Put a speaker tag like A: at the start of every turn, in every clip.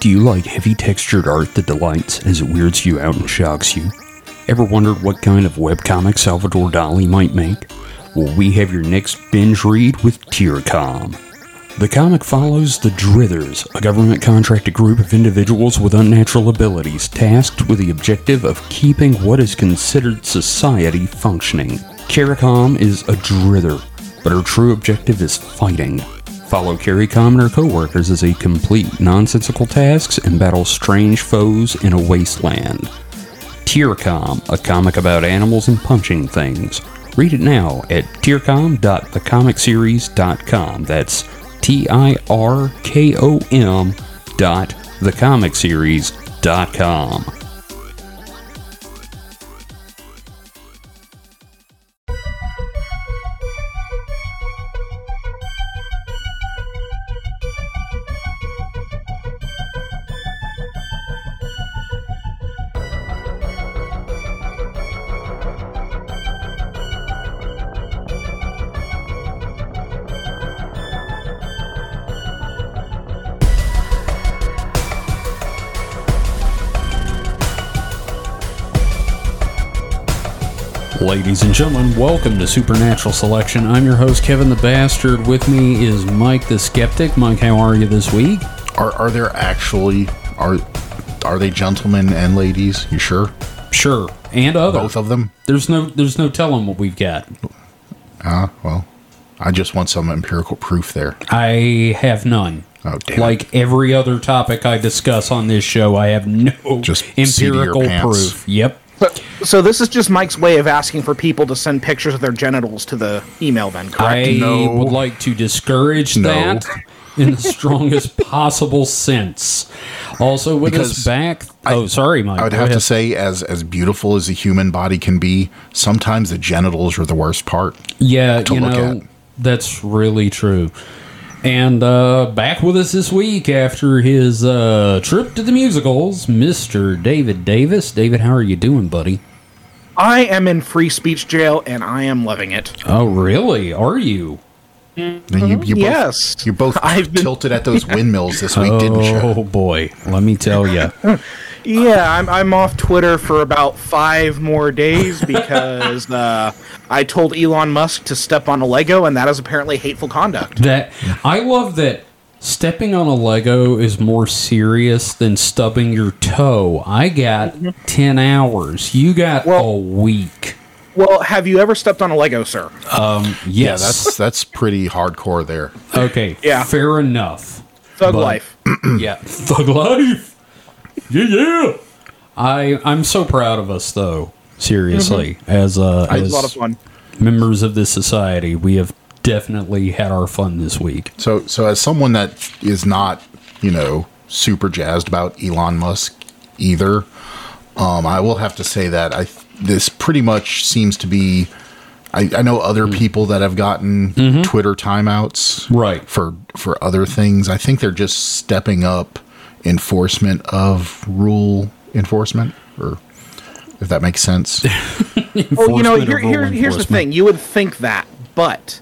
A: Do you like heavy textured art that delights as it weirds you out and shocks you? Ever wondered what kind of webcomic Salvador Dali might make? Well, we have your next binge read with Tiercom. The comic follows the Drithers, a government contracted group of individuals with unnatural abilities tasked with the objective of keeping what is considered society functioning. Caricom is a Drither, but her true objective is fighting. Follow Caricom and her coworkers as they complete nonsensical tasks and battle strange foes in a wasteland. Tiercom, a comic about animals and punching things. Read it now at tiercom.thecomicseries.com. That's T I R K O M dot thecomicseries.com. Ladies and gentlemen, welcome to Supernatural Selection. I'm your host, Kevin the Bastard. With me is Mike the Skeptic. Mike, how are you this week?
B: Are are there actually are are they gentlemen and ladies? You sure?
A: Sure. And other.
B: Both of them?
A: There's no there's no telling what we've got.
B: Ah, well, I just want some empirical proof there.
A: I have none.
B: Oh damn! it.
A: Like every other topic I discuss on this show, I have no
B: Just seat of your
A: empirical
B: pants.
A: proof. Yep.
C: But, so this is just Mike's way of asking for people to send pictures of their genitals to the email then, correct?
A: I
B: No.
A: would like to discourage
B: No.
A: that in the strongest possible sense. Also, with us
B: Because
A: back. oh, sorry, Mike.
B: I would
A: go
B: have to
A: ahead.
B: say, as as beautiful as the human body can be, sometimes the genitals are the worst part.
A: yeah,
B: to
A: you
B: look
A: know,
B: at.
A: that's really true. And uh, back with us this week after his uh, trip to the musicals, Mr. David Davis. David, how are you doing, buddy?
C: I am in free speech jail and I am loving it.
A: Oh, really? Are you?
B: And you, you
C: Yes.
B: both you both
C: I've been-
B: tilted at those windmills this week, didn't you?
A: Oh boy, let me tell you.
C: Yeah, I'm, I'm off Twitter for about five more days because uh, I told Elon Musk to step on a Lego, and that is apparently hateful conduct.
A: That I love that stepping on a Lego is more serious than stubbing your toe. I got 10 hours. You got a
C: Mm-hmm. Well-
A: week.
C: Well, have you ever stepped on a Lego, sir?
B: Yeah,
A: Yes.
B: that's that's pretty hardcore there.
A: okay.
C: Yeah.
A: Fair enough.
C: Thug
A: But-
C: life.
B: Mm.
A: yeah. Thug life. Yeah, yeah. I I'm so proud of us though. Seriously, as uh,
C: It Mm-hmm. was
A: as
C: a lot of fun.
A: members of this society, we have definitely had our fun this week.
B: So so as someone that is not you know super jazzed about Elon Musk either, um, I will have to say that I this pretty much seems to be. I, I know other people that have gotten Twitter timeouts
A: Right.
B: for for other things. I think they're just stepping up enforcement of rule enforcement, or if that makes sense.
C: Well, you know,
A: enforcement
C: here,
A: or rule
C: here, here's the
A: enforcement.
C: thing. You would think that, but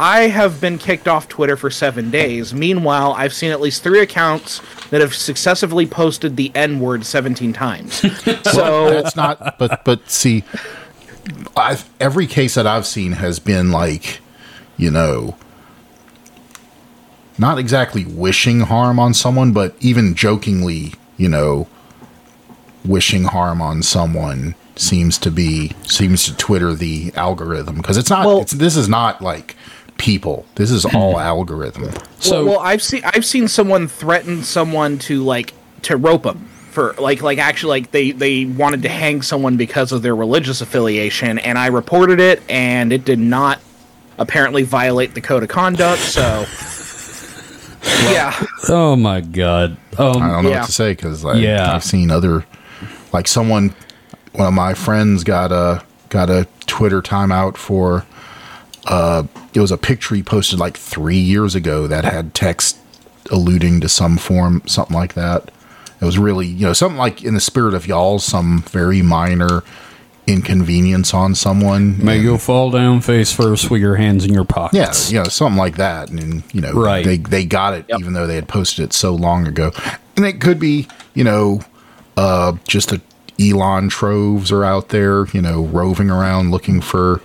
C: I have been kicked off Twitter for seven days. Meanwhile, I've seen at least three accounts that have successively posted the N word 17 times.
A: uh,
C: so,
B: that's not but but see I've, every case that i've seen has been like you know not exactly wishing harm on someone but even jokingly you know wishing harm on someone seems to be seems to twitter the algorithm because it's not
C: Well-
B: it's, this is not like people this is all algorithm
A: So
C: well, I've seen I've seen someone threaten someone to like to rope them for like like actually like they they wanted to hang someone because of their religious affiliation, and I reported it, and it did not apparently violate the code of conduct. So, yeah.
A: oh my god. Um,
B: I don't know
C: Yeah.
B: what to say because
A: Yeah.
B: I've seen other, like someone, one of my friends got a got a Twitter timeout for, uh, it was a picture he posted like three years ago that had text alluding to some form, something like that. It was really you know something like in the spirit of y'all, some very minor inconvenience on someone.
A: May you fall down face first with your hands in your
B: Yeah,
A: pockets.
B: you know, something like that. And, you know,
A: Right.
B: they, they got it
C: Yep.
B: even though they had posted it so long ago. And it could be, you know, uh, just the Elon troves are out there, you know, roving around looking for,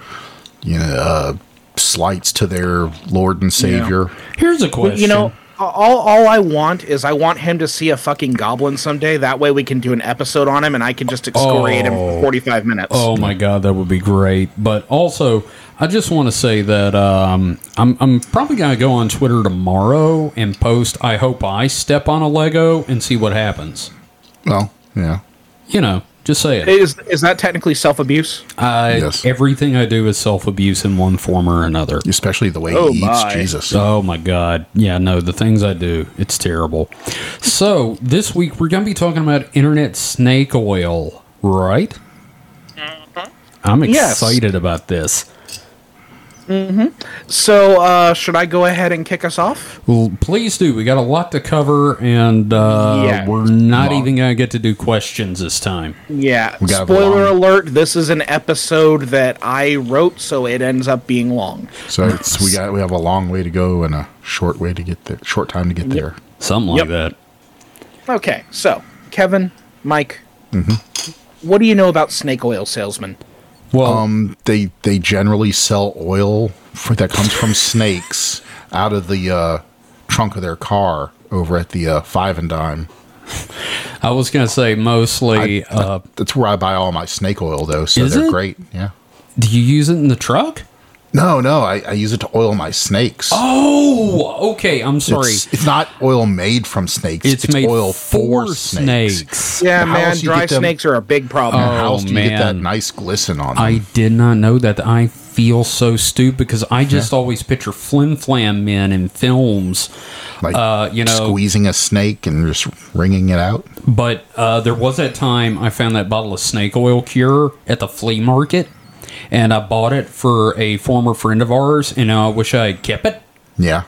B: you know, uh, slights to their Lord and Savior.
A: Here's a question.
C: You know, all all I want is I want him to see a fucking goblin someday. That way we can do an episode on him, and I can just excoriate him
A: Oh.
C: for forty five minutes.
A: Oh my god, that would be great. But also, I just want to say that um, I'm I'm probably gonna go on Twitter tomorrow and post. I hope I step on a Lego and see what happens.
B: Well, yeah.
A: You know, just say it.
C: Is is that technically self abuse?
A: I,
B: Yes.
A: Everything I do is self abuse in one form or another.
B: Especially the way
C: Oh,
B: he
C: my.
B: eats Jesus.
A: Oh my God. Yeah, no, the things I do, it's terrible. So, this week we're going to be talking about internet snake oil, right? I'm
C: Yes.
A: excited about this.
C: So uh, should I go ahead and kick us off?
A: Well, please do. We got a lot to cover, and uh,
C: Yeah.
A: we're not
B: Long.
A: even going to get to do questions this time.
C: Yeah.
B: gotta
C: Spoiler
B: belong.
C: alert: This is an episode that I wrote, so it ends up being long.
B: So it's, we got we have a long way to go and a short way to get there, short time to get there.
A: Something like
C: Yep.
A: that.
C: Okay, so Kevin, Mike,
B: Mm-hmm.
C: what do you know about snake oil salesmen?
A: Well,
B: Um, they they generally sell oil for, that comes from snakes out of the uh, trunk of their car over at the uh, Five and Dime.
A: I was going to say mostly. uh,
B: That's where I buy all my snake oil though, so
A: Is
B: they're
A: it?
B: great. Yeah.
A: do you use it in the truck?
B: No, no, I, I use it to oil my snakes.
A: Oh, okay. I'm sorry.
B: It's, it's not oil made from snakes.
A: It's, made
B: oil for snakes.
A: snakes. Oh,
C: Yeah,
B: How
C: man,
B: else you
C: dry
B: get them- Oh.
C: snakes are a big problem.
B: How else do you get that
A: man.
B: nice glisten on them?
A: I did not know that. I feel so stupid because I just always picture flim flam men in films,
B: like
A: uh, you know.
B: squeezing a snake and just wringing it out.
A: but uh, there was that time I found that bottle of snake oil cure at the flea market, and I bought it for a former friend of ours, and now I wish I had kept it.
B: Yeah.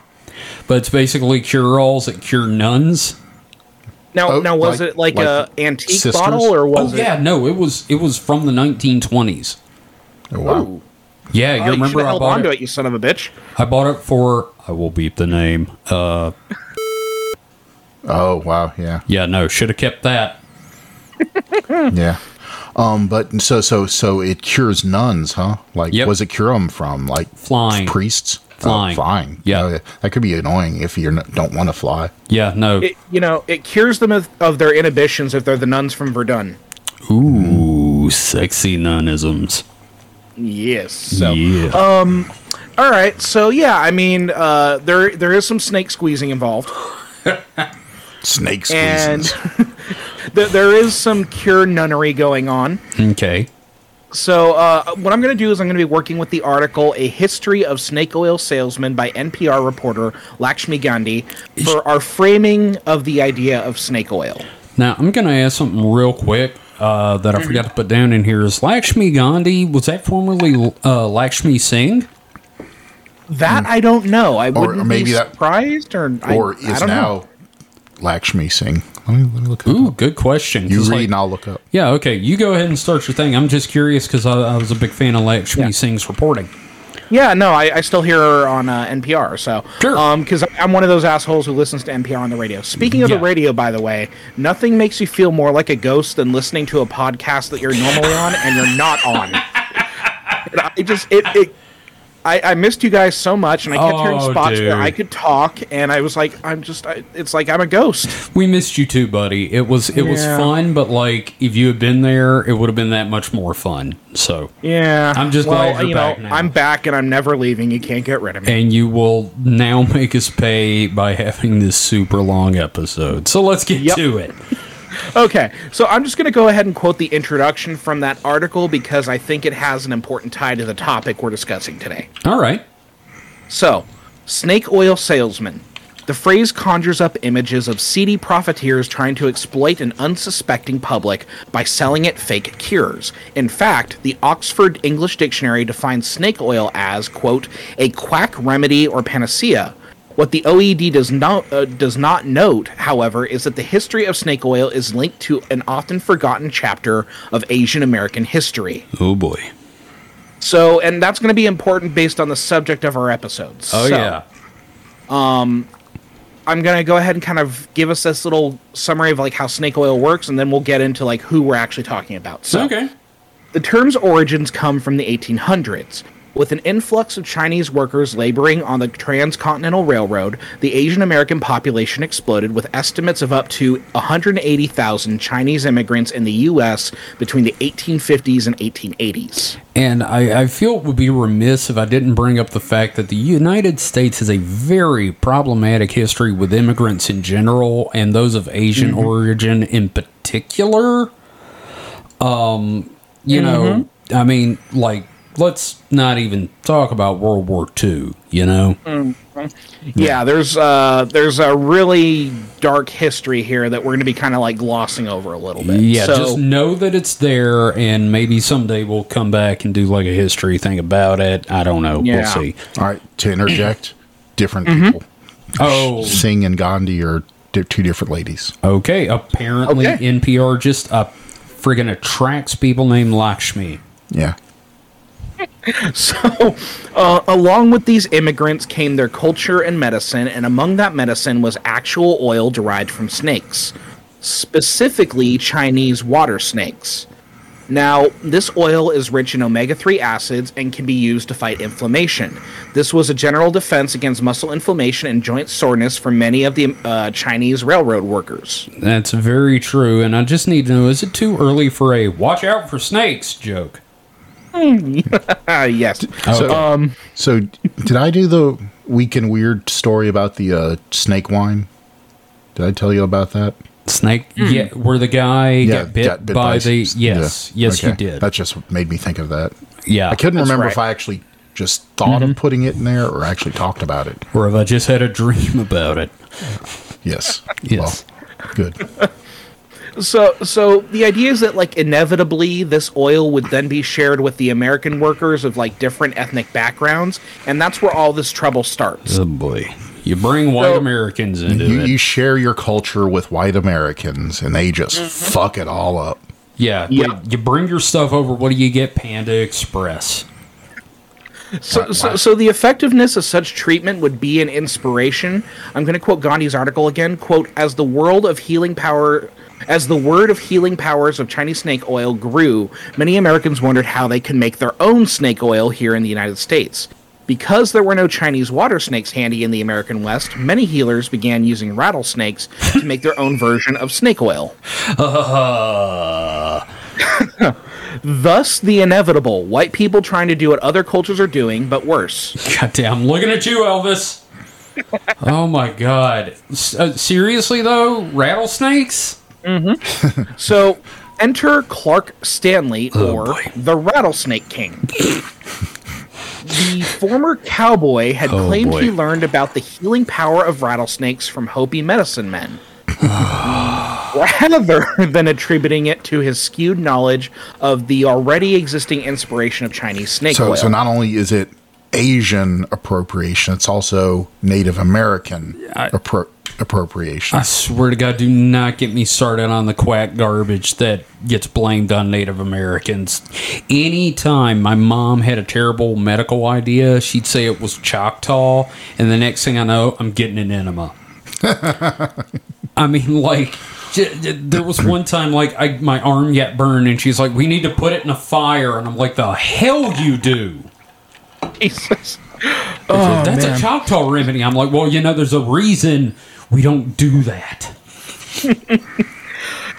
A: But it's basically cure alls that cure nuns.
C: now,
B: oh,
C: now was
B: like-
C: it like,
B: like
C: a antique
B: sisters?
C: bottle or
A: Oh
C: was it?
A: yeah, no, it was it was from the 1920s.
B: Oh, wow.
C: Ooh.
A: Yeah, you
C: Oh, you
A: remember
C: should've
A: I
C: held
A: bought
C: on
A: it.
C: to it, you son of a bitch.
A: I bought it for I will beep the name. Uh,
B: Oh wow. Yeah.
A: yeah, no, should have kept that.
B: Yeah. Um, but so so so it cures nuns, huh? Like,
A: Yep.
B: was it cure them from like
A: Flying.
B: priests Oh,
A: Flying.
B: flying?
A: Yeah.
B: that could be annoying if you don't want to fly.
A: Yeah, no.
C: It, you know, it cures them of, of their inhibitions if they're the nuns from Verdun.
A: Ooh, sexy nonisms.
C: Yes. So,
A: yeah.
B: Uh,
C: all right. So, yeah, I mean, uh, there there is some snake squeezing involved,
B: Snake
C: and
B: squeezes.
C: there, there is some cure nunnery going on.
A: okay.
C: So, uh, what I'm going to do is I'm going to be working with the article "A History of Snake Oil Salesmen" by NPR reporter Lakshmi Gandhi for our framing of the idea of snake oil.
A: Now, I'm going to ask something real quick uh, that I forgot to put down in here. Is Lakshmi Gandhi, was that formerly uh, Lakshmi Singh?
C: That
A: Hmm.
C: I don't know. I wouldn't
B: maybe
C: be
B: that-
C: surprised, or I-
B: or
C: I
B: is
C: don't
B: now
C: know.
B: Lakshmi Singh? Let me let me look. it
A: Ooh,
B: up.
A: good question.
B: you
A: 'Cause,
B: read
A: like-
B: and I'll look up.
A: yeah, okay. You go ahead and start your thing. I'm just curious because I, I was a big fan of Lakshmi Singh's reporting.
C: Yeah, no, I, I still hear her on uh, NPR. So,
A: Sure.
C: because I'm one of those assholes who listens to NPR on the radio. Speaking of
A: Yeah.
C: the radio, by the way, nothing makes you feel more like a ghost than listening to a podcast that you're normally on and you're not on. And I just it. it I, I missed you guys so much, and I kept hearing
A: Oh,
C: spots
A: dude.
C: where I could talk, and I was like, I'm just, I, it's like I'm a ghost.
A: We missed you too, buddy. It was it was
C: Yeah.
A: fun, but like if you had been there, it would have been that much more fun. So,
C: Yeah,
A: I'm just
C: well,
A: glad you're
C: you
A: back
C: know,
A: now.
C: I'm back, and I'm never leaving. You can't get rid of me.
A: and you will now make us pay by having this super long episode. So let's get
C: Yep.
A: to it.
C: Okay, so I'm just going to go ahead and quote the introduction from that article because I think it has an important tie to the topic we're discussing today.
A: All right.
C: So, snake oil salesman. The phrase conjures up images of seedy profiteers trying to exploit an unsuspecting public by selling it fake cures. In fact, the Oxford English Dictionary defines snake oil as, quote, a quack remedy or panacea, What the OED does not uh, does not note, however, is that the history of snake oil is linked to an often forgotten chapter of Asian American history.
A: Oh boy.
C: So, and that's going to be important based on the subject of our episodes.
A: Oh,
C: So, I'm going to go ahead and kind of give us this little summary of like how snake oil works, and then we'll get into like who we're actually talking about. So,
A: Okay.
C: the term's origins come from the 1800s. With an influx of Chinese workers laboring on the Transcontinental Railroad, the Asian American population exploded with estimates of up to 180,000 Chinese immigrants in the U.S. between the 1850s and 1880s.
A: And I, I feel it would be remiss if I didn't bring up the fact that the United States has a very problematic history with immigrants in general and those of Asian
C: Mm-hmm.
A: origin in particular. Um, you know,
C: Mm-hmm.
A: I mean, like, let's not even talk about World War II, you know?
C: Yeah, there's uh, there's a really dark history here that we're going to be kind of like glossing over a little bit.
A: Yeah,
C: So-
A: just know that it's there, and maybe someday we'll come back and do like a history thing about it. I don't know. We'll
C: Yeah.
A: see.
B: All right, to interject, different
A: Mm-hmm.
B: people.
A: Oh,
B: Singh and Gandhi are di- two different ladies.
A: okay. Apparently,
C: Okay.
A: NPR just uh, friggin' attracts people named Lakshmi.
B: Yeah.
C: So, uh, along with these immigrants came their culture and medicine, and among that medicine was actual oil derived from snakes, specifically Chinese water snakes. Now, this oil is rich in omega 3 acids and can be used to fight inflammation. This was a general defense against muscle inflammation and joint soreness for many of the uh, Chinese railroad workers.
A: That's very true. And I just need to know is it too early for a watch out for snakes joke?
C: Ah, yes.
B: So,
A: Okay.
B: um, so did I do the weak and weird story about the uh, snake wine? Did I tell you about that?
A: Snake, yeah, where the guy got bit,
B: got
A: by,
B: s-
A: the.
B: s-
A: Yes,
B: yeah.
A: yes,
B: Okay.
A: you did.
B: That just made me think of that.
A: yeah.
B: I couldn't remember
C: right.
B: if I actually just thought
A: Mm-hmm.
B: of putting it in there or actually talked about it.
A: or if I just had a dream about it.
B: Yes.
A: Yes.
B: Well, good.
C: So, so the idea is that like inevitably this oil would then be shared with the American workers of like different ethnic backgrounds, and that's where all this trouble starts.
A: Oh, boy. You bring white
C: So-
A: Americans into
B: You,
A: it.
B: you share your culture with white Americans and they just fuck it all up.
A: Yeah,
C: Yeah.
A: wait, You bring your stuff over. What do you get? Panda Express.
C: So,
B: Right,
C: so,
B: right.
C: so the effectiveness of such treatment would be an inspiration. I'm going to quote Gandhi's article again. Quote: As the world of healing power, as the word of healing powers of Chinese snake oil grew, many Americans wondered how they could make their own snake oil here in the United States. Because there were no Chinese water snakes handy in the American West, many healers began using rattlesnakes to make their own version of snake oil.
A: Uh,
C: Thus, the inevitable white people trying to do what other cultures are doing, but worse.
A: goddamn! Looking at you, Elvis. oh my god! S- uh, seriously though, rattlesnakes.
C: So enter Clark Stanley
A: Oh,
C: or
A: boy.
C: the Rattlesnake King. the former cowboy had
A: Oh,
C: claimed he
A: boy.
C: learned about the healing power of rattlesnakes from Hopi medicine men. Rather than attributing it to his skewed knowledge of the already existing inspiration of Chinese snake
B: So,
C: oil.
B: so not only is it Asian appropriation, it's also Native American appro- appropriation.
A: I swear to God, do not get me started on the quack garbage that gets blamed on Native Americans. Anytime my mom had a terrible medical idea, she'd say it was Choctaw, and the next thing I know, I'm getting an enema. I mean, like, j- j- there was one time, like, I, my arm got burned, and she's like, We need to put it in a fire. And I'm like, The hell you do?
C: Jesus.
A: That's
B: man.
A: a Choctaw remedy. I'm like, Well, you know, there's a reason we don't do that.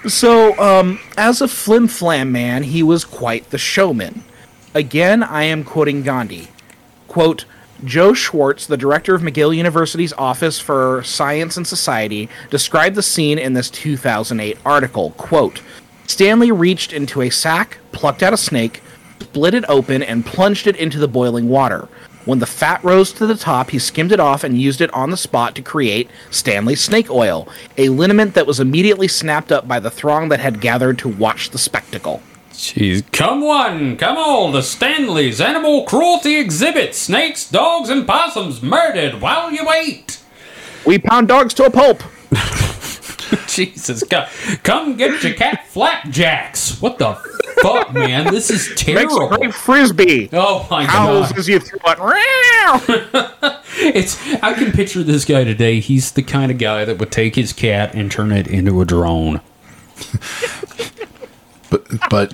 C: So, um, as a flim flam man, he was quite the showman. Again, I am quoting Gandhi. Quote, Joe Schwartz, the director of McGill University's Office for Science and Society, described the scene in this 2008 article. Quote, Stanley reached into a sack, plucked out a snake, split it open, and plunged it into the boiling water. When the fat rose to the top, he skimmed it off and used it on the spot to create Stanley snake oil, a liniment that was immediately snapped up by the throng that had gathered to watch the spectacle.
A: Jeez. Come one, come all, the Stanley's animal cruelty exhibit. Snakes, dogs, and possums murdered while you wait.
C: We pound dogs to a pulp.
A: Jesus God. Come get your cat flapjacks. What the fuck, man? This is
C: Makes a
A: terrible.
C: great frisbee.
A: Oh my
C: Howls
A: god.
C: as you throw it.
B: Oh,
C: Meow.
A: It's I can picture this guy today. He's the kind of guy that would take his cat and turn it into a drone.
B: But but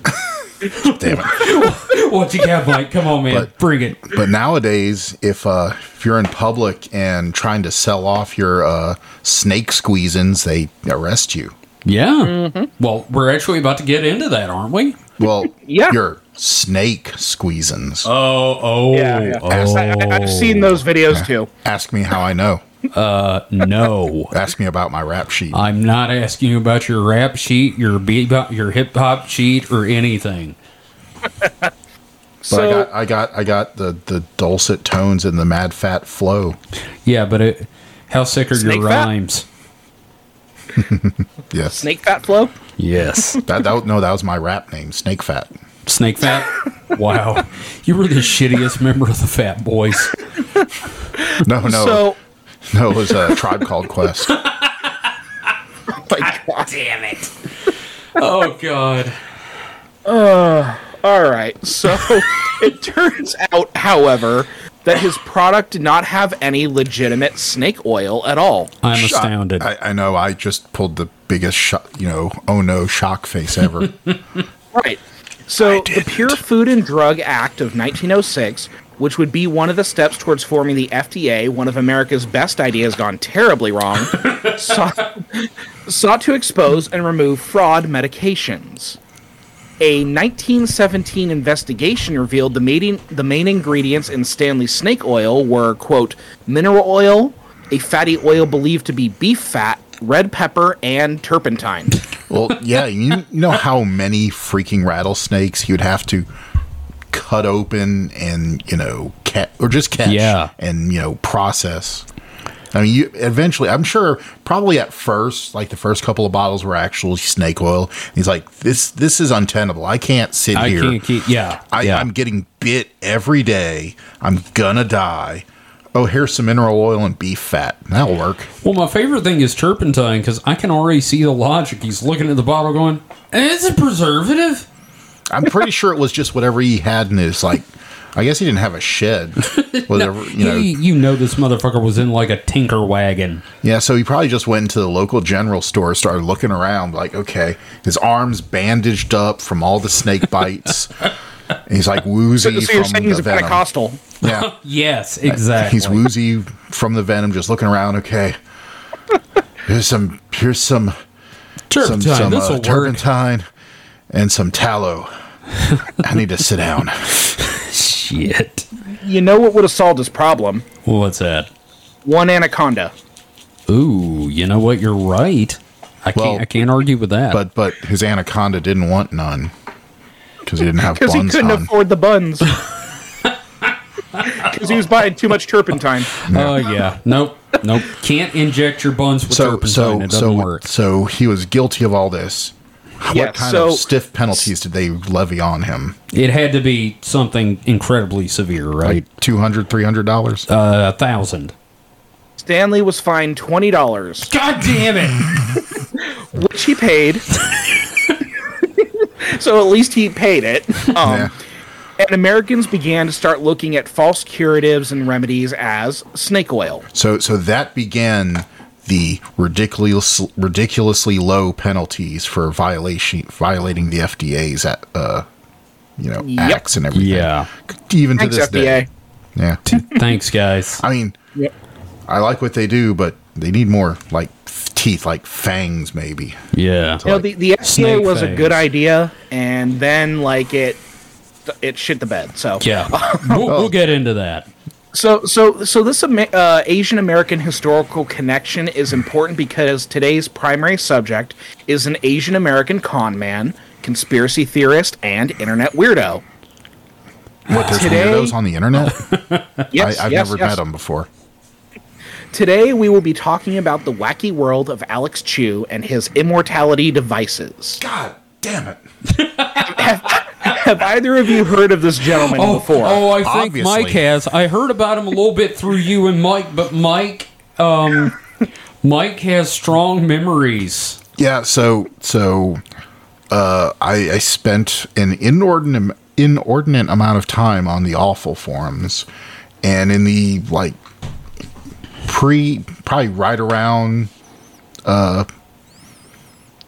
B: damn it.
A: What you got, Mike? Come on, man.
B: But-
A: Bring it.
B: But nowadays, if uh, if you're in public and trying to sell off your uh, snake squeezins, they arrest you.
A: Yeah.
C: Mm-hmm.
A: Well, we're actually about to get into that, aren't we?
B: Well,
C: Yeah.
B: your snake squeezins.
A: Oh, oh,
C: Yeah, yeah.
A: oh.
C: I, I, I've seen those videos too.
B: Ask me how I know.
A: no.
B: Ask me about my rap sheet.
A: I'm not asking you about your rap sheet, your bebop, your hip hop sheet, or anything.
B: But I
C: So
B: got I got I got the the dulcet tones and the mad fat flow.
A: Yeah, but it, how sick are
C: Snake
A: your
C: fat?
A: rhymes?
B: Yes.
C: snake fat flow.
A: Yes,
B: That, that no, that was my rap name, Snake Fat.
A: snake fat. Wow, you were the shittiest member of the Fat Boys.
B: No, no.
C: So
B: no, it was a tribe called Quest.
C: like,
A: Damn it. Oh God.
C: all right. So it turns out, however, that his product did not have any legitimate snake oil at all.
A: I'm astounded.
B: I, I know. I just pulled the biggest shock, you know, oh no, shock face ever.
C: Right. So the Pure Food and Drug Act of 1906, which would be one of the steps towards forming the FDA, one of America's best ideas gone terribly wrong, sought, sought to expose and remove fraud medications. A 1917 investigation revealed the main, the main ingredients in Stanley's snake oil were, quote, mineral oil, a fatty oil believed to be beef fat, red pepper, and turpentine.
B: well, yeah, you, you know how many freaking rattlesnakes you'd have to cut open and you know catch or just catch
A: Yeah.
B: and you know process. I mean, you eventually. I'm sure. Probably at first, like the first couple of bottles were actually snake oil. he's like, "This, this is untenable. I can't sit
A: I
B: here.
A: can't keep. Yeah,
B: I,
A: yeah.
B: I'm getting bit every day. I'm gonna die. Oh, here's some mineral oil and beef fat. That'll work.
A: well, my favorite thing is turpentine because I can already see the logic. He's looking at the bottle, going, "Is it preservative?"
B: I'm pretty sure it was just whatever he had in his like. I guess he didn't have a shed. Whatever you know.
A: you, you know this motherfucker was in like a tinker wagon.
B: Yeah, so he probably just went into the local general store, started looking around, like, okay, his arms bandaged up from all the snake bites. and he's like woozy
C: So
B: from
C: you're saying
B: the
C: he's a
B: venom.
C: Pentecostal.
B: Yeah,
A: Yes, exactly.
B: he's woozy from the venom, just looking around. Okay, here's some. Here's some. some,
A: turpentine.
B: some
A: This
B: uh,
A: will work.
B: turpentine and some tallow. I need to sit down.
A: Shit.
C: You know what would have solved his problem?
A: What's that?
C: One anaconda.
A: Ooh, you know what? You're right. I can't.
B: Well,
A: I can't argue with that.
B: But but his anaconda didn't want none because he didn't have
C: Because he
B: buns
C: couldn't
B: on.
C: afford the buns. Because he was buying too much turpentine.
A: oh yeah, nope, nope. Can't inject your buns with
B: so
A: turpentine.
B: so
A: it doesn't
B: so
A: work.
B: so he was guilty of all this.
C: Yeah,
B: what kind
C: so-
B: of stiff penalties did they levy on him?
A: It had to be something incredibly severe, right? Uh,
B: Like 200 dollars.
A: A thousand.
C: Stanley was fined twenty dollars,
A: God damn it!
C: which he paid. so at least he paid it. Um,
B: yeah.
C: And Americans began to start looking at false curatives and remedies as snake oil.
B: So so that began the ridiculous ridiculously low penalties for violation violating the FDA's at uh you know
C: Yep.
B: acts and everything.
A: Yeah.
B: Even to
C: Thanks,
B: this
C: FDA.
B: day. Yeah.
A: Thanks, guys.
B: I mean,
C: Yep.
B: I like what they do, but they need more like f- teeth, like fangs, maybe.
A: Yeah.
C: You know,
B: Like
C: the, the FDA
A: snake
C: was a
A: fangs.
C: good idea, and then like it, it shit the bed. So
A: Yeah. We'll, we'll get into that.
C: So, so, so this Ama- uh, Asian American historical connection is important because today's primary subject is an Asian American con man, conspiracy theorist, and internet weirdo.
B: What there's
C: today-
B: weirdos on the internet?
C: Yes,
B: I, I've
C: yes,
B: never
C: yes.
B: met them before.
C: Today, we will be talking about the wacky world of Alex Chu and his immortality devices.
B: God damn it!
C: Have either of you heard of this gentleman before?
A: Oh, I think Mike
B: Obviously.
A: has. I heard about him a little bit through you and Mike, but Mike, um, Mike has strong memories.
B: Yeah, so so uh, I, I spent an inordinate inordinate amount of time on the awful forums, and in the like pre probably right around uh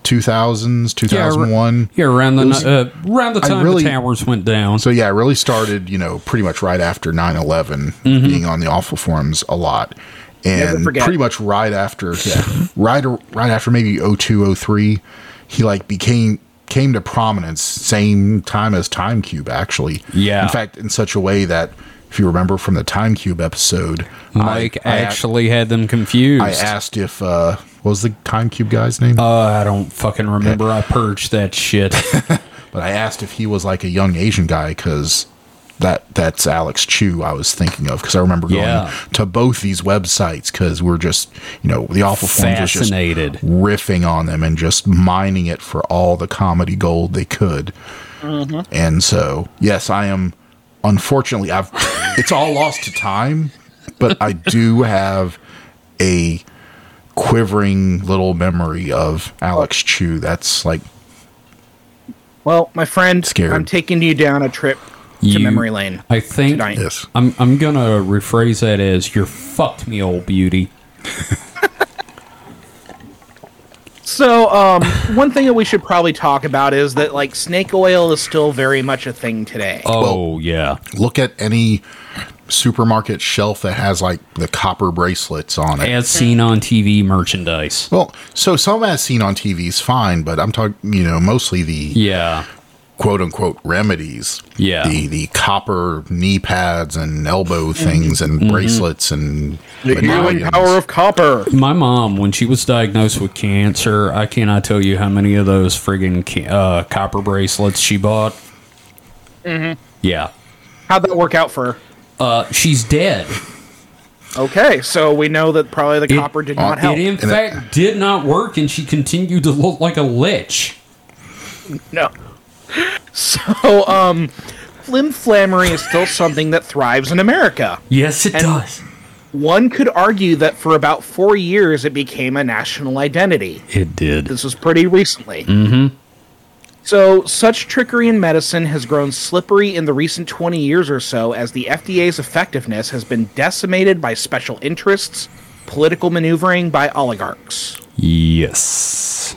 B: 2000s 2001
A: Yeah, around the
B: It was-
A: ni- uh, around the
B: I
A: time
B: really-
A: the towers went down.
B: so yeah i really started you know pretty much right after 9-11
A: Mm-hmm.
B: being on the awful forums a lot and
C: forget.
B: pretty much right after yeah right ar- right after maybe 0203 he like became came to prominence same time as time cube actually
A: Yeah.
B: in fact in such a way that if you remember from the time cube episode I-
A: Mike
B: I, ac-
A: actually had them confused.
B: I asked if uh what was the time cube guy's name
A: Uh, I don't fucking remember. I purged that shit.
B: But I asked if he was like a young Asian guy because that that's Alex Chu I was thinking of because I remember going
A: Yeah.
B: to both these websites because we're just you know the awful forms was just
A: Fascinated.
B: riffing on them and just mining it for all the comedy gold they could. And so yes, I am. Unfortunately, I've it's all lost to time, but I do have a quivering little memory of Alex Chu. That's like
C: Well, my friend,
B: Scared.
C: I'm taking you down a trip
A: You-
C: to memory lane.
A: I think
C: Tonight.
B: Yes.
A: I'm I'm gonna rephrase that as you're fucked me old beauty.
C: So, um, one thing that we should probably talk about is that like snake oil is still very much a thing today.
A: Oh yeah.
B: look at any supermarket shelf that has like the copper bracelets on it.
A: As seen on TV merchandise.
B: well, so some as seen on TV is fine, but I'm talking, you know, mostly the
A: Yeah.
B: quote unquote remedies.
A: Yeah.
B: The the copper knee pads and elbow things and
A: Mm-hmm.
B: bracelets and medallions.
C: of copper.
A: My mom, when she was diagnosed with cancer, I cannot tell you how many of those friggin' ca- uh, copper bracelets she bought. Mm-hmm. Yeah.
C: How'd that work out for? her?
A: Uh, she's dead.
C: Okay, so we know that probably the copper did not
B: uh,
C: help.
A: It in
B: And
A: fact did not work, and she continued to look like a lich.
C: No. So, um, flimflammery is still something that thrives in America.
A: Yes, it
C: And-
A: does.
C: One could argue that for about four years it became a national identity.
A: It did.
C: This was pretty recently. Mm-hmm. So, such trickery in medicine has grown slippery in the recent 20 years or so as the FDA's effectiveness has been decimated by special interests, political maneuvering by oligarchs.
A: Yes.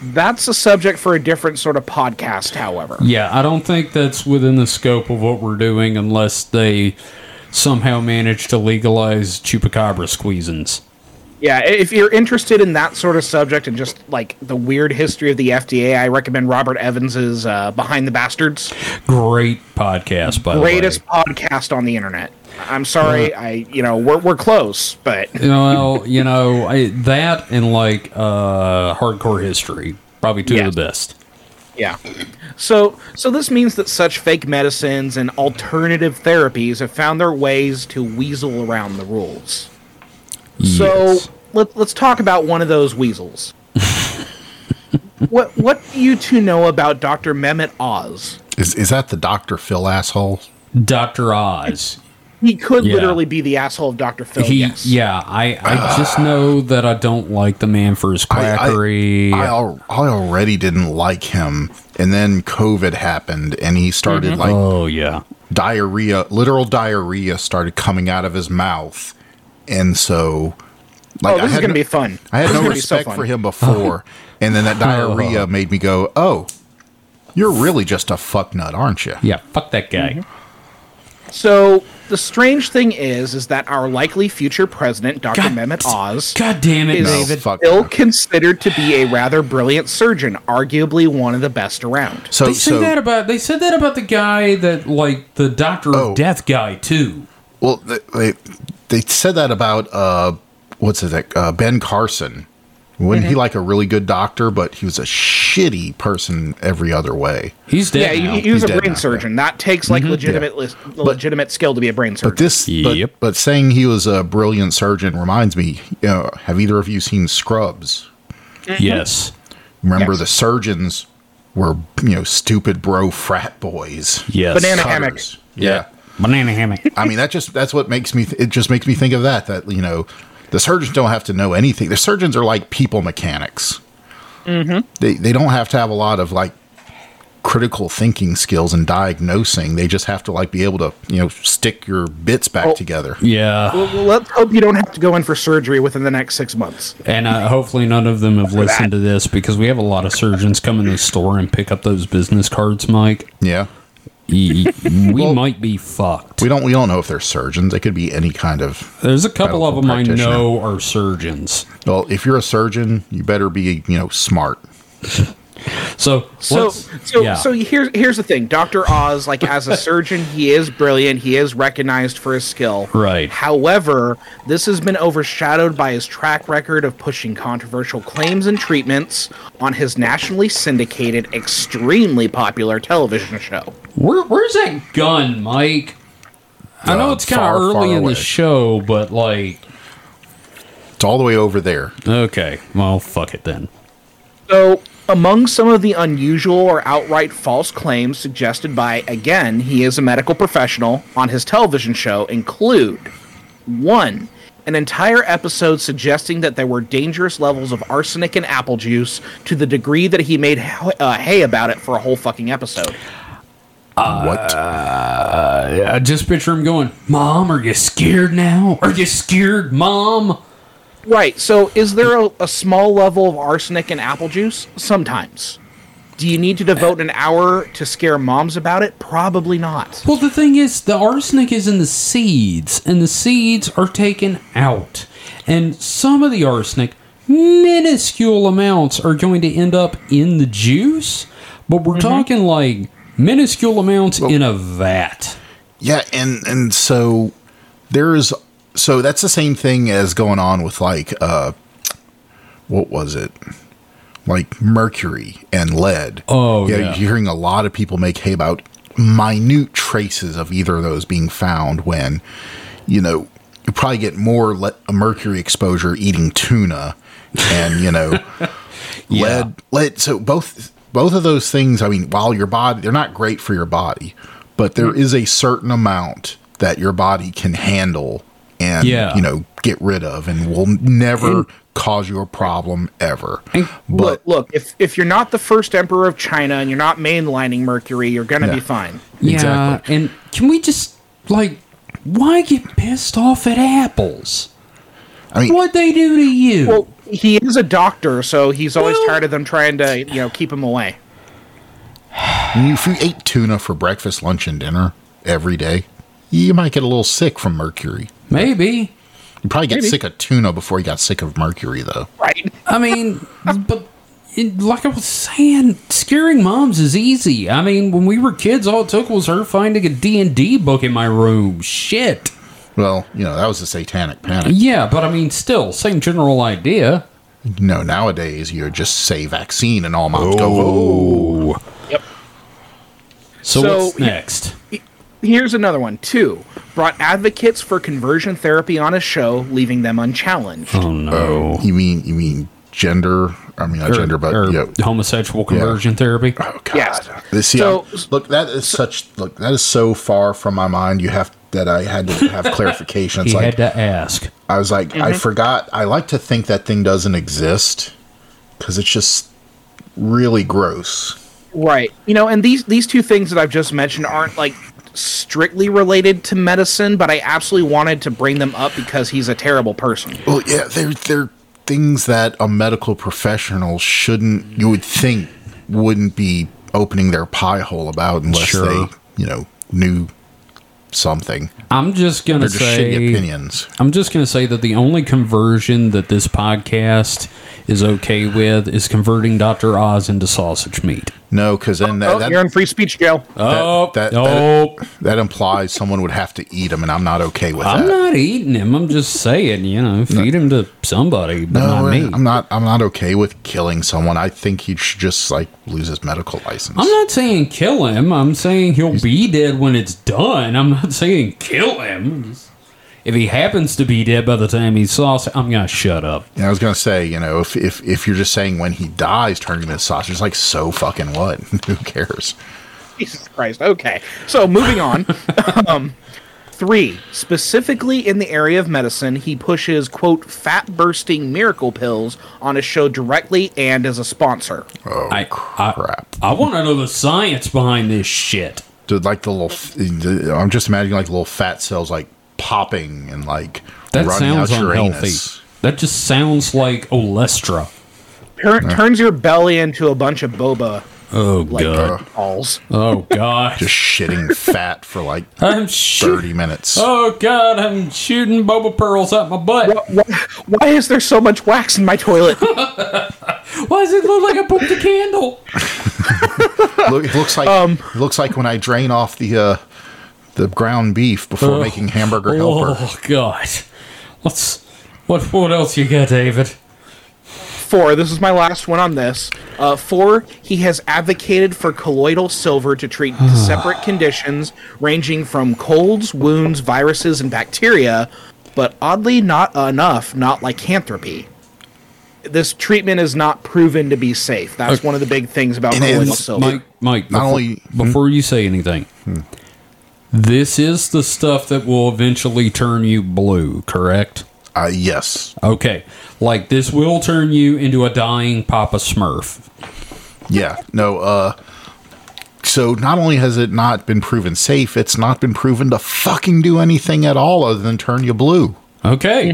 C: That's a subject for a different sort of podcast, however.
A: Yeah, I don't think that's within the scope of what we're doing unless they somehow manage to legalize chupacabra squeezins.
C: Yeah, i- if you're interested in that sort of subject and just like the weird history of the FDA, I recommend Robert Evans's uh, Behind the Bastards,
A: Great podcast, by
C: greatest
A: the
C: podcast on the internet. I'm sorry, I you know we're we're close, but
A: way. You know, you know I, that and like uh, hardcore history, probably two
C: Yeah.
A: of the best.
C: yeah. So so this means that such fake medicines and alternative therapies have found their ways to weasel around the rules. So
A: Yes.
C: let, let's talk about one of those weasels. what what do you two know about Dr. Mehmet Oz?
B: Is is that the Dr. Phil asshole?
A: Dr. Oz,
C: He could
A: Yeah.
C: literally be the asshole of Dr. Phil.
A: He,
C: Oh, yes.
A: yeah, I, I just know that I don't like the man for his
B: I- I-
A: quackery.
B: I, al- I already didn't like him, and then COVID happened, and he started like
A: oh yeah,
B: diarrhea, literal diarrhea started coming out of his mouth. And so like
C: Oh, this
B: I
C: is
B: had
C: gonna
B: no,
C: be fun.
B: I had
C: This is
B: no
C: gonna be so
B: respect
C: fun.
B: for him before. and then that diarrhea made me go, "Oh, you're really just a fucknut, aren't you?"
A: yeah. Fuck that guy.
C: Mm-hmm. So the strange thing is, is that our likely future president, Dr.
A: God-
C: Mehmet Oz,
A: God damn it,
C: is
B: No,
A: David.
B: fuck
C: still
B: no.
C: considered to be a rather brilliant surgeon, arguably one of the best around.
B: So
A: They say
B: so
A: that about they said that about the guy that like the Doctor
B: Oh.
A: of Death guy too.
B: well th- they they said that about uh what's his name? Uh, Ben Carson. Wasn't
C: Mm-hmm.
B: he like a really good doctor, but he was a shitty person every other way.
A: He's
C: Yeah,
A: dead. now.
C: he, he was
B: He's
C: a
B: dead
C: brain
B: now, Mhm,
C: surgeon. That takes like legitimate lis- legitimate skill to be a brain surgeon.
B: But this, but-
A: Yep.
B: but, saying he was a brilliant surgeon reminds me. You know, have either of you seen Scrubs? Mm-hmm.
A: yes.
B: Remember
C: Yes.
B: the surgeons were you know stupid bro frat boys.
A: Yes.
C: Banana hammock.
B: Cutters. Yeah.
A: Banana hammock.
B: I mean that just that's what makes me. Th- it just makes me think of that. That you know, The surgeons don't have to know anything. The surgeons are like people mechanics.
C: Mm-hmm.
B: They they don't have to have a lot of like critical thinking skills and diagnosing. They just have to like be able to you know stick your bits back
C: Oh.
B: together.
A: Yeah,
C: Well, let's hope you don't have to go in for surgery within the next six months.
A: and uh, hopefully none of them have listened to this because we have a lot of surgeons come in the store and pick up those business cards, Mike.
B: Yeah,
A: Y- We
B: Well-
A: might be fucked.
B: we don't we don't know if they're surgeons. They could be any kind of.
A: There's a couple of
B: Medical
A: them I
B: practitioner.
A: know are surgeons.
B: Well, if you're a surgeon, you better be you know smart.
A: So,
C: So,
A: let's-
C: so,
A: yeah.
C: so here's here's the thing. Doctor Oz, like as a surgeon, he is brilliant. He is recognized for his skill.
A: Right.
C: However, this has been overshadowed by his track record of pushing controversial claims and treatments on his nationally syndicated, extremely popular television show.
A: Where, where's that gun, Mike? I know
B: Uh,
A: it's kind
B: far,
A: of
B: far
A: early in
B: away.
A: the show, but like,
B: It's all the way over there.
A: okay, well, fuck it then.
C: So, among some of the unusual or outright false claims suggested by, again, he is a medical professional on his television show include one, an entire episode suggesting that there were dangerous levels of arsenic in apple juice to the degree that he made ha- uh, hay about it for a whole fucking episode.
B: what? Uh,
A: I just picture him going, "Mom, are you scared now? Are you scared, Mom?"
C: Right. So, is there a, a small level of arsenic in apple juice? Sometimes. Do you need to devote an hour to scare moms about it? Probably not.
A: Well, the thing is, the arsenic is in the seeds, and the seeds are taken out, and some of the arsenic, minuscule amounts, are going to end up in the juice, but we're talking like minuscule amounts in a vat.
B: Yeah, and and so there's so that's the same thing as going on with like uh what was it? Like mercury and lead.
A: Oh, yeah.
B: You're hearing a lot of people make hay about minute traces of either of those being found when you know you probably get more le- mercury exposure eating tuna and you know lead lead so both both of those things i mean while your body they're not great for your body but there is a certain amount that your body can handle and
A: Yeah.
B: you know get rid of and will never cause you a problem ever
C: look,
B: but
C: look if if you're not the first emperor of China and you're not mainlining Mercury, you're gonna
B: Yeah.
C: be fine.
A: Yeah,
B: Exactly.
A: and can we just like why get pissed off at apples?
B: i mean
A: What they do to you?
C: Well, he is a doctor, so he's always
A: Well-
C: tired of them trying to you know keep him away.
B: if you ate tuna for breakfast lunch and dinner every day you might get a little sick from mercury
A: Maybe.
B: you probably get
C: Maybe.
B: sick of tuna before you got sick of mercury though
C: Right.
A: I mean, but it, like I was saying, scaring moms is easy. I mean, when we were kids, all it took was her finding a D and D book in my room. Shit.
B: well you know that was the satanic panic
A: Yeah, but I mean, still, same general idea.
B: No, nowadays you just say vaccine and all moms go. Oh.
C: Yep.
A: So,
C: So,
A: what's
C: yeah.
A: next?
C: Here's another one. Two brought advocates for conversion therapy on a show, leaving them unchallenged.
A: Oh no.
B: You mean you mean gender? I mean
A: Er,
B: not gender, but
A: or
B: yeah.
A: homosexual conversion therapy.
B: Oh God.
C: Yes.
B: This- See,
C: So-
B: I'm- look, that is such look that is so far from my mind. You have that I had to have clarification. It's
A: He had
B: like
A: to ask.
B: I was like, I forgot. I like to think that thing doesn't exist because it's just really gross.
C: Right. You know, and these these two things that I've just mentioned aren't like strictly related to medicine, but I absolutely wanted to bring them up because he's a terrible person.
B: Well, yeah, they're they're things that a medical professional shouldn't you would think wouldn't be opening their pie hole about unless
A: Sure.
B: they, you know, knew something.
A: I'm just gonna
B: They're just
A: say
B: shitty opinions.
A: I'm just going to say that the only conversion that this podcast is okay with is converting Dr. Oz into sausage meat.
B: No, because then that,
C: Oh,
B: that,
C: you're in free speech, Joe.
A: oh,
B: that-
A: oh,
B: that implies someone would have to eat them, and I'm not okay with
A: I'm
B: that.
A: not eating him. I'm just saying, you know, feed him to somebody, but
B: no,
A: not me. I'm
B: I'm
A: not,
B: not. I'm not okay with killing someone. I think he should just like lose his medical license.
A: saying kill him. I'm saying he'll be dead when it's done. I'm not saying kill him. If he happens to be dead by the time he's sausage, I'm going to shut up.
B: And I was gonna say, you know, if if if you're just saying when he dies, turn him into sausage, it's like so fucking what? Who cares?
C: Jesus Christ. Okay. So moving on. um, Three, specifically in the area of medicine, he pushes, quote, fat bursting miracle pills on his show directly and as a sponsor.
B: Oh,
A: I, I,
B: crap.
A: I want to know the science behind this shit.
B: Dude, like the little, f- the- I'm just imagining like little fat cells like popping and like
A: That
B: running
A: sounds
B: out your
A: unhealthy.
B: anus.
A: That just sounds like Olestra.
C: Tur- Turns your belly into a bunch of boba
A: Oh
C: like
A: god.
C: balls.
A: Oh god.
B: uh, Just shitting fat for like
A: I'm shooting.
B: 30 minutes.
A: Oh god, I'm shooting boba pearls up my butt.
C: Why, why is there so much wax in my toilet?
A: Why does it look like I pooped a candle?
B: Look, it looks like
A: Um,
B: it looks like when I drain off the uh, the ground beef before
A: Oh.
B: making hamburger helper.
A: Oh god. What's what? What else you got, David?
C: Four, this is my last one on this. Uh, four, he has advocated for colloidal silver to treat separate conditions ranging from colds, wounds, viruses, and bacteria, but oddly not enough, not lycanthropy. This treatment is not proven to be safe. That's one of the big things about
B: And
C: colloidal
B: it's-
C: silver.
A: Mike, Mike,
B: Not
A: before,
B: only- Hmm.
A: before you say anything, this is the stuff that will eventually turn you blue, correct?
B: Uh, yes,
A: Okay, like this will turn you into a dying Papa Smurf.
B: yeah, no. Uh, so not only has it not been proven safe, it's not been proven to fucking do anything at all other than turn you blue.
A: Okay,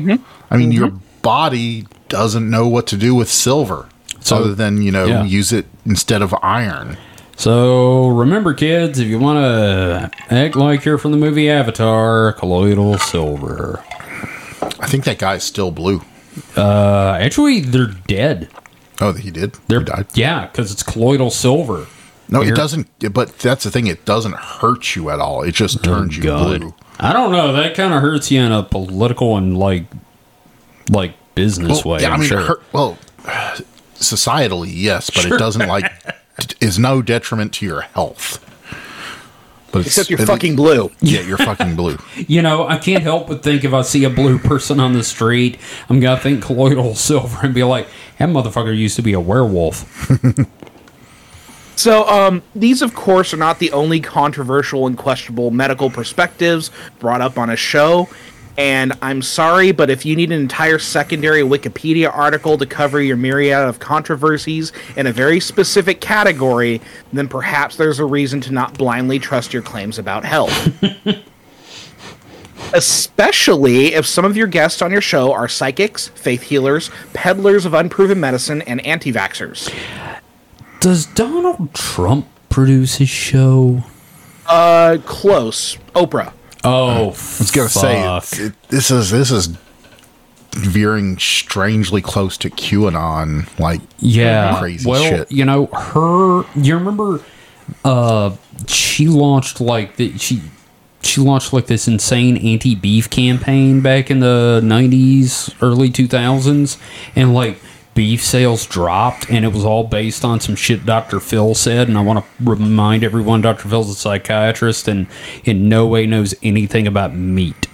B: I mean, your
A: Mm-hmm.
B: body doesn't know what to do with silver,
A: So-
B: other than you know
A: yeah.
B: use it instead of iron.
A: so remember, kids, if you want to act like you're from the movie Avatar, colloidal silver.
B: I think that guy's still blue.
A: Uh, actually, they're dead.
B: Oh, he did.
A: They're
B: he died.
A: Yeah, because it's colloidal silver.
B: No, it
A: Here.
B: doesn't. But that's the thing. It doesn't hurt you at all. It just turns you
A: God.
B: Oh, blue.
A: I don't know. That kind of hurts you in a political and like, like business way.
B: yeah,
A: I'm sure.
B: hurt- well, societally, yes, but it doesn't like d- is no detriment to your health. But it's-
C: Except you're
B: it-
C: fucking blue.
B: Yeah, you're fucking blue.
A: you know, I can't help but think if I see a blue person on the street, I'm gonna think colloidal silver and be like, "That motherfucker used to be a werewolf."
C: So, um, these, of course, are not the only controversial and questionable medical perspectives brought up on a show. And I'm sorry, but if you need an entire secondary Wikipedia article to cover your myriad of controversies in a very specific category, then perhaps there's a reason to not blindly trust your claims about health. Especially if some of your guests on your show are psychics, faith healers, peddlers of unproven medicine, and anti vaxxers.
A: Does Donald Trump produce his show?
C: Uh, close. Oprah.
A: Oh,
B: I was gonna
A: fuck.
B: say it, this is this is veering strangely close to QAnon. Like,
A: yeah,
B: crazy
A: well,
B: shit.
A: you know her. You remember, uh, she launched like the she. She launched like this insane anti-beef campaign back in the '90s, early 2000s, and like beef sales dropped, and it was all based on some shit Dr. Phil said. And I want to remind everyone, Dr. Phil's a psychiatrist, and in no way knows anything about meat.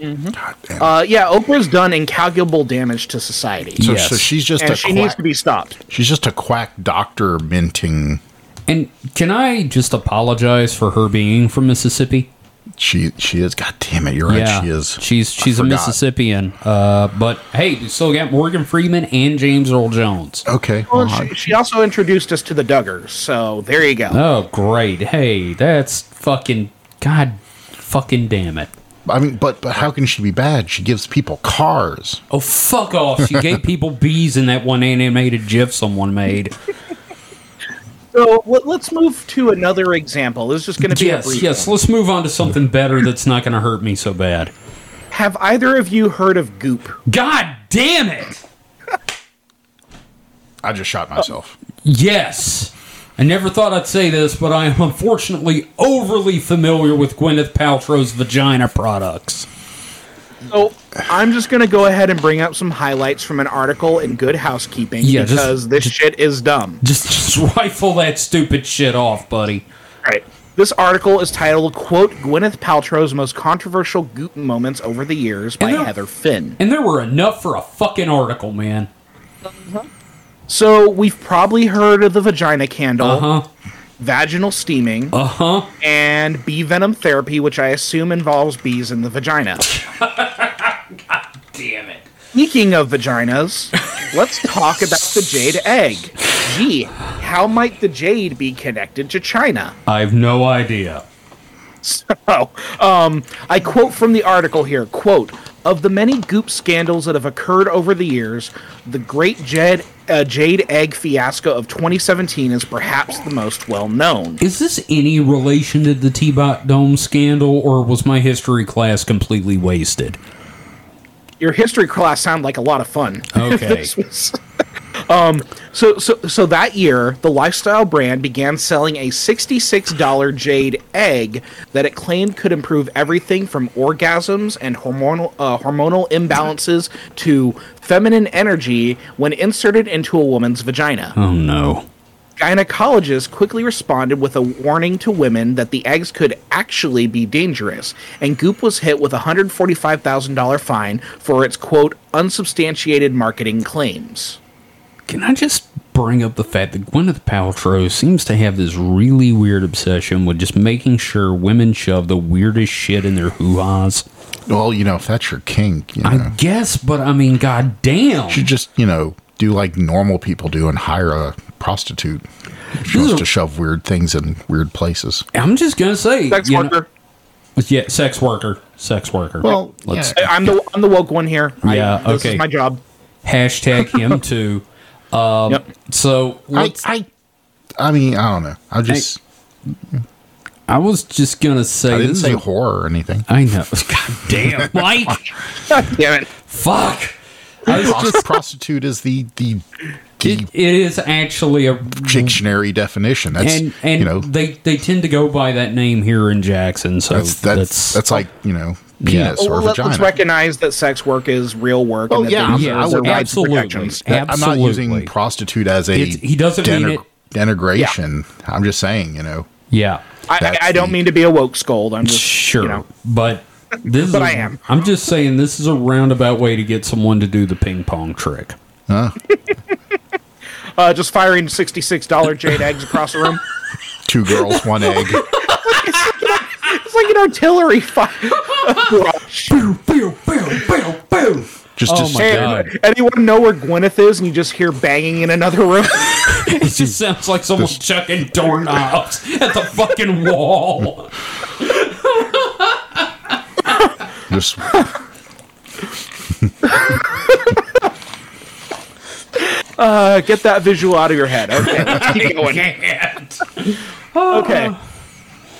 B: goddamn.
C: Uh, yeah, Oprah's done incalculable damage to society,
B: so,
A: yes.
B: so she's just a
C: and she
B: quack,
C: needs to be stopped.
B: she's just a quack doctor minting.
A: And can I just apologize for her being from Mississippi?
B: She she is. God damn it, you're
A: yeah,
B: right. She is.
A: She's
B: I
A: she's a
B: forgot.
A: Mississippian. Uh, but hey, you still got Morgan Freeman and James Earl Jones.
B: Okay.
C: Well,
B: well,
C: she, she also introduced us to the Duggars, so there you go.
A: Oh, great! Hey, that's fucking god, fucking damn it!
B: I mean, but but how can she be bad? She gives people cars.
A: Oh, fuck off! She gave people bees in that one animated GIF someone made.
C: So let, us move to another example. This is just going to be a
A: yes,
C: brief
A: yes.
C: one.
A: Let's move on to something better that's not going to hurt me so bad.
C: Have either of you heard of Goop?
A: God damn it!
B: I just shot myself.
A: Yes. I never thought I'd say this, but I am unfortunately overly familiar with Gwyneth Paltrow's vagina products.
C: So I'm just going to go ahead and bring up some highlights from an article in Good Housekeeping
A: Yeah, just-
C: because this shit is dumb.
A: Just, just rifle that stupid shit off, buddy.
C: Right. This article is titled "Quote Gwyneth Paltrow's most controversial Goop moments over the years" by
A: And uh, there-
C: Heather Finn.
A: And there were enough for a fucking article, man.
C: So we've probably heard of the vagina candle.
A: Uh huh.
C: vaginal steaming,
A: Uh huh.
C: and bee venom therapy, which I assume involves bees in the vagina.
A: Damn it.
C: Speaking of vaginas, let's talk about the jade egg. Gee, how might the jade be connected to China?
A: I've no idea.
C: Oh, um, I quote from the article here, quote, of the many goop scandals that have occurred over the years, the great jade, uh, jade egg fiasco of 2017 is perhaps the most well known.
A: Is this any relation to the T-Bot Dome scandal, or was my history class completely wasted?
C: Your history class sounded like a lot of fun.
A: Okay.
C: This was- um, so, so, so that year, the lifestyle brand began selling a $66 jade egg that it claimed could improve everything from orgasms and hormonal, uh, hormonal imbalances to feminine energy when inserted into a woman's vagina
A: Oh no.
C: gynecologists quickly responded with a warning to women that the eggs could actually be dangerous, and Goop was hit with a $145,000 fine for its quote unsubstantiated marketing claims.
A: Can I just bring up the fact that Gwyneth Paltrow seems to have this really weird obsession with just making sure women shove the weirdest shit in their hoo-has?
B: Well, you know, if that's your kink, you know,
A: I guess, but I mean, goddamn.
B: you should just you know do like normal people do and hire a prostitute.
A: This
B: She wants
A: is-
B: to shove weird things in weird places.
A: I'm just gonna say,
C: Sex
A: you know-
C: worker.
A: yeah, sex worker, sex worker.
B: Well,
A: let's
B: yeah,
C: I- I'm the I'm the woke one here. I-
A: Yeah,
C: This
A: okay.
C: is my job.
A: hashtag him too. Um,
C: yep.
A: So
B: I,
A: let's,
B: I, I mean, I don't know. I just
A: I, was just gonna say,
B: I didn't
A: this
B: say
A: is-
B: horror or anything.
A: I know. God damn, Mike.
C: Damn it.
A: Fuck.
B: Prost- prostitute is the the, the
A: It is actually a
B: dictionary definition. That's
A: and and Oh,
B: you know
A: they they tend to go by that name here in Jackson. So
B: that's that's that's like you know
A: Yeah.
B: penis or
C: Oh, Well, let,
B: vagina.
C: us recognize that sex work is real work.
B: Oh,
C: and that
B: yeah,
C: they
B: yeah,
C: deserve
B: I
C: their
B: would-
C: rights and
A: absolutely.
C: protections.
B: That- I'm not
A: Absolutely.
B: using prostitute as a
A: It's- he doesn't mean it-
B: denigration. I'm just saying, you know,
A: yeah,
C: I,
B: That's
C: I, I don't
B: the-
C: mean to be a woke scold. I'm just
A: sure.
C: You know,
A: But this
C: But
A: is
C: I am.
A: I'm just saying this is a roundabout way to get someone to do the ping pong trick.
C: uh, just firing $66 jade eggs across the room.
B: two girls, one egg.
C: It's like an artillery fire. Brush.
A: Boom, boom, boom, boom, boom.
B: Just
A: Oh
B: just
A: my God.
C: And Uh, anyone know where Gwyneth is, and you just hear banging in another room.
A: It just sounds like someone's chucking doorknobs at the fucking wall.
B: just
C: Uh, get that visual out of your head. Okay, let's keep going.
A: Can't.
C: Okay.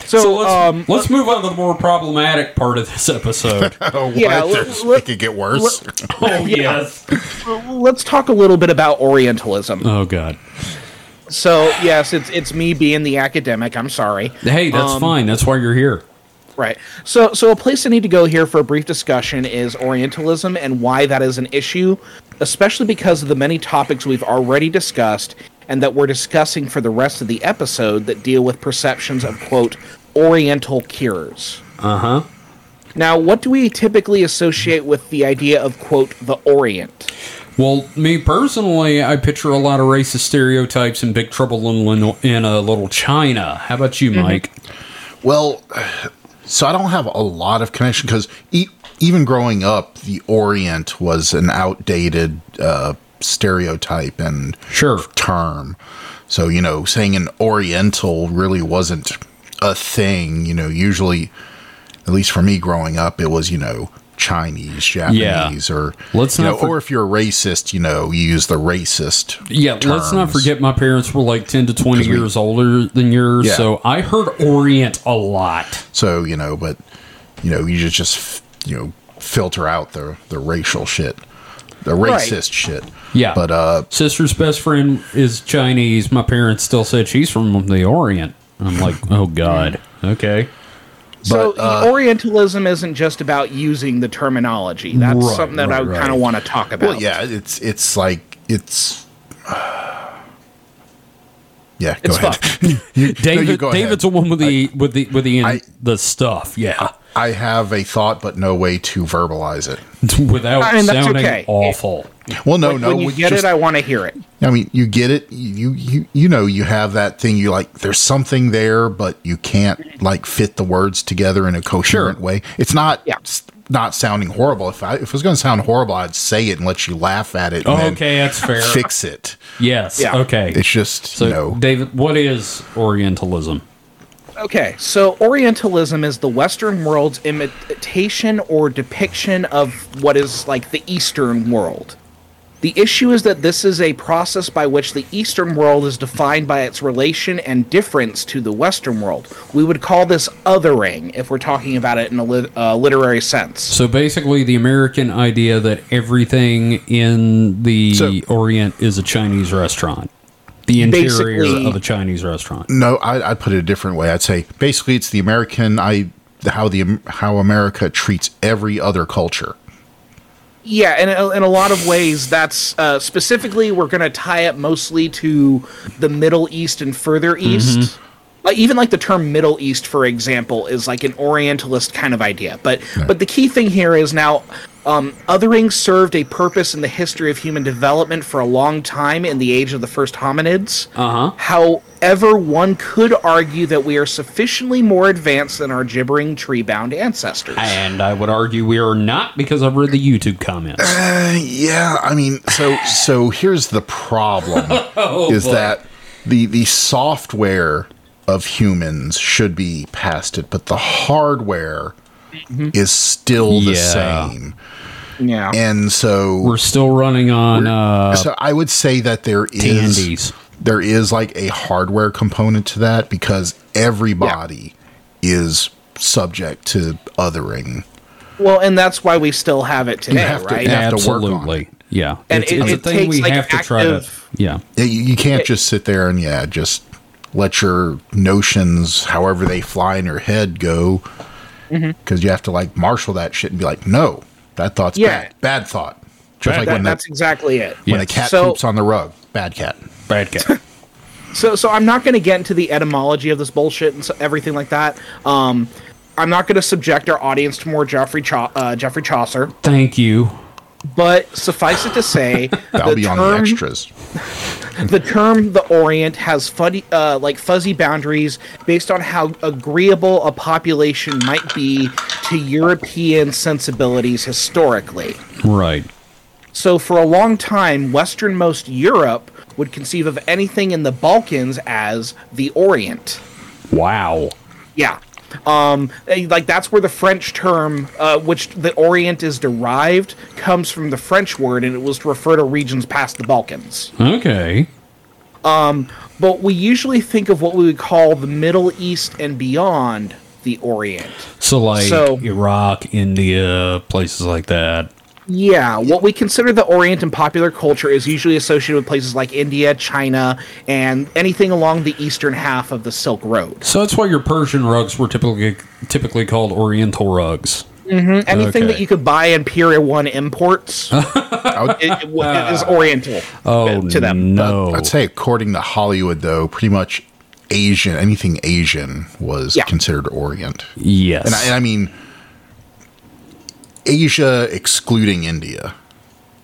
C: So,
A: So let's
C: um,
A: let's move on to the more problematic part of this episode.
B: oh,
C: Yeah,
B: yeah,
C: let-
B: there's,
C: let-
B: it could get worse.
A: oh yes.
C: um, let's talk a little bit about Orientalism.
A: Oh god.
C: So, yes, it's it's me being the academic. I'm sorry.
A: Hey, that's fine. That's why you're here.
C: Right. So, so a place I need to go here for a brief discussion is Orientalism and why that is an issue, especially because of the many topics we've already discussed and that we're discussing for the rest of the episode that deal with perceptions of quote Oriental cures.
B: Uh-huh.
A: Uh huh.
C: Now, what do we typically associate with the idea of quote the Orient?
A: Well, me personally, I picture a lot of racist stereotypes and big trouble in, Lin- in a little China. How about you, Mike?
B: Well, so I don't have a lot of connection because e- even growing up, the Orient was an outdated uh, stereotype and
A: Sure.
B: term. So, you know, saying an Oriental really wasn't a thing. You know, usually, at least for me growing up, it was, you know, Chinese, Japanese, or
A: Let's
B: you
A: not
B: know,
A: for-
B: or if you're a racist, you know, you use the racist.
A: Yeah, let's not
B: terms.
A: forget my parents were like 10 to 20
B: we-
A: years older than yours,
B: Yeah.
A: so I heard Orient a lot.
B: So you know, but you know, you just just you know filter out the the racial shit, the
C: Right.
B: racist shit.
A: Yeah.
B: But uh,
A: Sister's best friend is Chinese. My parents still said she's from the Orient. I'm like, oh, God. Okay.
C: so
B: But, uh,
C: Orientalism isn't just about using the terminology. That's
A: Right,
C: something that I
B: right,
C: kind of
B: right.
C: want to talk about.
B: well, yeah, it's it's like it's Yeah, go
C: It's
B: ahead.
C: fucked.
B: You- no, you
A: David,
B: go ahead.
A: David's the one with the with the with the
B: I-
A: the stuff. Yeah,
B: I have a thought, but no way to verbalize it.
A: without
C: I mean, that's
A: sounding
C: okay.
A: awful.
B: Well, no, no.
C: when you
B: we
C: get
B: just-
C: it, I want to hear it.
B: I mean, you get it. You you you know you have that thing. You like there's something there, but you can't like fit the words together in a coherent way. It's not
C: Yeah.
B: it's not sounding horrible. If I if it was going to sound horrible, I'd say it and let you laugh at it. and then
A: Oh, okay, that's fair.
B: fix it.
A: Yes.
C: Yeah.
A: Okay.
B: It's just
A: so,
B: you know
A: David, what is Orientalism?
C: Okay, so Orientalism is the Western world's imitation or depiction of what is like the Eastern world. The issue is that this is a process by which the Eastern world is defined by its relation and difference to the Western world. We would call this othering if we're talking about it in a lit- uh, literary sense.
A: So basically, the American idea that everything in the
B: So-
A: Orient is a Chinese restaurant, the interior
C: Basically-
A: of a Chinese restaurant.
B: no. I, I'd put it a different way. I'd say basically it's the American I how the how America treats every other culture.
C: Yeah, and uh, in a- in a lot of ways, that's uh, specifically we're going to tie it mostly to the Middle East and further east. Like, even like the term Middle East, for example, is like an Orientalist kind of idea. But but the key thing here is now. Um, othering served a purpose in the history of human development for a long time in the age of the first hominids.
A: Uh huh.
C: However, one could argue that we are sufficiently more advanced than our gibbering tree-bound ancestors.
A: And I would argue we are not because I've read the YouTube comments.
B: Yeah, I mean, so so here's the problem is
A: Oh, boy.
B: that the the software of humans should be past it, but the hardware is still the
A: Mm-hmm. Yeah.
B: same.
C: yeah.
B: And so
A: We're still running on uh,
B: so I would say that there is
A: Tandies.
B: there is like a hardware component to that because everybody is subject to othering.
C: Well, and that's why we still have it today,
B: have to-
C: right?
B: you have to work on
A: absolutely.
B: it.
A: Yeah,
C: And
A: it's,
C: it-
A: it's a
C: it
A: thing
C: takes,
A: we
C: like,
A: have to try to.
C: active-
A: Yeah.
B: Yeah, you, you can't just sit there and yeah, just let your notions, however they fly in your head, go.
C: Mm-hmm.
B: Because you have to like marshal that shit and be like, no, that thought's
C: Yeah.
B: bad. Bad thought. Just like
C: That-
B: when,
C: that's
B: the,
C: exactly it.
B: when
A: Yeah.
B: a cat
C: So-
B: poops on the rug, bad cat.
A: Bad guy.
C: So, so I'm not going to get into the etymology of this bullshit and so, everything like that. Um, I'm not going to subject our audience to more Geoffrey Chau- uh, Geoffrey Chaucer,
A: Thank you.
C: but suffice it to say,
B: That'll
C: the
B: be on
C: term,
B: the extras.
C: the term "the Orient" has fuzzy, uh, like fuzzy boundaries based on how agreeable a population might be to European sensibilities historically.
A: Right.
C: So, for a long time, westernmost Europe would conceive of anything in the Balkans as the Orient.
A: Wow.
C: Yeah. Um, eh, like that's where the French term, uh, which the Orient is derived, comes from the French word, and it was to refer to regions past the Balkans.
A: Okay.
C: But we usually think of what we would call the Middle East and beyond the Orient.
A: So like
C: So-
A: Iraq, India, places like that.
C: Yeah, what we consider the Orient in popular culture is usually associated with places like India, China, and anything along the eastern half of the Silk Road.
A: So that's why your Persian rugs were typically typically called Oriental rugs.
C: Anything
A: Okay.
C: that you could buy in Pier 1 imports it, it w- it is Oriental
A: Oh
C: to them.
A: no!
B: I'd say, according to Hollywood, though, pretty much Asian, anything Asian was
C: Yeah.
B: considered Orient.
A: yes.
B: And I, and I mean, Asia excluding India.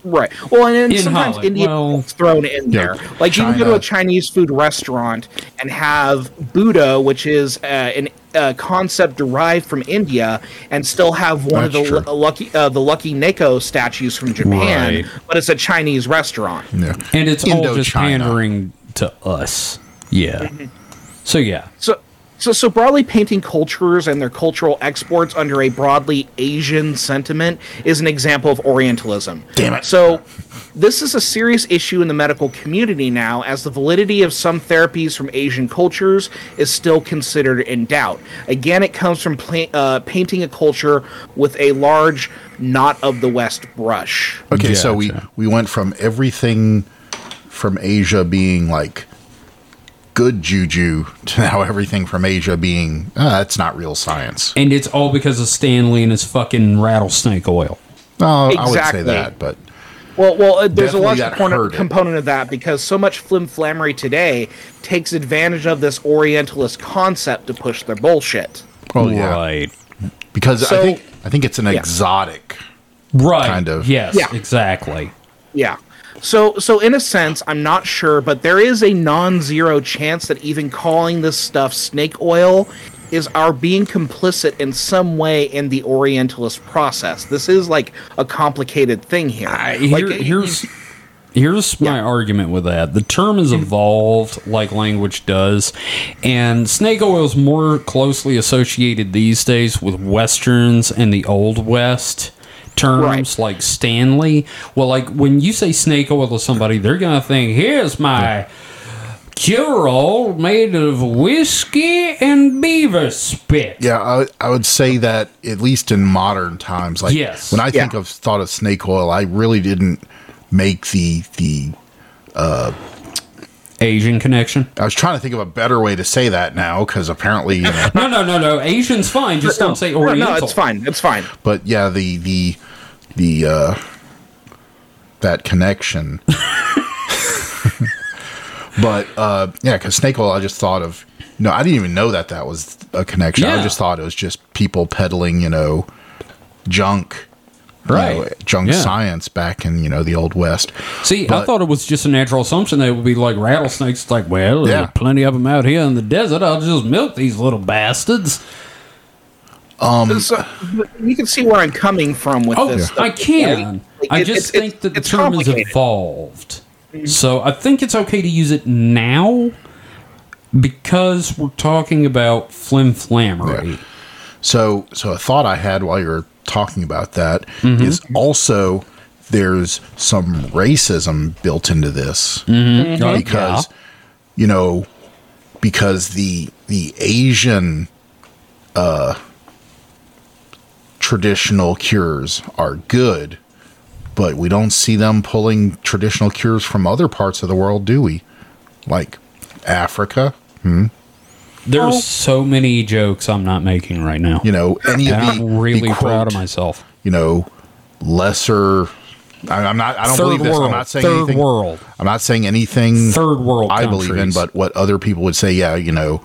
C: Right. Well, and, then
A: In
C: sometimes
A: Holland,
C: India
A: well-
C: is thrown in
B: Yeah,
C: there. Like you can go to
B: China.
C: a Chinese food restaurant and have Buddha, which is uh, an uh, concept derived from India, and still have one
B: That's
C: of the
B: true.
C: l- lucky uh, the lucky Neko statues from Japan,
A: Right.
C: but it's a Chinese restaurant.
B: Yeah.
A: And it's all just
B: Indochina.
A: pandering to us. Yeah. So yeah.
C: So, so, so broadly painting cultures and their cultural exports under a broadly Asian sentiment is an example of Orientalism.
B: Damn it.
C: So, this is a serious issue in the medical community now, as the validity of some therapies from Asian cultures is still considered in doubt. Again, it comes from pla- uh, painting a culture with a large not of the West brush.
B: Okay, so we
A: Gotcha.
B: we went from everything from Asia being like good juju to now everything from Asia being ah, that's not real science.
A: And it's all because of Stanley and his fucking rattlesnake oil.
B: No, I would say
C: Exactly.
B: that, but
C: Well, well, uh, there's a
B: Definitely
C: large
B: got
C: component,
B: herded.
C: component of that because so much flimflammery today takes advantage of this Orientalist concept to push their bullshit.
B: Oh yeah,
D: Right.
B: because I
C: So-
B: think I think it's an exotic.
A: Right.
B: Kind of.
A: Yes,
C: Yeah.
A: exactly.
C: Yeah. So, so in a sense, I'm not sure, but there is a non-zero chance that even calling this stuff snake oil is our being complicit in some way in the Orientalist process. This is like a complicated thing here.
A: I-
C: Like,
A: here, here's here's my argument with that. The term has evolved like language does, and snake oil is more closely associated these days with westerns and the old west terms
C: Right.
A: like Stanley. Well, like when you say snake oil to somebody, they're gonna think, "Here's my." Cure all made of whiskey and beaver spit.
B: Yeah, I, I would say that at least in modern times, like
A: Yes.
B: when I think
C: Yeah.
B: of thought of snake oil, I really didn't make the the.
A: Asian connection.
B: I was trying to think of a better way to say that now because apparently, you know,
A: No, no, no, no. Asian's fine. Just don't say
C: no,
A: Oriental.
C: no, it's fine. It's fine.
B: but yeah, the the the uh, that connection. but uh, yeah, because snake oil, I just thought of. No, I didn't even know that that was a connection. I
A: Yeah.
B: just thought it was just people peddling, you know, junk, you
A: Right.
B: know, junk
A: Yeah.
B: science back in you know the old west.
A: See, I
B: But-
A: thought it was just a natural assumption they would be like rattlesnakes. It's Like, well,
B: Yeah.
A: there's plenty of them out here in the desert. I'll just milk these little bastards.
C: So, you can see where I'm coming from with
A: Oh,
C: this. stuff.
A: I can.
C: Like,
A: I
C: it-
A: just
C: it's-
A: think
C: it's-
A: that the
C: it's
A: term has
C: complicated. Mm-hmm.
A: evolved. So I think it's okay to use it now because we're talking about flimflammery.
B: So, so a thought I had while you were talking about that is
A: Mm-hmm.
B: also there's some racism built into this
C: Mm-hmm.
A: Uh,
B: because
A: yeah.
B: you know because the the Asian uh traditional cures are good, but we don't see them pulling traditional cures from other parts of the world, do we? Like Africa,
A: there's so many jokes I'm not making right now.
B: you know, any
A: and
B: of the
A: I'm really
B: the
A: proud
B: quote-
A: of myself.
B: you know, lesser. I, I'm not. I don't
A: Third
B: believe this.
A: world.
B: I'm not saying
A: Third
B: anything.
A: world.
B: I'm not saying anything.
A: Third world
B: I believe in,
A: countries.
B: but what other people would say, yeah, you know,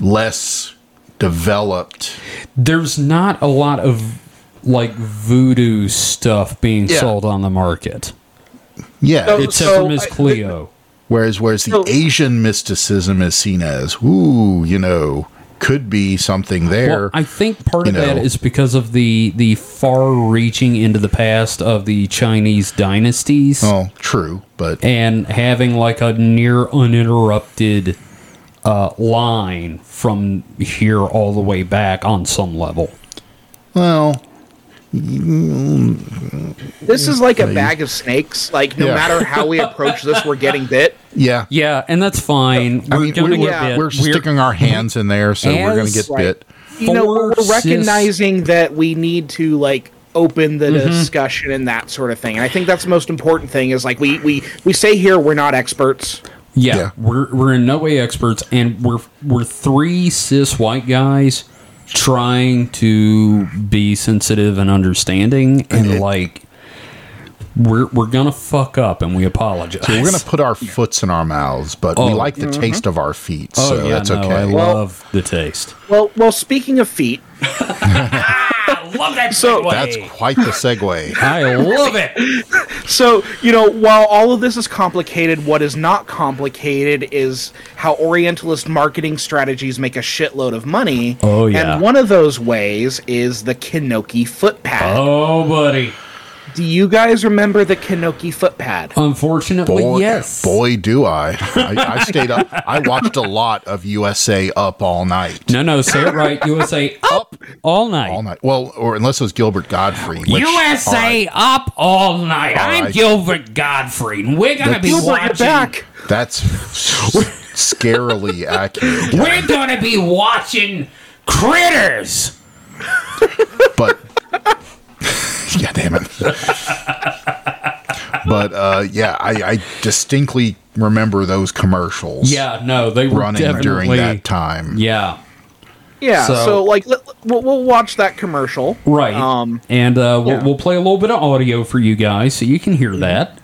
B: less developed.
A: there's not a lot of like voodoo stuff being
B: Yeah.
A: sold on the market
B: Yeah.
C: So-
B: it's,
A: except
C: so
A: for Miss
C: I-
A: Cleo.
B: whereas, whereas the
C: so-
B: Asian mysticism is seen as, ooh, you know, could be something there.
A: well, I think part of
B: you
A: that
B: know.
A: is because of the the far-reaching into the past of the Chinese dynasties
B: oh, true, but
A: and having like a near uninterrupted uh, line from here all the way back on some level.
B: well,
C: This is like a bag of snakes. Like no
B: Yeah.
C: matter how we approach this, we're getting bit.
B: yeah.
A: Yeah, and that's fine.
B: I
A: we're
B: mean,
A: gonna
B: we, are
A: get bit.
B: we're sticking our hands in there, so we're going
A: As,
B: to get
C: like,
B: bit.
C: you know we're
A: Four
C: we're
A: cis-
C: recognizing that we need to like open the
A: Mm-hmm.
C: discussion and that sort of thing and i think that's the most important thing is like we we we say here we're not experts
A: Yeah,
B: Yeah.
A: we're we're in no way experts, and we're we're three cis white guys trying to be sensitive and understanding, and like we're we're gonna fuck up, and we apologize.
B: We're gonna put our foots in our mouths, but we
A: Oh.
B: like the taste of our feet,
A: Oh
B: so
A: yeah,
B: that's
A: no, I
B: okay.
A: love the taste.
C: well well speaking of feet
A: I love that
C: So-
B: That's quite the segue.
A: I love it.
C: so you know while all of this is complicated what is not complicated is how orientalist marketing strategies make a shitload of money
A: Oh, yeah.
C: and one of those ways is the kinoki footpad
A: Oh, buddy.
C: do you guys remember the kinoki footpad
A: Unfortunately,
B: Boy,
A: yes.
B: boy, do I. I! I stayed up. I watched a lot of USA Up all night.
A: No, no, say it right. USA up all night.
B: All night. Well, or unless it was Gilbert Godfrey. which-
A: USA up all night. I'm
B: right.
A: Gilbert Godfrey, and we're gonna be
B: That's-
C: Gilbert, you're
A: watching.
C: back
B: all right, that's scarily accurate.
A: We're gonna be watching critters.
B: but yeah, damn it. but uh, yeah, I, I distinctly remember those commercials.
A: Yeah, no, they were
B: running
A: definitely
B: during that time.
A: Yeah,
C: Yeah, so,
A: So-
C: like let- we'll, we'll watch that commercial.
A: Right.
C: Um,
A: and uh, we'll,
C: yeah.
A: we'll play a little bit of audio for you guys so you can hear that.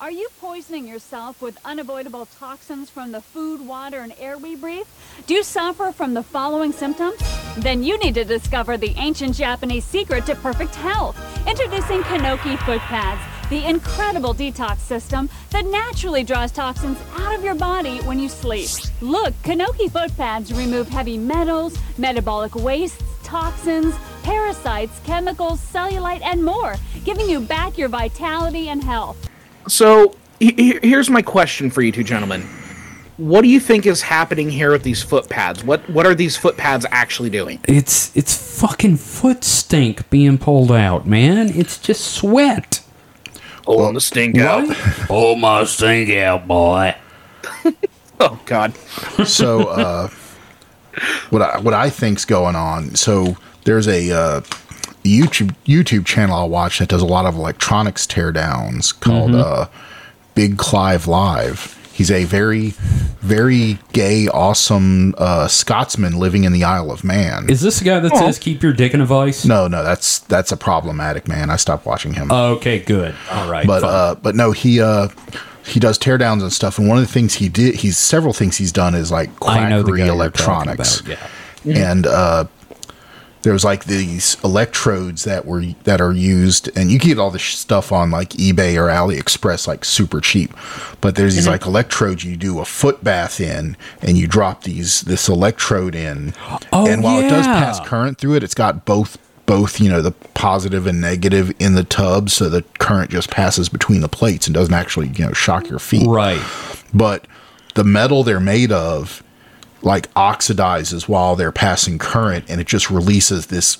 E: Are you poisoning yourself with unavoidable toxins from the food, water, and air we breathe? Do you suffer from the following symptoms? Then you need to discover the ancient Japanese secret to perfect health. Introducing Kanoki foot pads, the incredible detox system that naturally draws toxins out of your body when you sleep. Look, Kanoki foot pads remove heavy metals, metabolic wastes, toxins, parasites, chemicals, cellulite, and more, giving you back your vitality and health.
C: So he- he- here's my question for you two gentlemen: What do you think is happening here with these foot pads? What what are these foot pads actually doing?
A: It's it's fucking foot stink being pulled out, man. It's just sweat.
C: Oh, the stink out.
D: Pull my stink out, boy.
C: Oh God.
B: so uh, what I, what I think's going on? So there's a uh, YouTube YouTube channel I watch that does a lot of electronics teardowns called
A: Mm-hmm.
B: uh, Big Clive Live. He's a very very gay, awesome uh, Scotsman living in the Isle of Man.
A: Is this the guy that
C: Oh.
A: says keep your dick in a vice?
B: no, no, that's that's a problematic man. I stopped watching him.
A: Oh, Okay, good. All right.
B: but
A: fine.
B: uh, but no, he uh, he does teardowns and stuff. And one of the things he did, he's several things he's done is like
A: I know the guy
B: quackery
A: you're
B: electronics.
A: talking about,
B: and uh, there was like these electrodes that were that are used, and you can get all this stuff on like eBay or AliExpress like super cheap. But there's
A: Mm-hmm.
B: these like electrodes you do a foot bath in, and you drop these this electrode in,
A: Oh,
B: and while it does
A: yeah.
B: pass current through it, it's got both both you know the positive and negative in the tub, so the current just passes between the plates and doesn't actually you know shock your feet
A: yeah. Right.
B: but the metal they're made of like oxidizes while they're passing current and it just releases this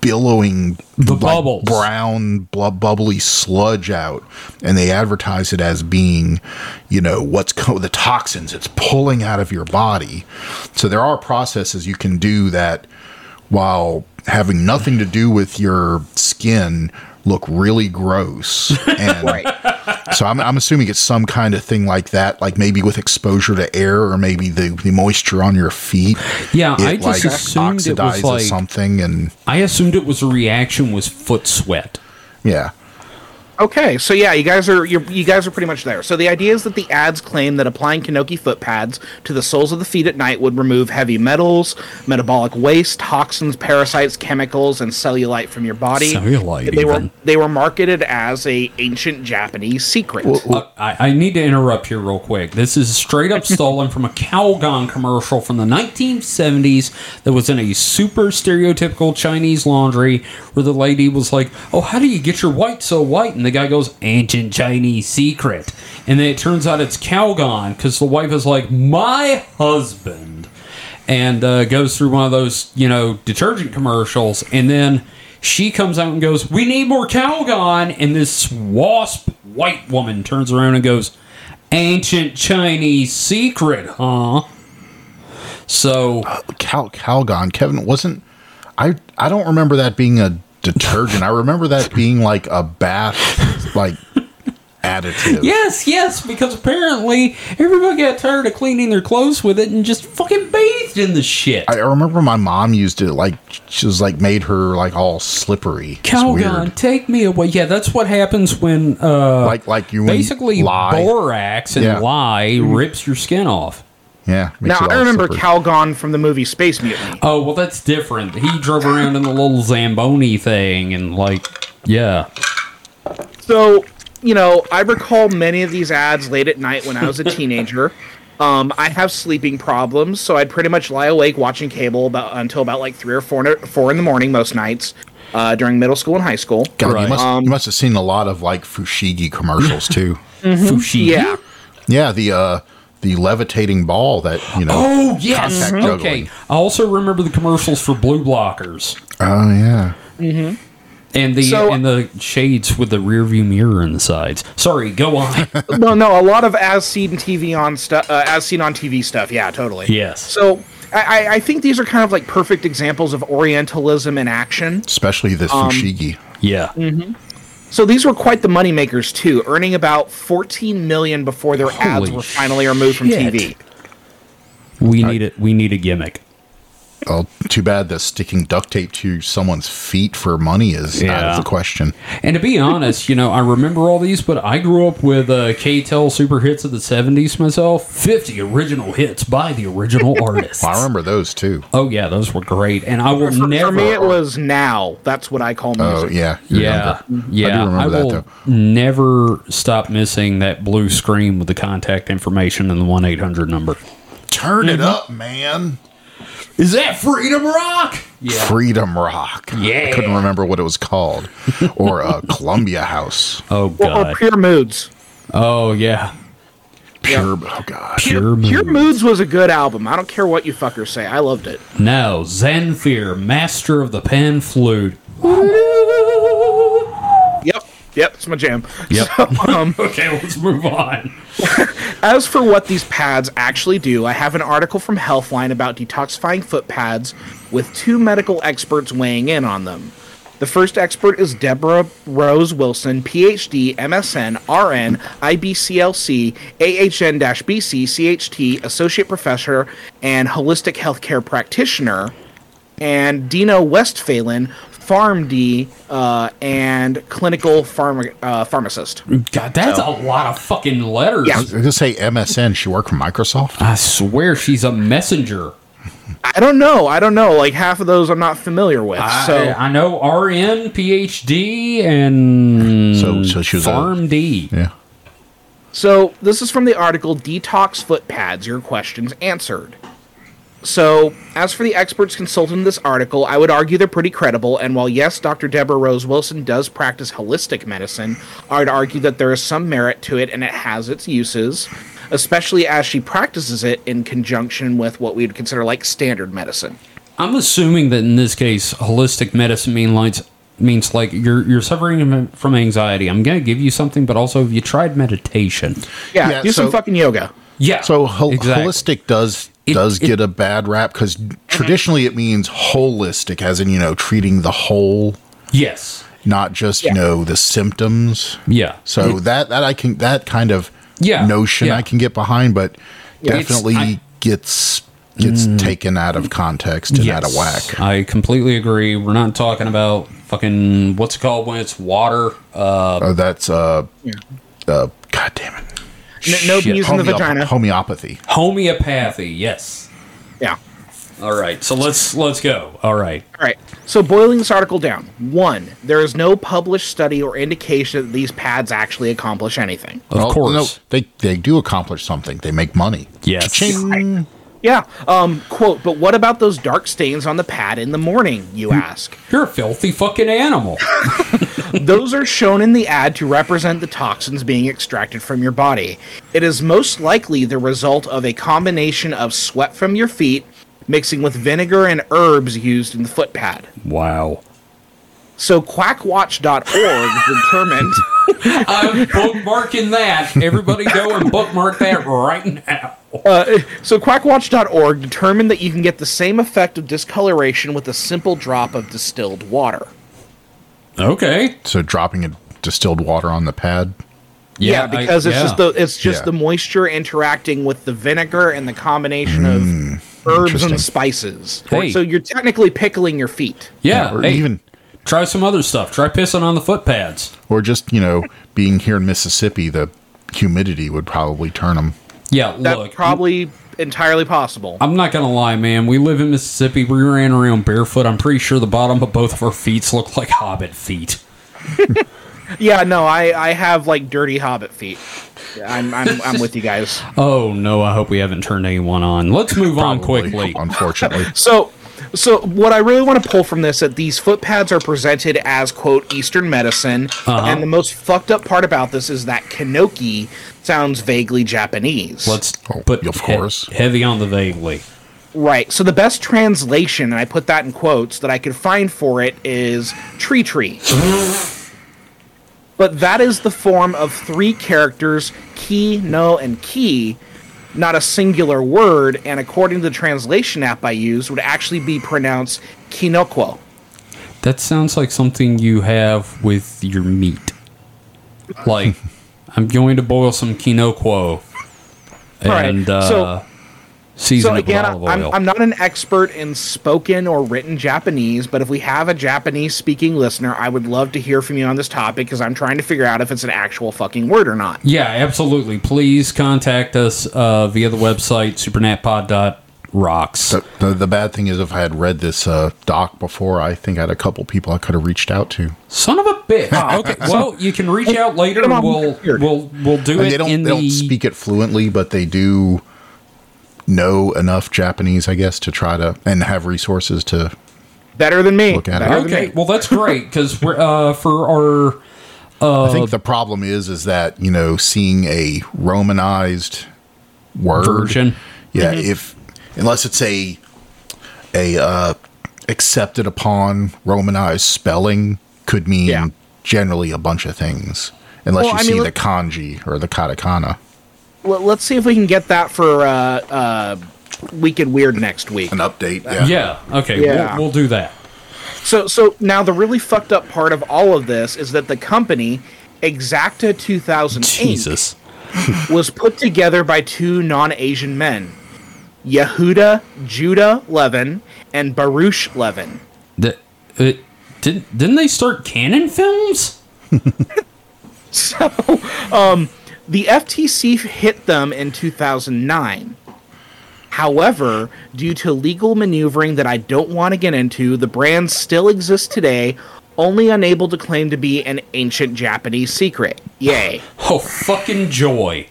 B: billowing
A: The
B: like,
A: bubbles.
B: brown blu- bubbly sludge out and they advertise it as being you know what's co- the toxins it's pulling out of your body so there are processes you can do that while having nothing to do with your skin look really gross and so I'm, I'm assuming it's some kind of thing like that, like maybe with exposure to air or maybe the, the moisture on your feet.
A: Yeah,
B: it
A: I just assumed it was like
B: something, and
A: I assumed it was a reaction was foot sweat.
B: yeah,
C: Okay, so yeah, you guys are you're, you guys are pretty much there. So the idea is that the ads claim that applying Kanoki foot pads to the soles of the feet at night would remove heavy metals, metabolic waste, toxins, parasites, chemicals, and cellulite from your body.
A: Cellulite,
C: They were
A: even.
C: they were marketed as a ancient Japanese secret.
A: Uh, I, I need to interrupt here real quick. This is straight up stolen from a Calgon commercial from the 1970s that was in a super stereotypical Chinese laundry where the lady was like, Oh, how do you get your white so white? And the guy goes, Ancient Chinese secret. And then it turns out it's Calgon because the wife is like, My husband. And uh, goes through one of those, you know, detergent commercials. And then she comes out and goes, "We need more Calgon." And this wasp white woman turns around and goes, "Ancient Chinese secret, huh?" So
B: Cal Calgon. Kevin wasn't. I I don't remember that being a detergent. I remember that being like a bath like additive.
A: yes, yes, because apparently everybody got tired of cleaning their clothes with it and just fucking bathed in the shit.
B: I I remember my mom used it like she was like made her like all slippery. It's
A: Calgon,
B: weird.
A: take me away. Yeah, that's what happens when uh,
B: like like you
A: basically
B: lie.
A: borax and
B: Yeah. Mm-hmm.
A: lye rips your skin off.
B: yeah.
C: now
B: makes it
C: I
B: all
C: remember
B: slippery.
C: Calgon from the movie Space Mutiny.
A: Oh well, that's different. He drove around in the little Zamboni thing, and like, yeah,
C: So, you know, I recall many of these ads late at night when I was a teenager. Um, I have sleeping problems, so I'd pretty much lie awake watching cable about until about like three or four in, four in the morning most nights uh, during middle school and high school.
B: God,
A: Right.
B: you, must, you must have seen a lot of like Fushigi commercials too.
A: Fushi.
C: Mm-hmm. Yeah,
B: yeah, the uh, the levitating ball that you know.
A: Oh yes.
B: Contact
A: Okay.
B: juggling.
A: I also remember the commercials for blue blockers
B: Oh, yeah.
A: and the
C: So-
A: and the shades with the rear view mirror in the sides. Sorry, go on.
C: no, no, a lot of as seen TV on stuff, uh, as seen on TV stuff. Yeah, totally.
A: Yes.
C: So. I, I- I think these are kind of like perfect examples of Orientalism in action.
B: Especially this Fushigi.
A: yeah.
C: Mm-hmm. So these were quite the moneymakers too, earning about 14 million before their ads
A: Holy
C: were finally removed from
A: shit.
C: TV.
A: We need it. We need a gimmick.
B: Oh, too bad that sticking duct tape to someone's feet for money is out
A: Yeah.
B: of the question.
A: And to be honest, you know, I remember all these, but I grew up with uh, KTEL super hits of the 70s myself. 50 original hits by the original artists.
B: I remember those too.
A: Oh, yeah, those were great. And I will
C: For,
A: never.
C: for me, it was now. That's what I call
B: Oh
C: music.
B: yeah, you're
A: Yeah,
B: younger.
A: yeah.
B: I do remember that
A: will
B: though.
A: never stop missing that blue screen with the contact information and the one eight hundred number.
B: Turn
A: Mm-hmm.
B: it up, man.
A: Is that Freedom Rock? Yeah,
B: Freedom Rock. I couldn't
A: Yeah.
B: remember what it was called, or uh, Columbia House.
A: Oh
C: Or- Or,
A: god.
C: Pure Moods.
A: Oh yeah.
B: Pure. Oh god.
A: Pure
C: Pure
A: Moon.
C: Moods was a good album. I don't care what you fuckers say. I loved it.
A: Now Zanfir, master of the pan flute.
C: Yep. Yep. It's my jam.
A: Yep.
C: Um,
A: okay, let's move on.
C: As for what these pads actually do, I have an article from Healthline about detoxifying foot pads with two medical experts weighing in on them. The first expert is Deborah Rose Wilson, PhD, MSN, RN, IBCLC, AHN BC, CHT, Associate Professor, and Holistic Healthcare Practitioner, and Dino Westphalen, PharmD, uh, and Clinical pharma- uh, Pharmacist.
A: God, that's a lot of fucking letters.
C: Yeah.
B: I was gonna say MSN. She worked for Microsoft.
A: I swear she's a messenger.
C: I don't know. I don't know. Like half of those I'm not familiar with. so
A: I, I know RN, PhD, and
B: So, so she was
A: Mm. Farm D.
B: A, yeah.
C: so this is from the article Detox Foot Pads, your questions answered. So, as for the experts consulted in this article, I would argue they're pretty credible. And while yes, Dr. Deborah Rose Wilson does practice holistic medicine, I'd argue that there is some merit to it and it has its uses, especially as she practices it in conjunction with what we would consider like standard medicine.
A: I'm assuming that in this case, holistic medicine mean like, means like you're you're suffering from anxiety. I'm gonna give you something, but also have you tried meditation?
C: Yeah,
B: Yeah,
C: do some
B: so-
C: fucking yoga.
A: Yeah.
B: So hol-
A: Exactly.
B: holistic does
A: It-
B: does
A: it-
B: get a bad rap because traditionally it means holistic, as in you know treating the whole,
A: yes.
B: not just you
C: Yeah.
B: know the symptoms.
A: Yeah.
B: So that that I can that kind of
A: Yeah,
B: notion
A: yeah.
B: I can get behind, but
A: It's-
B: definitely
A: I- Mm.
B: gets gets taken out of context and out of
A: Yes.
B: whack.
A: I completely agree. We're not talking about fucking what's it called when it's water. Uh,
B: Oh, that's uh, uh, god damn it,
C: N- no
A: Shit.
C: bees in the
B: Homeop-
C: vagina.
B: homeopathy.
A: homeopathy. Yes.
C: yeah.
A: All right. So let's let's go. All right.
C: All right. So boiling this article down, one, there is no published study or indication that these pads actually accomplish anything.
A: Of
B: Well,
A: course.
B: they they do accomplish something. They make money.
A: Yes.
B: Cha-ching.
C: Yeah. Um. Quote. But what about those dark stains on the pad in the morning? You ask.
A: You're a filthy fucking animal.
C: Those are shown in the ad to represent the toxins being extracted from your body. It is most likely the result of a combination of sweat from your feet mixing with vinegar and herbs used in the foot pad.
A: wow.
C: So quackwatch.org determined.
A: I'm bookmarking that. Everybody go and bookmark that right now.
C: So quackwatch.org determined that you can get the same effect of discoloration with a simple drop of distilled water.
A: Okay.
B: So dropping a distilled water on the pad.
C: Yeah, because it's just the it's just
B: Yeah.
C: the moisture interacting with the vinegar and the combination of herbs
B: interesting.
C: and spices.
A: Hey.
C: So you're technically pickling your feet.
A: yeah.
B: or
A: hey,
B: even
A: try some other stuff. Try pissing on the foot pads.
B: or just you know being here in Mississippi, the humidity would probably turn them.
A: Yeah,
C: That's
A: look.
C: probably entirely possible.
A: I'm not gonna lie, man. We live in Mississippi. We ran around barefoot. I'm pretty sure the bottom of both of our feet look like hobbit feet.
C: yeah, no, I I have like dirty hobbit feet. I'm I'm, I'm with you guys.
A: Oh no, I hope we haven't turned anyone on. Let's move on quickly.
B: unfortunately.
C: So, so what I really want to pull from this that these foot pads are presented as quote Eastern medicine, and the most fucked up part about this is that kanoki sounds vaguely Japanese.
A: Let's
B: Oh,
A: put
B: of
A: he-
B: course.
A: heavy on the vaguely.
C: right. So the best translation, and I put that in quotes, that I could find for it is tree tree. but that is the form of three characters, ki, no, and ki. Not a singular word, and according to the translation app I use, would actually be pronounced kinokwo.
A: That sounds like something you have with your meat. Like, I'm going to boil some quinoa.
C: All right,
A: And, uh,
C: so-
A: so,
D: Season
C: So again,
D: with olive
C: I'm,
D: oil.
C: I'm not an expert in spoken or written Japanese, but if we have a Japanese speaking listener, I would love to hear from you on this topic because I'm trying to figure out if it's an actual fucking word or not.
A: Yeah, absolutely. Please contact us uh, via the website supernatpod.rocks.
B: The, the, the bad thing is, if I had read this uh, doc before, I think I had a couple people I could have reached out to.
A: Son of a bitch. Okay, well, you can reach out later.
C: Ah, Come
A: And
C: on,
A: we'll
C: here.
A: we'll we'll do
B: I mean,
A: it
B: they don't
A: in
B: they
A: the.
B: don't speak it fluently, but they do know enough Japanese, I guess, to try to and have resources to.
C: Better than me.
B: Look at it.
C: Better than
A: okay,
C: me.
A: well that's great because we're uh, for our Uh,
B: I think the problem is, is that you know, seeing a romanized word
A: version.
B: Yeah,
C: Mm-hmm.
B: if unless it's a a uh, accepted upon Romanized spelling could mean
C: Yeah.
B: generally a bunch of things. Unless
C: Well,
B: you
C: I mean,
B: see the
C: look-
B: kanji or the katakana,
C: Well, let's see if we can get that for uh, uh, Weekend Weird next week.
B: an update. Yeah,
A: Yeah. Okay.
C: Yeah.
A: We'll, we'll do that.
C: So, so now the really fucked up part of all of this is that the company Exacta 2008
A: Jesus.
C: was put together by two non-Asian men, Yehuda Judah Levin and Baruch Levin.
A: That it uh, didn't didn't they start canon films?
C: So, um, the FTC hit them in 2009. However, due to legal maneuvering that I don't want to get into, the brand still exists today, only unable to claim to be an ancient Japanese secret. Yay.
A: Oh fucking joy.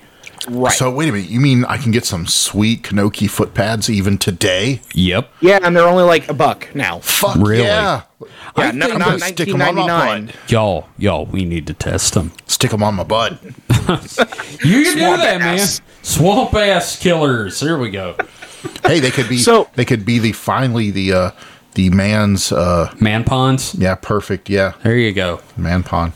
C: Right.
B: So wait a minute, you mean I can get some sweet Kanoki foot pads even today?
D: yep.
C: yeah, and they're only like a buck now.
B: Fuck
D: Really?
B: yeah!
C: Yeah,
A: I
C: no,
A: think
C: not
B: I'm gonna stick 'em on my
C: 1999.
D: Y'all, y'all, we need to test them.
B: Stick them on my butt.
A: You can do that,
C: ass.
A: man. Swamp ass killers. There we go.
B: Hey, they could be.
C: So-
B: they could be the finally the uh the man's uh
A: Man ponds.
B: yeah perfect yeah
A: There you go.
B: man pawn.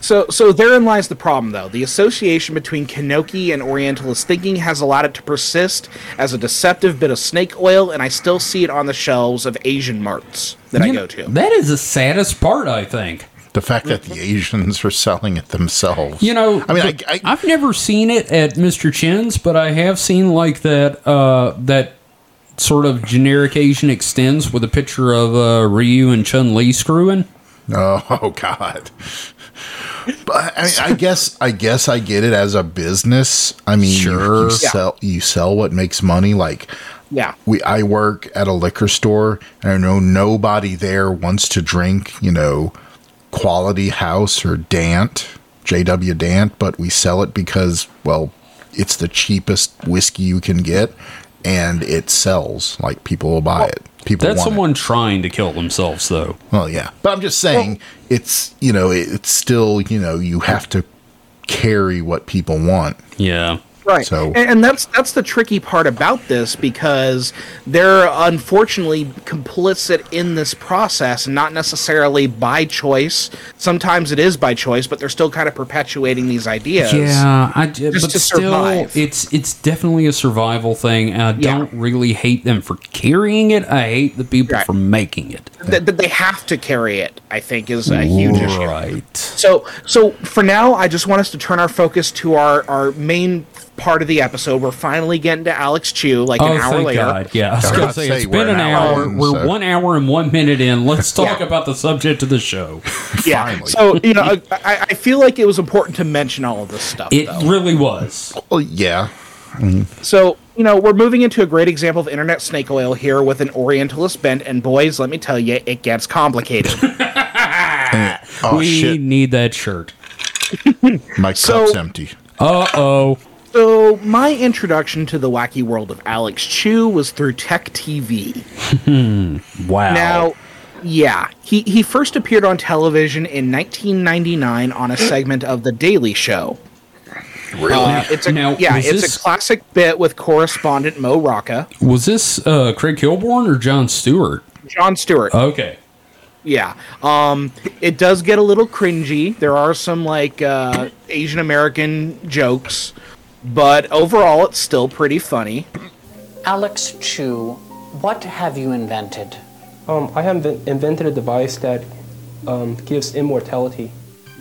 C: So, so therein lies the problem, though. The association between Kanoki and Orientalist thinking has allowed it to persist as a deceptive bit of snake oil, and I still see it on the shelves of Asian marts that I
A: You
C: go
A: know,
C: to.
A: That is the saddest part, I think.
B: The fact that the Asians are selling it themselves.
A: You know,
B: I mean,
A: the-
B: I, I,
A: I've never seen it at Mr. Chin's, but I have seen like that uh, that sort of generic Asian extends with a picture of uh, Ryu and Chun Li screwing.
B: oh, oh God. But I, mean, I guess I guess I get it as a business. I mean, you- you,
D: Sure.
C: Yeah.
B: sell you sell what makes money. Like
C: Yeah.
B: we, I work at a liquor store, and I know nobody there wants to drink. You know, Quality House or Dant, JW Dant, but we sell it because well, it's the cheapest whiskey you can get, and it sells. Like people will buy it. People
A: That's
B: want it.
A: someone trying to kill themselves, though.
B: Well, yeah, but I'm just saying it's you know it- it's still you know you have to carry what people want.
A: Yeah.
C: Right.
B: So-
C: and, and that's that's the tricky part about this because they're unfortunately complicit in this process, not necessarily by choice. Sometimes it is by choice, but they're still kind of perpetuating these ideas.
A: Yeah, I, d-
C: Just
A: but
C: to
A: still,
C: survive.
A: it's it's definitely a survival thing. and I
C: Yeah.
A: don't really hate them for carrying it. I hate the people
C: Right.
A: for making it.
C: That, that they have to carry it, I think, is a huge issue.
A: Right.
C: So, so for now, I just want us to turn our focus to our our main part of the episode. We're finally getting to Alex Chew, like
A: Oh,
C: an hour
A: thank
C: later.
A: God. Yeah, I was
B: I was
A: going to
B: about
A: say,
B: to say,
A: it's
B: we're
A: been an
B: an hour
A: hour.
B: in,
A: we're
B: so-
A: one hour and one minute in. Let's talk
C: Yeah.
A: about the subject of the show.
C: Yeah.
B: Finally.
C: So you know, I, I feel like it was important to mention all of this stuff.
A: It
C: though.
A: really was.
B: Well, yeah,
C: So, you know, we're moving into a great example of internet snake oil here with an orientalist bent, and boys, let me tell you, it gets complicated.
B: oh
A: we
B: shit,
A: need that shirt.
B: my
C: So-
B: cup's empty.
A: Uh oh.
C: so, my introduction to the wacky world of Alex Chu was through Tech TV.
A: Wow.
C: Now, yeah, he, he first appeared on television in 1999 on a segment of The Daily Show.
B: Really?
C: Uh, it's a,
A: now,
C: yeah,
A: was
C: it's
A: this-
C: a classic bit with correspondent Mo Rocca,
A: was this uh, Craig Kilborn or John Stewart?
C: John Stewart.
A: Okay.
C: Yeah. Um it does get a little cringy. There are some like uh Asian American jokes, but overall it's still pretty funny.
F: Alex Chu, what have you invented?
G: Um, I have inven- invented a device that um, gives immortality.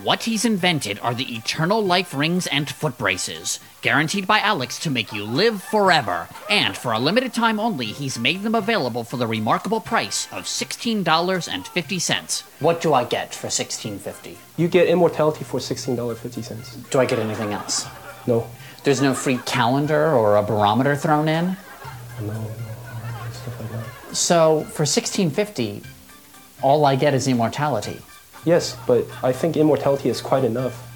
G: What he's invented are the eternal life rings and foot braces, guaranteed by Alex to make you live forever. And for a limited time only, he's made them available for the remarkable price of $16.50.
F: What do I get for 1650?
H: You get immortality for $16.50.
F: Do I get anything else?
H: No.
F: There's no free calendar or a barometer thrown in.
H: No, no, stuff like that.
F: So for 1650, all I get is immortality.
H: Yes, but I think immortality is quite enough.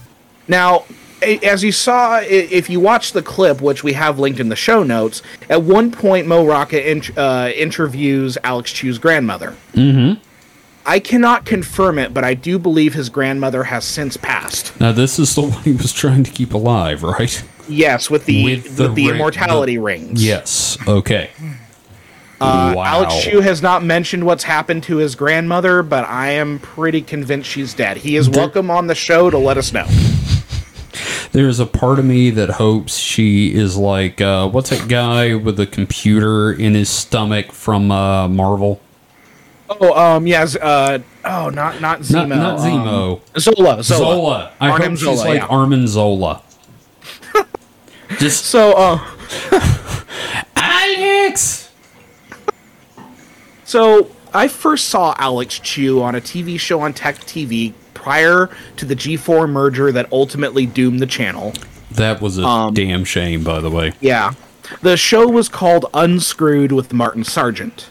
C: Now, a- as you saw, i- if you watch the clip, which we have linked in the show notes, at one point Mo Rocca in- uh, interviews Alex Chu's grandmother. Mm-hmm. I cannot confirm it, but I do believe his grandmother has since passed.
A: Now, this is the one he was trying to keep alive, right?
C: Yes, with the
A: With
C: with
A: the
C: the,
A: ring-
C: immortality
A: the-
C: rings.
A: Yes. Okay. wow.
C: Uh, Alex Chu has not mentioned what's happened to his grandmother, but I am pretty convinced she's dead. He is welcome on the show to let us know.
A: There's a part of me that hopes she is like, uh, what's that guy with the computer in his stomach from uh, Marvel?
C: Oh, um, yes. Uh, oh, not not Zemo.
A: Not, not
C: um,
A: Zemo.
C: Zola. Zola.
A: Zola. I
C: Arnim
A: hope
C: Zola,
A: she's like
C: yeah.
A: Armin Zola. Just
C: So, uh,
A: Alex.
C: so I first saw Alex Chu on a TV show on Tech TV prior to the G4 merger that ultimately doomed the channel.
A: That was a
C: Um,
A: damn shame, by the way.
C: Yeah, the show was called Unscrewed with Martin Sargent.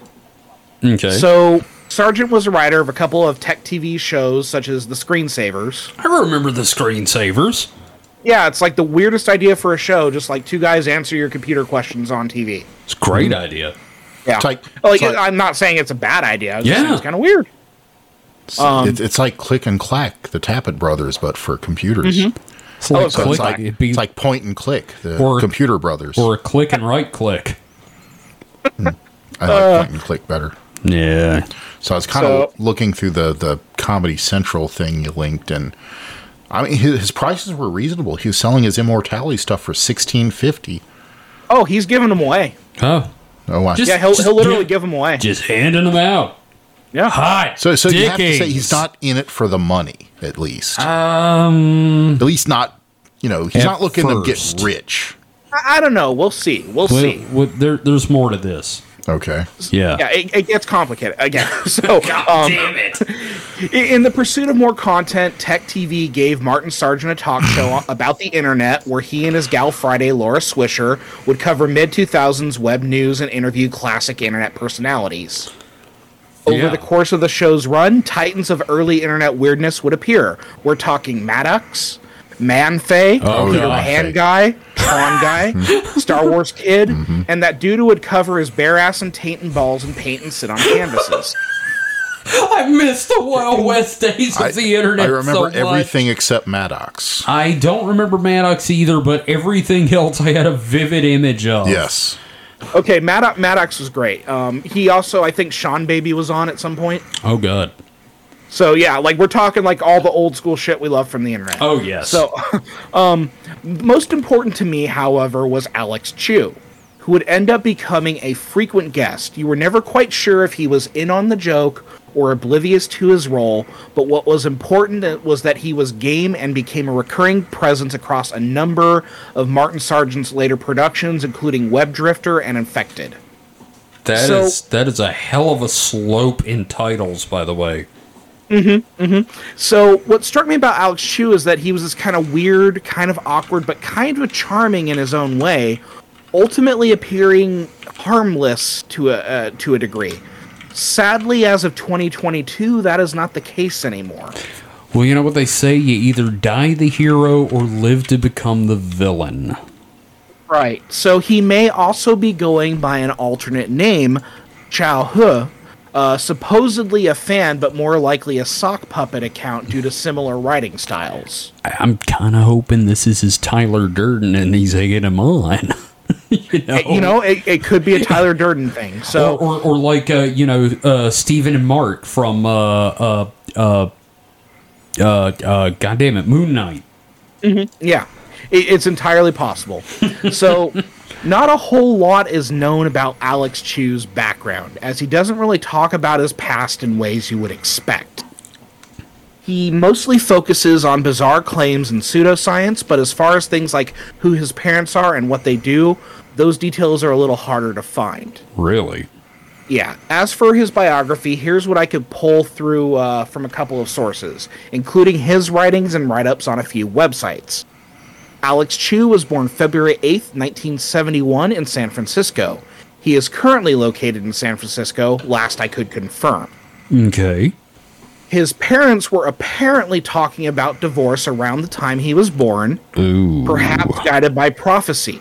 A: Okay.
C: So Sargent was a writer of a couple of Tech TV shows such as The Screensavers.
A: I remember the screensavers.
C: Yeah, it's like the weirdest idea for a show, just like two guys answer your computer questions on TV.
A: It's a great
C: Hmm.
A: idea.
C: Yeah.
B: It's like-
C: like,
B: it's like-
C: I'm not saying it's a bad idea. I'm just saying
A: Yeah.
C: It's kind of weird.
B: it's, it's like Click and Clack, the Tappet Brothers, but for computers.
A: It's like,
C: it's
B: So
A: click,
B: it's like
A: it'd be
B: it's like Point and Click, the
A: Or-
B: Computer Brothers.
A: or a click and right click.
B: I like
A: uh,
B: Point and Click better.
A: Yeah.
B: So I was kind
C: So-
B: of looking through the the Comedy Central thing you linked, and I mean his, his prices were reasonable. He was selling his immortality stuff for sixteen fifty.
C: Oh, he's giving them away.
A: Oh.
B: Oh, wow.
A: Just-
C: Yeah, he'll,
A: just
C: he'll literally
A: do-
C: give them away.
A: Just handing them out.
C: Yeah.
A: Hi.
B: so so you have to say
A: Dickens.
B: he's not in it for the money, at least.
A: Um.
B: at least not you know he's
A: At
B: not looking to get
A: first.
B: rich.
C: I, I don't know. We'll see. We'll
A: Well,
C: see.
A: well, there, there's more to this.
B: Okay,
A: Yeah.
C: Yeah, it, it gets complicated again. So, um,
G: Damn it!
C: I- In the pursuit of more content, Tech TV gave Martin Sargent a talk show about the internet where he and his gal Friday, Laura Swisher, would cover mid 2000s web news and interview classic internet personalities. Over
A: Yeah.
C: the course of the show's run, titans of early internet weirdness would appear. We're talking Maddox, Manfay,
A: Oh,
C: Peter
A: God.
C: Pan Guy, Tron Guy, Star Wars Kid, and that dude who would cover his bare ass and taint and balls and paint and sit on canvases.
A: I missed the Wild West days of
B: I,
A: the internet.
B: I remember
A: so much.
B: everything except Maddox.
A: I don't remember Maddox either, but everything else I had a vivid image of.
B: yes,
C: Okay, Maddox, Maddox was great. Um, he also, I think, Sean Baby was on at some point.
A: Oh god.
C: So yeah, like we're talking like all the old school shit we love from the internet.
A: Oh yes.
C: So, um, most important to me, however, was Alex Chu, who would end up becoming a frequent guest. You were never quite sure if he was in on the joke or oblivious to his role, but what was important was that he was game and became a recurring presence across a number of Martin Sargent's later productions, including Web Drifter and Infected.
A: That is
C: So-
A: that is a hell of a slope in titles, by the way.
C: So what struck me about Alex Chu is that he was this kind of weird, kind of awkward, but kind of charming in his own way, ultimately appearing harmless to a uh, to a degree. Sadly, as of 2022, that is not the case anymore.
A: Well, you know what they say: you either die the hero or live to become the villain.
C: Right. So he may also be going by an alternate name, Chao He, uh, supposedly a fan, but more likely a sock puppet account due to similar writing styles.
A: I- I'm kind of hoping this is his Tyler Durden, and he's egging him on. you know,
C: You know, it, it could be a Tyler Durden thing. So.
A: or, or, or like uh, you know uh, Stephen and Mark from uh, uh, uh, uh, uh, goddamn it, Moon Knight.
C: Yeah, it, it's entirely possible. So, not a whole lot is known about Alex Chu's background, as he doesn't really talk about his past in ways you would expect. He mostly focuses on bizarre claims and pseudoscience, but as far as things like who his parents are and what they do, those details are a little harder to find.
D: Really?
C: Yeah. As for his biography, here's what I could pull through uh, from a couple of sources, including his writings and write ups on a few websites. Alex Chu was born February 8th, 1971, in San Francisco. He is currently located in San Francisco, last I could confirm.
D: Okay.
C: His parents were apparently talking about divorce around the time he was born,
D: Ooh.
C: perhaps guided by prophecy.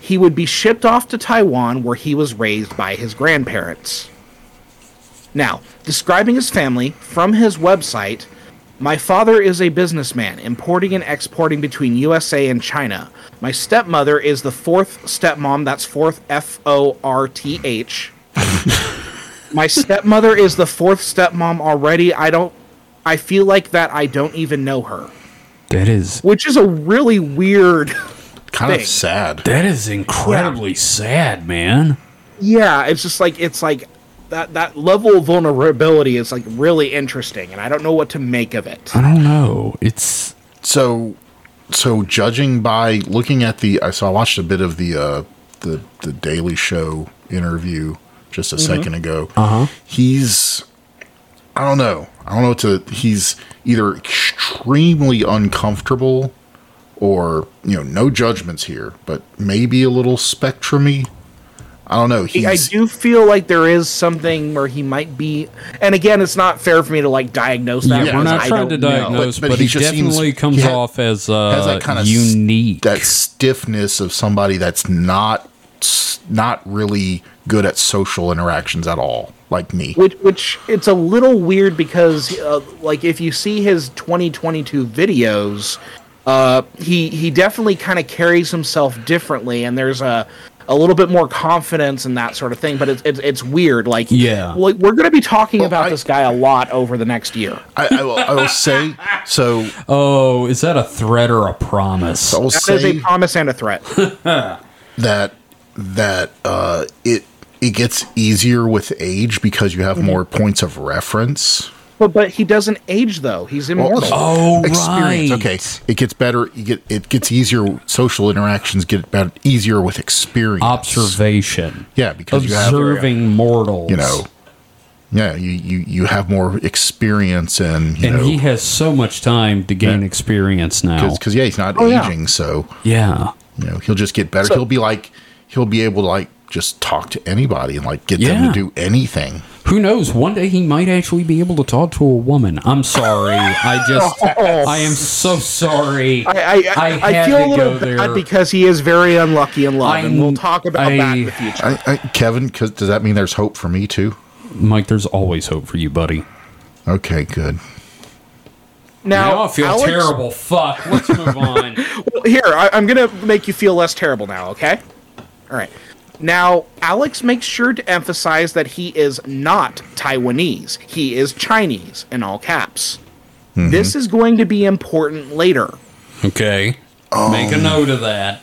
C: He would be shipped off to Taiwan where he was raised by his grandparents. Now, describing his family from his website, my father is a businessman, importing and exporting between USA and China. My stepmother is the fourth stepmom, that's fourth F O R T H. My stepmother is the fourth stepmom already. I don't I feel like that I don't even know her,
D: That is
C: which is a really weird
B: Kind
C: Thing.
B: of sad.
D: that is incredibly sad, man.
C: yeah it's just like it's like that that level of vulnerability is like really interesting and i don't know what to make of it
D: I don't know. It's
B: So, so judging by looking at the, I so I watched a bit of the uh, the the Daily Show interview just
A: Mm-hmm.
B: a second ago.
A: Uh-huh.
B: Uh huh. He's, I don't know, I don't know what to. He's either extremely uncomfortable, or you know, no judgments here, but maybe a little spectrumy. I don't know.
C: i
B: He's,
C: do feel like there is something where he might be and again it's not fair for me to like diagnose that
B: Yeah,
C: because
B: we're
A: not
C: I
A: trying
C: don't
A: to
C: know.
A: diagnose,
B: But-
A: but,
B: but
A: he,
B: he just seems-
A: definitely comes
B: he ha-
A: off as uh,
B: has that kind of
A: unique.
B: that stiffness of somebody that's not s- not really good at social interactions at all, like me.
C: which which it's a little weird because uh, like if you see his 2022 videos uh he he definitely kind of carries himself differently and there's a a little bit more confidence and that sort of thing but it's it's, it's weird like
A: Yeah.
C: like we're gonna be talking about
B: I-
C: this guy a lot over the next year
B: I, I, will, I will say so.
A: oh, is that a threat or a promise?
B: I will
C: that is a
B: say
C: promise and a threat
B: that that uh, it it gets easier with age because you have
C: Mm-hmm.
B: more points of reference.
C: but but he doesn't age though he's immortal
A: Oh,
B: Experience,
A: right.
B: okay. It gets better. You get it gets easier. Social interactions get better easier with experience.
A: Observation.
B: Yeah, because you have
A: Observing
C: uh,
A: mortals.
B: you know. Yeah, you, you, you have more experience and you
A: and he
B: know
A: has so much time to gain experience now.
B: because yeah he's not
C: Oh, yeah.
B: aging so
A: Yeah.
B: you know he'll just get better. he'll be like he'll be able to like just talk to anybody and like get them
A: Yeah.
B: to do anything.
A: Who knows? One day he might actually be able to talk to a woman. I'm sorry. I just. I am so sorry.
C: Oh. I, I, I, I
A: had
C: feel
A: to
C: a little
A: go
C: bad
A: there.
C: because he is very unlucky in love, and we'll
A: I'm-
C: talk about
A: I-
C: that in the future.
B: I, I, Kevin, 'cause does that mean there's hope for me too?
A: Mike, there's always hope for you, buddy.
B: Okay, good.
C: Now,
A: Now I feel
C: Alex-
A: terrible. Fuck. Let's move on.
C: Here, I, I'm gonna make you feel less terrible now. Okay. All right. Now, Alex makes sure to emphasize that he is not Taiwanese. He is Chinese in all caps.
A: Mm-hmm.
C: This is going to be important later.
A: Okay. Make
C: Um,
A: a note of that.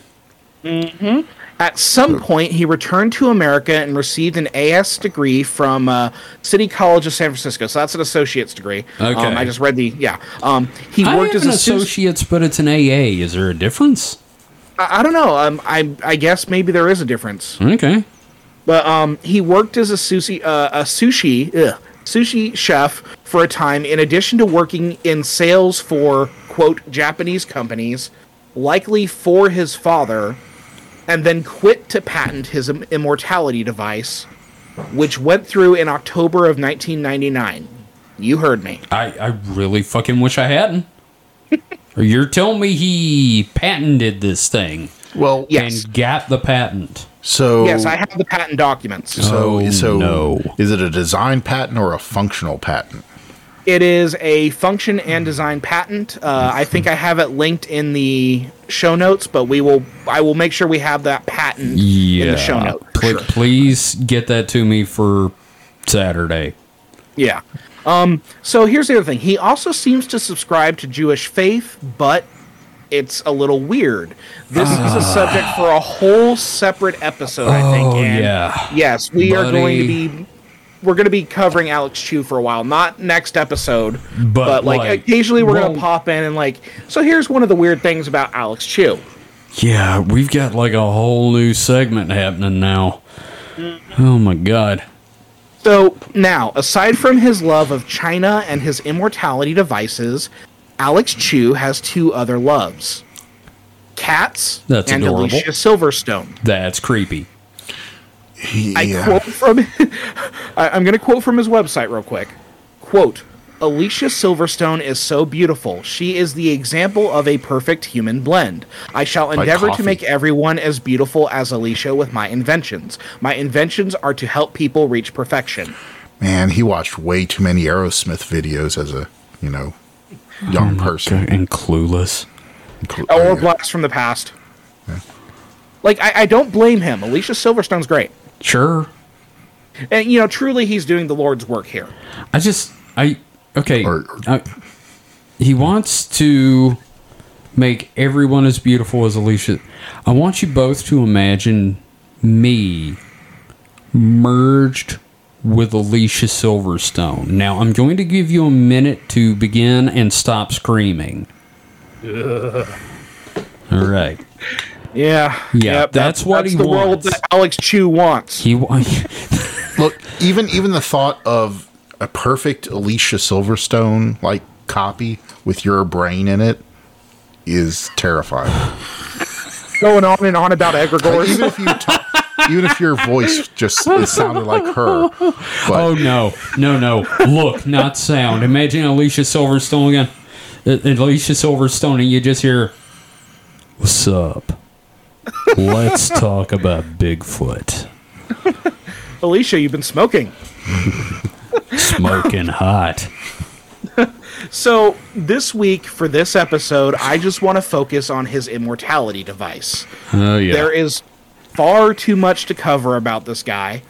C: At some point, he returned to America and received an AS degree from uh, City College of San Francisco. So that's an associate's degree. Um,
A: Okay.
C: I just read the yeah. Um, he
A: I
C: worked
A: have
C: as
A: an
C: a sus-
A: associate's, but it's an AA. Is there a difference?
C: I, I don't know. Um, I I guess maybe there is a difference.
A: Okay.
C: But um, he worked as a sushi uh, a sushi ugh, sushi chef for a time, in addition to working in sales for quote Japanese companies, likely for his father, and then quit to patent his im- immortality device, which went through in October of 1999. You heard me.
A: I, I really fucking wish I hadn't. You're telling me he patented this thing
B: Well,
C: Yes,
A: and got the patent.
B: So
C: yes, I have the patent documents.
B: So
A: Oh,
B: so
A: no.
B: is it a design patent or a functional patent?
C: It is a function and design patent. Uh, I think I have it linked in the show notes, but we will. I will make sure we have that patent in the show note. for
A: Pl-
C: sure.
A: Please get that to me for Saturday.
C: Yeah. Um, so here's the other thing. He also seems to subscribe to Jewish faith, but it's a little weird. This is a subject for a whole separate episode, I think.
A: Ah. Oh,
C: and
A: yeah.
C: Yes, we are going to
A: Buddy.
C: be we're going to be covering Alex Chu for a while, not next episode, but,
A: But,
C: like,
A: like,
C: occasionally we're going
A: won't-
C: to pop in and like. So here's one of the weird things about Alex Chu.
A: Yeah, we've got like a whole new segment happening now.
C: Mm.
A: Oh my god.
C: So now, aside from his love of China and his immortality devices, Alex Chu has two other loves: cats
A: That's
C: and
A: adorable.
C: Alicia Silverstone.
A: That's creepy.
C: I
B: yeah.
C: quote from I, I'm going to quote from his website real quick. Quote: Alicia Silverstone is so beautiful. She is the example of a perfect human blend. I shall endeavor
B: coffee.
C: to make everyone as beautiful as Alicia with my inventions. My inventions are to help people reach perfection.
B: Man, he watched way too many Aerosmith videos as a, you know,
A: Oh
B: young person.
A: And clueless.
B: Inclu-
A: Oh,
C: Or
B: yeah.
C: blast from the past. Like I, I don't blame him. Alicia Silverstone's great,
A: Sure.
C: and you know, truly, he's doing the Lord's work here.
A: I just I okay.
B: Or-
A: I, he wants to make everyone as beautiful as Alicia. I want you both to imagine me merged with Alicia Silverstone. Now I'm going to give you a minute to begin and stop screaming. All right.
C: Yeah,
A: Yeah,
C: Yep,
A: that's what
C: that's
A: he
C: the world
A: wants.
C: that Alex Chu wants.
A: He wa-
B: Look, even even the thought of a perfect Alicia Silverstone like copy with your brain in it is terrifying.
C: going on and on about
B: Like,
C: egregores.
B: even if you ta- even if your voice just it sounded like her, but
A: Oh no, no, no! Look, not sound. Imagine Alicia Silverstone again. Uh, Alicia Silverstone, and you just hear, "What's up? Let's talk about Bigfoot
C: Alicia, you've been smoking.
A: smoking hot."
C: So, this week for this episode, I just want to focus on his immortality device.
A: Oh yeah.
C: There is far too much to cover about this guy.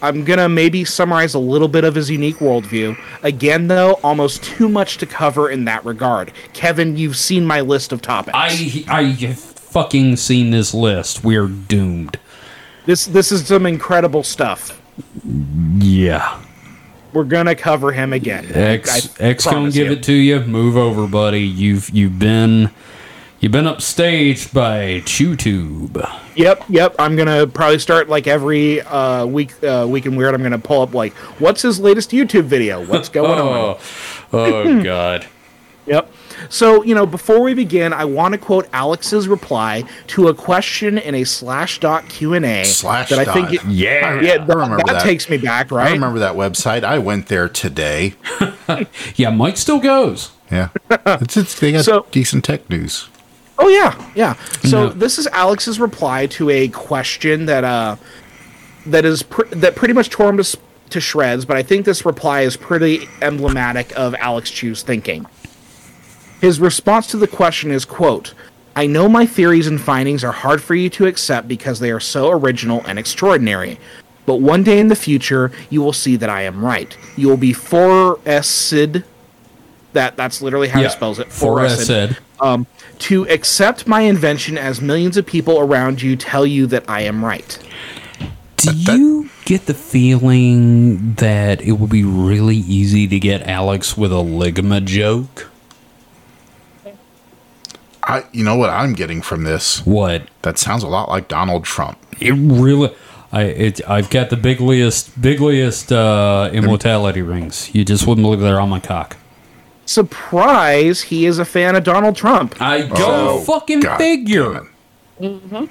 C: I'm going to maybe summarize a little bit of his unique worldview. Again, though, almost too much to cover in that regard. Kevin, you've seen my list of topics.
A: I I have fucking seen this list. We're doomed.
C: this this is some incredible stuff.
A: Yeah.
C: We're going to cover him again.
A: X
C: I
A: X gonna
C: promise
A: give
C: you.
A: it to you. Move over, buddy. You've you've been you've been upstaged by ChewTube.
C: Yep, yep. I'm gonna probably start like every uh, week. Uh, week and weird. I'm gonna pull up like what's his latest YouTube video. What's going on?
A: Oh, oh god.
C: Yep. So you know, before we begin, I want to quote Alex's reply to a question in a slash dot Q and A
B: slash
C: that I
B: dot.
C: think. It,
B: yeah,
C: yeah,
B: I
C: that-
B: remember
C: that,
B: that.
C: takes me back, right?
B: I remember that website. I went there today.
A: Yeah, Mike still goes.
B: Yeah, it's, it's they got
C: So-
B: decent tech news.
C: Oh yeah, yeah. So
A: No.
C: this is Alex's reply to a question that uh that is pr- that pretty much tore him to, s- to shreds, but I think this reply is pretty emblematic of Alex Chu's thinking. His response to the question is quote, "I know my theories and findings are hard for you to accept because they are so original and extraordinary." But one day in the future, you will see that I am right. You will be 4SID. That, that's literally how
A: yeah.
C: he spells it.
A: Forrest said.
C: Um, to accept my invention as millions of people around you tell you that I am right.
A: Do you get the feeling that it would be really easy to get Alex with a ligma joke?
B: I, you know what I'm getting from this?
A: What?
B: That sounds a lot like Donald Trump.
A: It really. I it, I've got the bigliest bigliest uh, immortality rings. You just wouldn't believe they're on my cock.
C: Surprise, he is a fan of Donald Trump.
A: I go
B: Oh,
A: fucking
B: God
A: figure.
B: damn it.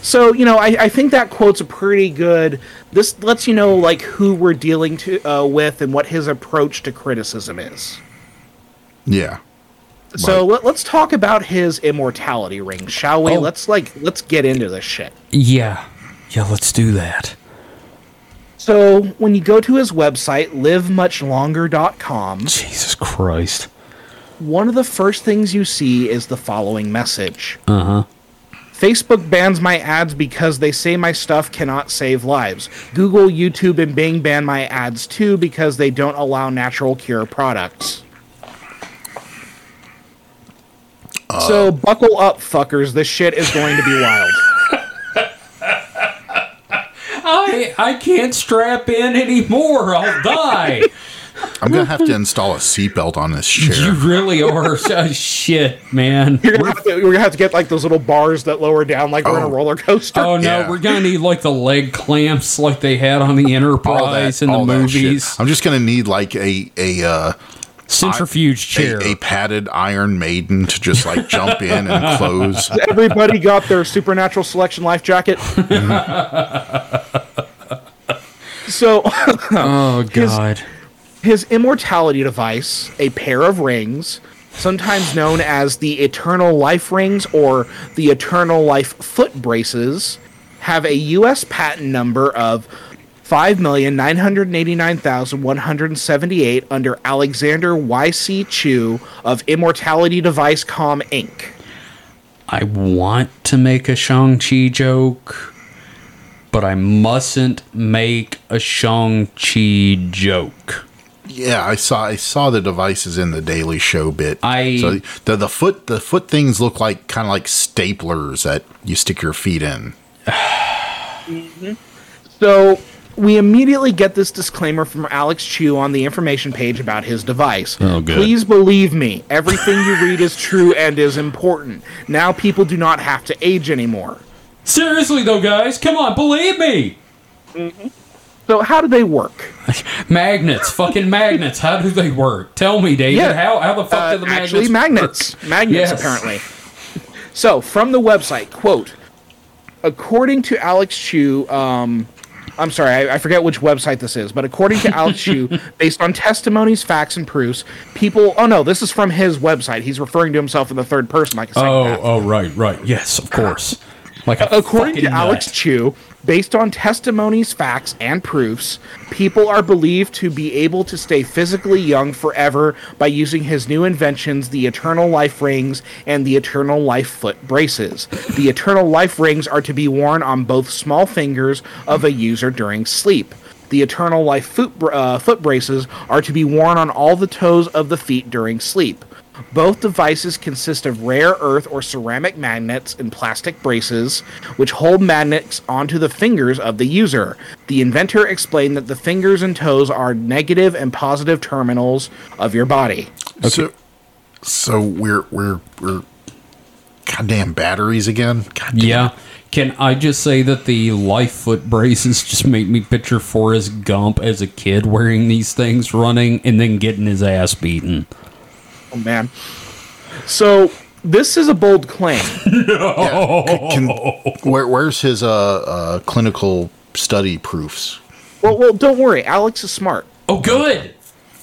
C: So, you know, I, I think that quote's a pretty good. This lets you know, like, who we're dealing to, uh, with and what his approach to criticism is.
B: Yeah.
C: So let, let's talk about his immortality ring, shall we?
A: Oh.
C: Let's like let's get into this shit.
A: Yeah, yeah. Let's do that.
C: So when you go to his website, livemuchlonger.com,
A: Jesus Christ.
C: one of the first things you see is the following message. Uh-huh. Facebook bans my ads because they say my stuff cannot save lives. Google, YouTube, and Bing ban my ads too because they don't allow natural cure products. so buckle up, fuckers. This shit is going to be wild.
A: I I I can't strap in anymore. I'll die.
B: I'm gonna have to install a seatbelt on this
A: you
B: chair.
A: really are so shit, man.
C: You're gonna, have to, we're gonna have to get like those little bars that lower down like we're in a
B: Oh.
C: roller coaster.
A: Oh no,
B: Yeah.
A: we're gonna need like the leg clamps like they had on the Enterprise in the
B: all that shit.
A: movies.
B: I'm just gonna need like a a uh,
A: Centrifuge chair.
B: a, a padded Iron Maiden to just like jump in and close.
C: Everybody got their supernatural selection life jacket. so
A: oh god.
C: his immortality device, a pair of rings, sometimes known as the eternal life rings or the eternal life foot braces, have a U.S. patent number of 5,989,178 under Alexander Y.C. Chu of Immortality Device Com Inc.
A: I want to make a Shang-Chi joke, but I mustn't make a Shang-Chi joke.
B: Yeah, I saw I saw the devices in the Daily Show bit.
A: I-
B: so the the foot the foot things look like kind of like staplers that you stick your feet in.
C: So we immediately get this disclaimer from Alex Chu on the information page about his device.
D: Oh, good.
C: Please believe me, everything you read is true and is important. Now people do not have to age anymore.
A: Seriously though, guys, come on, believe me.
C: So how do they work?
A: Magnets, fucking magnets. How do they work? Tell me, David.
C: Yeah.
A: How how the fuck
C: Uh,
A: do the magnets
C: actually, magnets. Magnets,
A: Yes.
C: apparently. So, from the website, quote, according to Alex Chu, um, I'm sorry, I, I forget which website this is, but according to Alex Chu, based on testimonies, facts, and proofs, people. Oh no, this is from his website. He's referring to himself in the third person, like a
A: Oh,
C: psychopath.
A: oh, right, right. Yes, of course. Like a
C: According to
A: fucking
C: Alex
A: nut.
C: Chu, based on testimonies, facts, and proofs, people are believed to be able to stay physically young forever by using his new inventions, the Eternal Life Rings and the Eternal Life Foot Braces. The Eternal Life Rings are to be worn on both small fingers of a user during sleep. The Eternal Life foot, br- uh, foot braces are to be worn on all the toes of the feet during sleep. Both devices consist of rare earth or ceramic magnets and plastic braces, which hold magnets onto the fingers of the user. The inventor explained that the fingers and toes are negative and positive terminals of your body.
B: So so we're we're we're goddamn batteries again. God damn.
A: Yeah. Can I just say that the life foot braces just make me picture Forrest Gump as a kid wearing these things, running, and then getting his ass beaten?
C: Oh man. So this is a bold claim.
B: Yeah, c- can- where, where's his uh, uh, clinical study proofs?
C: well, well, don't worry. Alex is smart.
A: Oh, good.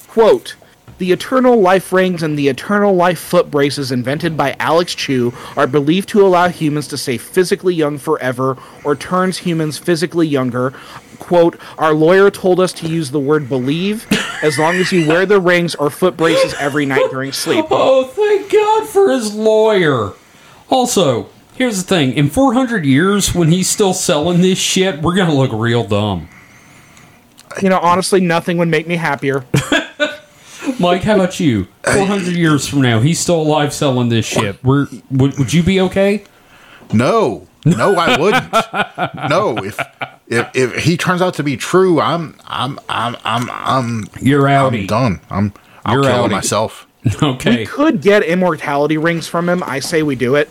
C: quote the eternal life rings and the eternal life foot braces invented by alex chu are believed to allow humans to stay physically young forever or turns humans physically younger quote our lawyer told us to use the word believe as long as you wear the rings or foot braces every night during sleep
A: Oh, thank God for his lawyer. Also, here's the thing in 400 years, when he's still selling this shit, we're going to look real dumb.
C: you know honestly nothing would make me happier
A: Mike, how about you? 400 years from now, he's still alive selling this shit. We're, would, would you be okay?
B: No, no, I wouldn't. no, if, if if he turns out to be true, I'm I'm I'm I'm I'm
A: You're
B: I'm
A: outie.
B: done. I'm I'll
A: You're
B: kill
A: outie.
B: myself.
A: Okay.
C: could get immortality rings from him i say we do it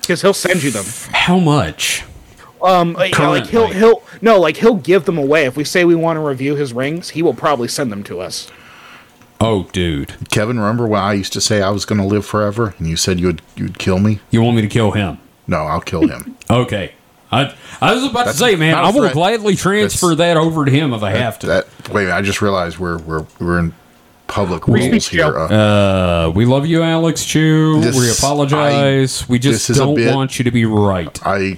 C: because he'll send you them
A: How much?
C: um you know, like he'll
A: Currently.
C: he'll no like he'll give them away if we say we want to review his rings he will probably send them to us
A: Oh, dude.
B: Kevin, remember when I used to say I was going to live forever, and you said you'd you'd kill me?
A: You want me to kill him?
B: No, I'll kill him.
A: Okay. I, I was about
B: That's
A: to say, man,
B: not a
A: I will
B: threat.
A: gladly transfer
B: That's-
A: that over to him if I have to.
B: that wait, a minute, I just realized we're we're we're in public
C: speak
B: rules here.
C: Joe.
B: Uh,
A: Uh, we love you, Alex Chu.
B: This-
A: we apologize. we just
B: this is a
A: don't
B: bit-
A: want you to be right.
B: I.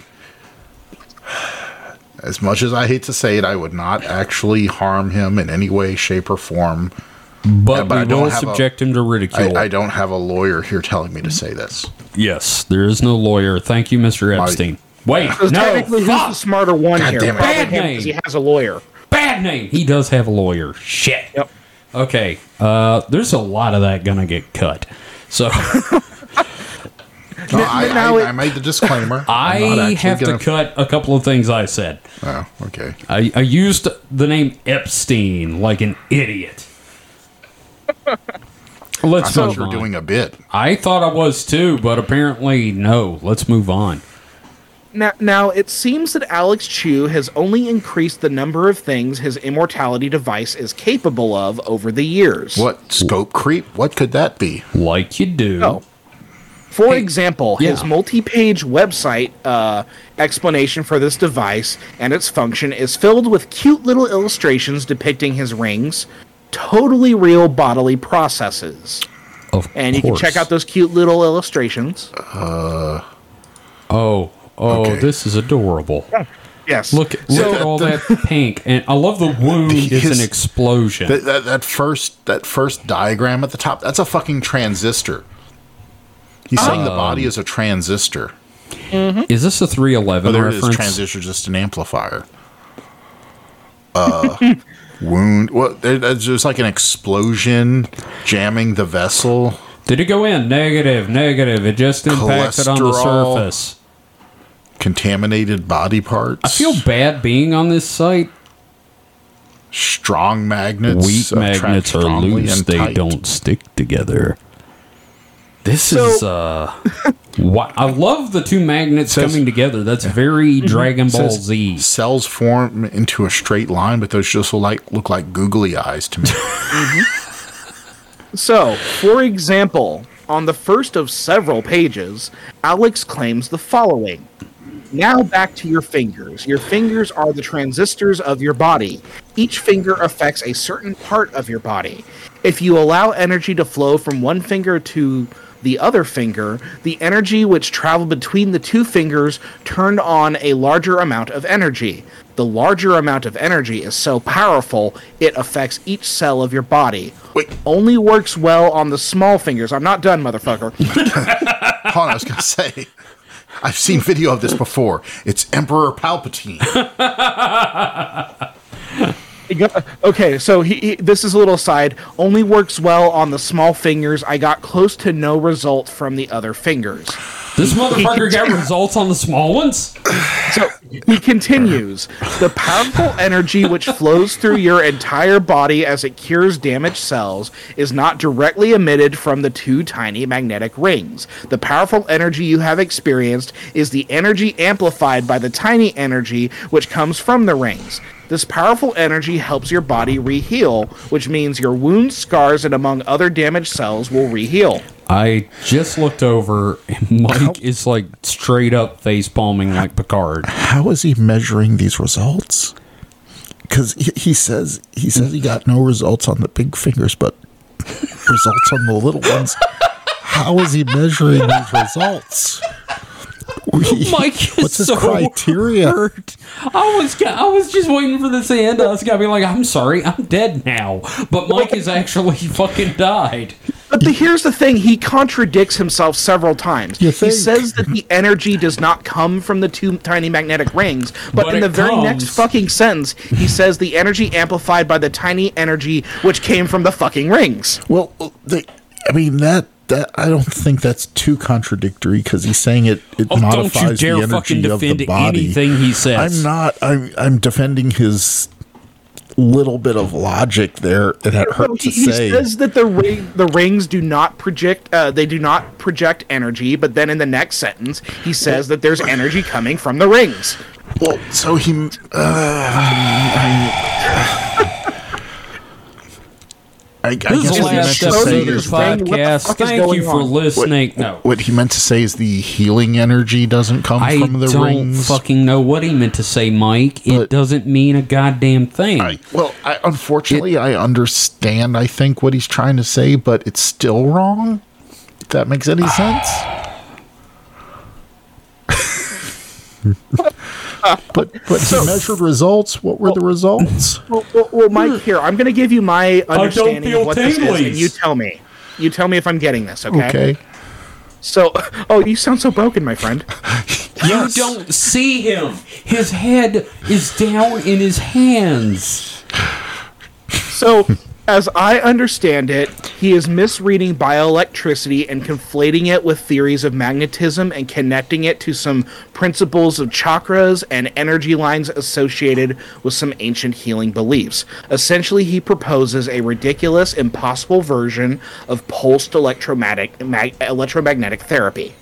B: As much as I hate to say it, I would not actually harm him in any way, shape, or form.
A: But,
B: but I
A: we
B: don't
A: will
B: have a-
A: subject him to ridicule.
B: I, I don't have a lawyer here telling me to say this.
A: yes, there is no lawyer. Thank you, Mr. Epstein. Wait,
C: Because
A: no,
C: technically, who's the
A: fuck.
C: smarter one
B: God
C: here?
B: damn it.
C: Probably
A: Bad
C: him,
A: name.
C: 'cause he has a lawyer.
A: Bad name. He does have a lawyer. Shit.
C: Yep.
A: Okay. Uh, there's a lot of that going to get cut. So
B: No, I,
C: now
B: I,
C: it-
B: I made the disclaimer. I'm not
A: I
B: actually
A: have to
B: gonna-
A: cut a couple of things I said.
B: Oh, okay.
A: I, I used the name Epstein like an idiot.
B: I
A: Let's
B: thought
A: move
B: you were
A: on.
B: doing a bit.
A: I thought I was too, but apparently no. Let's move on.
C: Now, now it seems that Alex Chu has only increased the number of things his immortality device is capable of over the years.
B: What scope creep? What could that be?
A: Like you do.
C: No. For example, his
A: yeah.
C: multi-page website uh, explanation for this device and its function is filled with cute little illustrations depicting his rings, totally real bodily processes.
A: Of
C: And you can check
A: course.
C: out those cute little illustrations.
A: Oh, oh,
B: Okay.
A: this is adorable.
C: Yes.
A: Look, look
B: So-
A: at all that pink, and I love the wound is
B: His-
A: an explosion.
B: That, that, that first that first diagram at the top. That's a fucking transistor. He's saying the body is a transistor.
A: Is this a three
B: Oh,
A: eleven
B: there it is.
A: Um, reference?
B: Transistor, just an amplifier. Uh, wound. Well, there, there's just like an explosion jamming the vessel.
A: Did it go in negative? Negative. It just impacted on the
B: Cholesterol.
A: surface.
B: Contaminated body parts.
A: I feel bad being on this site.
B: strong magnets.
A: Weak
B: attract
A: magnets are
B: strongly
A: loose;
B: and
A: they
B: tight.
A: don't stick together. This
C: So-
A: is uh, wha- I love the two magnets
B: Says-
A: coming together. That's very Dragon Ball
B: says
A: Z.
B: Cells form into a straight line, but those just look like look like googly eyes to me.
C: So, for example, on the first of several pages, Alex claims the following. Now back to your fingers. Your fingers are the transistors of your body. Each finger affects a certain part of your body. If you allow energy to flow from one finger to the other finger, the energy which traveled between the two fingers turned on a larger amount of energy. The larger amount of energy is so powerful, it affects each cell of your body
B: Wait,
C: only works well on the small fingers. I'm not done, motherfucker.
B: hold on, I was gonna say. I've seen video of this before. It's Emperor Palpatine.
C: okay, so he, he, this is a little aside. Only works well on the small fingers. I got close to no result from the other fingers.
A: This motherfucker got results on the small ones.
C: So he continues The powerful energy which flows through your entire body as it cures damaged cells is not directly emitted from the two tiny magnetic rings. The powerful energy you have experienced is the energy amplified by the tiny energy which comes from the rings. This powerful energy helps your body reheal, which means your wounds, scars, and among other damaged cells will reheal.
A: I just looked over, and Mike is like straight up face palming like Picard.
B: How is he measuring these results? Because he, he says he says he got no results on the big fingers, but results on the little ones. How is he measuring these results? We-
A: Mike is
B: what's his
A: so
B: criteria?
A: hurt. I was ca- I was just waiting for this to end. I was gonna be like, I'm sorry, I'm dead now. But Mike has actually fucking died.
C: But the, here's the thing: he contradicts himself several times.
B: You
C: He
B: think?
C: says that the energy does not come from the two tiny magnetic rings, but,
A: But
C: in the
A: it
C: very next
A: comes.
C: fucking sentence, he says the energy amplified by the tiny energy which came from the fucking rings.
B: Well, they, I mean that that I don't think that's too contradictory because he's saying it it
A: Oh, don't you
B: modifies the
A: dare
B: energy
A: fucking
B: of the
A: defend
B: body.
A: anything he says.
B: I'm not. I'm I'm defending his little bit of logic there that hurt to
C: he, he
B: say.
C: says that the ring, the rings do not project. Uh, they do not project energy. But then in the next sentence, he says that there's energy coming from the rings.
B: Well, so he. Uh, I, I
A: This is
B: guess
A: the
B: what he meant
A: last
B: to
C: episode
A: episode
B: say
A: of this
B: is
C: thing.
B: that
C: What the
A: podcast.
C: fuck is
A: Thank you
C: going
A: for
C: on?
A: listening. no,
B: what he meant to say is the healing energy doesn't come
A: I
B: from the
A: don't
B: rings.
A: fucking know what he meant to say, Mike. It
B: But-
A: doesn't mean a goddamn thing.
B: I, well, I, unfortunately, I understand. I think what he's trying to say, but it's still wrong. If that makes any sense. but but he measured results. What were the results?
C: Well, well, well Mike, here I'm going to give you my understanding
A: feel
C: of what this is, and
A: tinglies.
C: you tell me. You tell me if I'm getting this,
B: Okay.
C: So, oh, you sound so broken, my friend.
A: You don't see him. His head is down in his hands.
C: So, as I understand it, He is misreading bioelectricity and conflating it with theories of magnetism and connecting it to some principles of chakras and energy lines associated with some ancient healing beliefs. Essentially, he proposes a ridiculous, impossible version of pulsed electromagnetic, mag- electromagnetic therapy.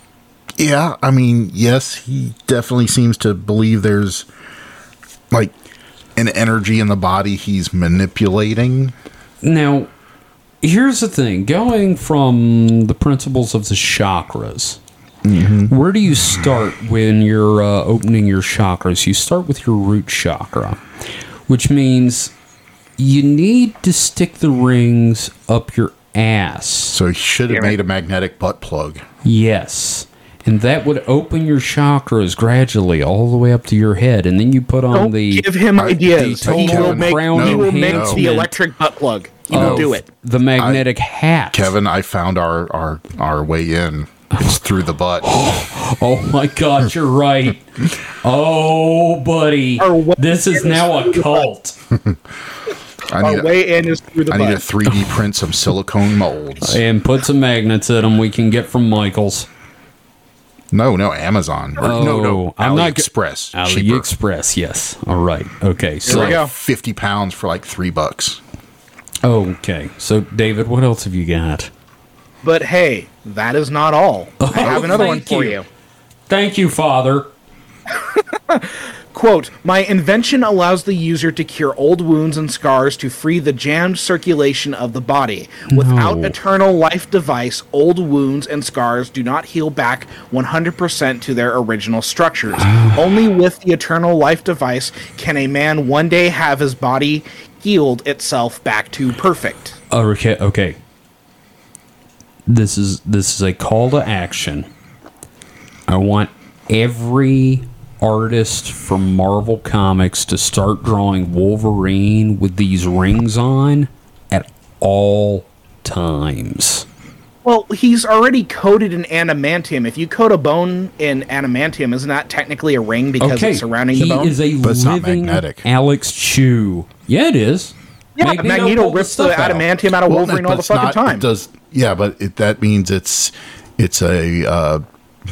B: Yeah, I mean, yes, he definitely seems to believe there's like an energy in the body he's manipulating.
A: Now, here's the thing going from the principles of the chakras, where do you start when you're uh, opening your chakras? You start with your root chakra, which means you need to stick the rings up your ass.
B: So he should have made a magnetic butt plug.
A: Yes. And that would open your chakras gradually all the way up to your head. And then you put on
C: Don't
A: the.
C: give him
B: I-
C: ideas.
B: I
C: He
B: told
C: will
B: him
C: make,
A: Crown
C: he will make
B: enhancement
C: the electric butt plug. He will
A: of
C: do it.
A: The magnetic hat.
B: Kevin, I found our our our way in. It's through the butt.
A: Oh my God, you're right. Oh, buddy.
C: Our way
A: This is
C: in is
A: now a
C: through the
A: cult.
B: I
C: Our
B: need a,
C: way in is through the
B: I need a
C: butt.
B: 3D print some silicone molds.
A: And put some magnets in them we can get from Michael's.
B: No, no, Amazon. Or, no, no,
A: Oh, I'm not g-
B: AliExpress. cheaper.
A: AliExpress, yes. All right. Okay.
B: It's
A: So,
C: we
B: like
C: go.
B: 50 pounds for like three bucks.
A: okay. So, David, what else have you got?
C: But hey, that is not all.
B: Oh,
C: I have another one
A: thank
C: for
A: you.
C: you.
A: Thank you, Father.
C: Quote, my invention allows the user to cure old wounds and scars to free the jammed circulation of the body. Without
A: No.
C: eternal life device, old wounds and scars do not heal back 100% to their original structures. Only with the eternal life device can a man one day have his body healed itself back to perfect.
A: Oh, Okay. Okay. This is this is a call to action. I want every artist from Marvel Comics to start drawing Wolverine with these rings on at all times.
C: Well, he's already coated in adamantium. If you coat a bone in adamantium, isn't that technically a ring because
A: okay,
C: it's surrounding
A: he
C: the bone?
A: is a
B: But it's not
A: living
B: magnetic.
A: Alex Chu. Yeah, it is.
C: yeah,
A: Magneto
C: Magneto
A: pulled
C: rips the
A: stuff out.
C: adamantium out of Wolverine
B: but
C: all the
B: it's
C: fucking
B: not-
C: time.
B: It does, yeah, but it, that means it's it's a uh,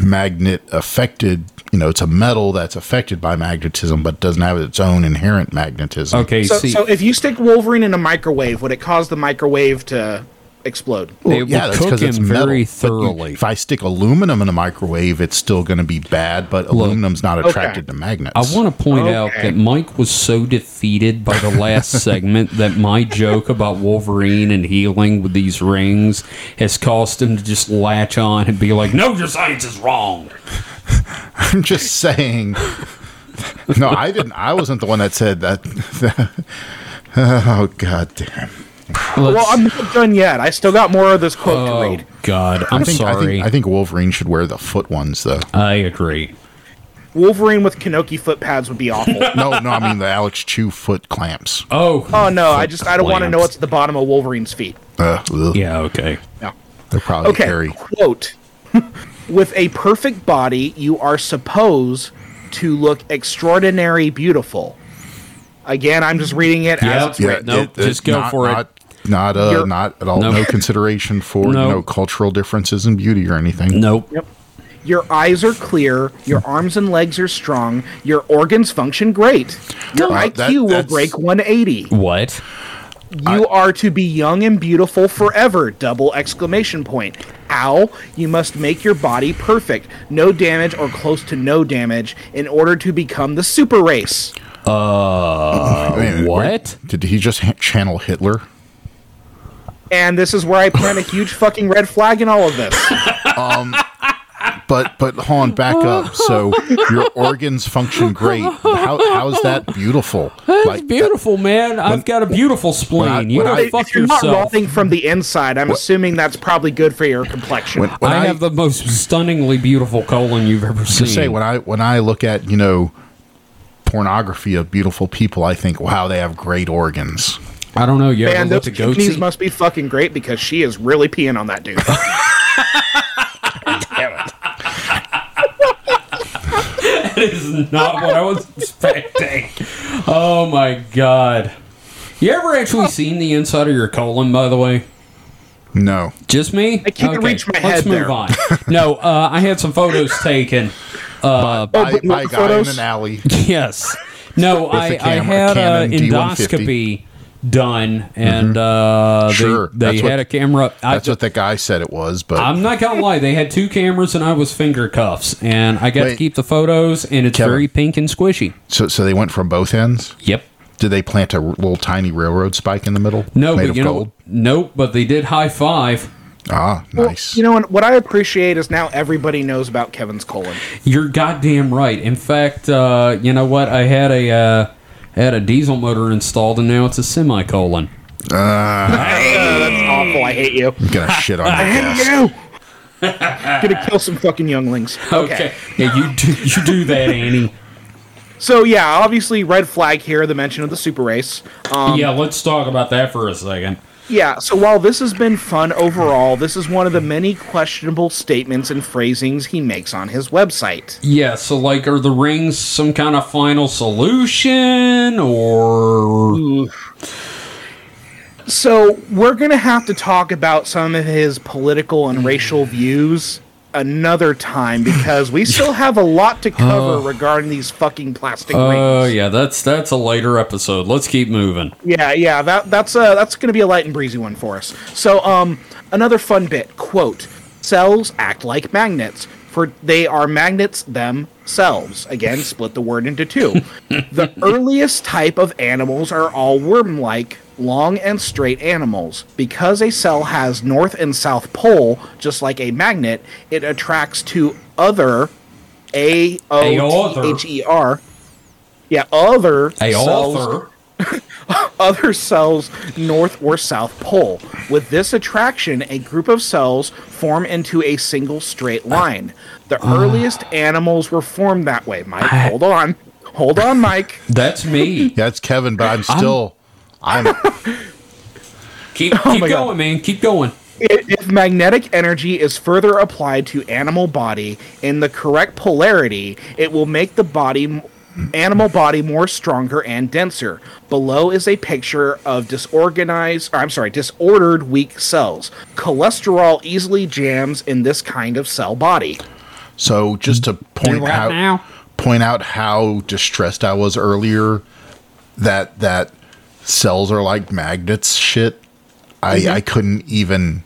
B: magnet affected. You know, it's a metal that's affected by magnetism, but doesn't have its own inherent magnetism.
A: Okay,
C: so,
A: see,
C: so if you stick Wolverine in a microwave, would it cause the microwave to explode?
A: It will cook him very
B: But you-
A: thoroughly.
B: if I stick aluminum in a microwave, it's still going to be bad, but aluminum's not attracted to magnets.
A: I want to point out
C: Okay.
A: that Mike was so defeated by the last segment that my joke about Wolverine and healing with these rings has caused him to just latch on and be like, "No, your science is wrong."
B: I'm just saying. No, I didn't. I wasn't the one that said that. oh god damn!
C: Well, I'm not done yet. I still got more of this quote to
A: oh
C: read.
A: God, I'm
B: I think, I
A: sorry.
B: think I think Wolverine should wear the foot ones though.
A: I agree. Oh.
C: Wolverine with Kanoki foot pads would be awful.
B: No, no, I mean the Alex Chew foot clamps.
A: Oh,
C: oh no, I just I don't want to know
A: clamps.
C: what's at the bottom of Wolverine's feet.
B: Uh, ugh.
A: Yeah. Okay.
C: No.
B: they're probably
C: okay,
B: hairy.
C: quote. With a perfect body, you are supposed to look extraordinary beautiful. Again, I'm just reading it
A: Yep.
C: as it's
A: Yeah.
C: written.
A: Nope, just go
B: not-
A: for it.
B: Not, not, uh,
C: You're-
B: not at all.
A: Nope.
B: No consideration for you
A: Nope.
B: know cultural differences in beauty or anything.
A: Nope.
C: Your eyes are clear, your arms and legs are strong, your organs function great. Your
B: Uh,
C: IQ
B: that-
C: will
B: that's-
C: break 180.
A: What?
C: You are to be young and beautiful forever. Double exclamation point. Ow, you must make your body perfect. No damage or close to no damage in order to become the super race.
B: I mean,
A: what?
B: wait, did he just ha- channel Hitler?
C: And this is where I plant a huge fucking red flag in all of this.
B: But but hold on, back up. So your organs function great. How how is that beautiful?
A: That's beautiful, man. I've got a beautiful spleen.
B: I-
A: you
B: when
A: go
B: I-
A: fuck
C: If you're not
A: yourself.
C: rotting from the inside, I'm assuming that's probably good for your complexion.
B: When, when
A: I,
B: I,
A: have the most stunningly beautiful colon you've ever
B: to
A: seen.
B: say when I when I look at you know pornography of beautiful people, I think wow they have great organs.
A: I don't know. You ever
C: Man,
A: looked
C: those
A: at goat's
C: kidneys
A: ear-
C: must be fucking great because she is really peeing on that dude.
A: is not what I was expecting. Oh my god. You ever actually seen the inside of your colon, by the way?
B: No.
A: Just me?
C: I can't reach my
A: Let's
C: head
A: move
C: there.
A: on. No, uh, I had some photos taken.
B: by,
C: Oh, but
B: by a
C: the
B: guy in
C: photos-
B: an alley.
A: Yes. No, I,
B: the
A: I
B: cam-
A: had an
B: Canon
A: endoscopy
B: D150.
A: done, and uh,
B: Mm-hmm. Sure,
A: they, they
B: that's
A: had
B: what-
A: a camera. I,
B: That's what that guy said it was, but
A: I'm not gonna lie, they had two cameras, and I was finger cuffs, and I got to
B: Wait.
A: keep the photos, and it's
B: Kevin.
A: very pink and squishy.
B: so so they went from both ends.
A: Yep.
B: Did they plant a r- little tiny railroad spike in the middle?
A: No,
B: made
A: but
B: of
A: you
B: gold.
A: know, nope. But they did high five.
B: Ah, nice.
C: You know, and what I appreciate is now everybody knows about Kevin's colon.
A: You're goddamn right. In fact, uh, you know what? I had a uh, had a diesel motor installed, and now it's a semicolon.
C: That's awful. I hate you.
B: I'm gonna shit on your desk.
C: No. Gonna kill some fucking younglings.
A: Okay. Yeah, you do you do that, Annie.
C: So yeah, obviously red flag here, the mention of the super race.
A: yeah, let's talk about that for a second.
C: Yeah, so while this has been fun overall, this is one of the many questionable statements and phrasings he makes on his website.
A: Yeah, so like, are the rings some kind of final solution, or
C: So we're going to have to talk about some of his political and racial views another time because we still have a lot to cover regarding these fucking plastic
A: Oh
C: rings.
A: yeah, that's that's a later episode. Let's keep moving.
C: Yeah, yeah, that that's uh that's going to be a light and breezy one for us. So um another fun bit, quote, cells act like magnets for they are magnets themselves. Again, split the word into two. the earliest type of animals are all worm-like long and straight animals. Because a cell has north and south pole just like a magnet, it attracts to other A O T H E R yeah, other
A: A
C: cells
A: author.
C: other cells north or south pole. With this attraction, a group of cells form into a single straight line. The earliest animals were formed that way. Mike, hold on. Hold on, Mike.
A: That's me.
B: That's Kevin, but I'm still. I'm.
A: keep keep
C: my
A: going,
C: God.
A: man. Keep going.
C: If if magnetic energy is further applied to animal body in the correct polarity, it will make the body m- animal body more stronger and denser. Below is a picture of disorganized, or I'm sorry, disordered weak cells. Cholesterol easily jams in this kind of cell body.
B: So just to point
A: right
B: out
A: now.
B: point out how distressed I was earlier that that cells are like magnets shit. I
A: Mm-hmm.
B: I couldn't even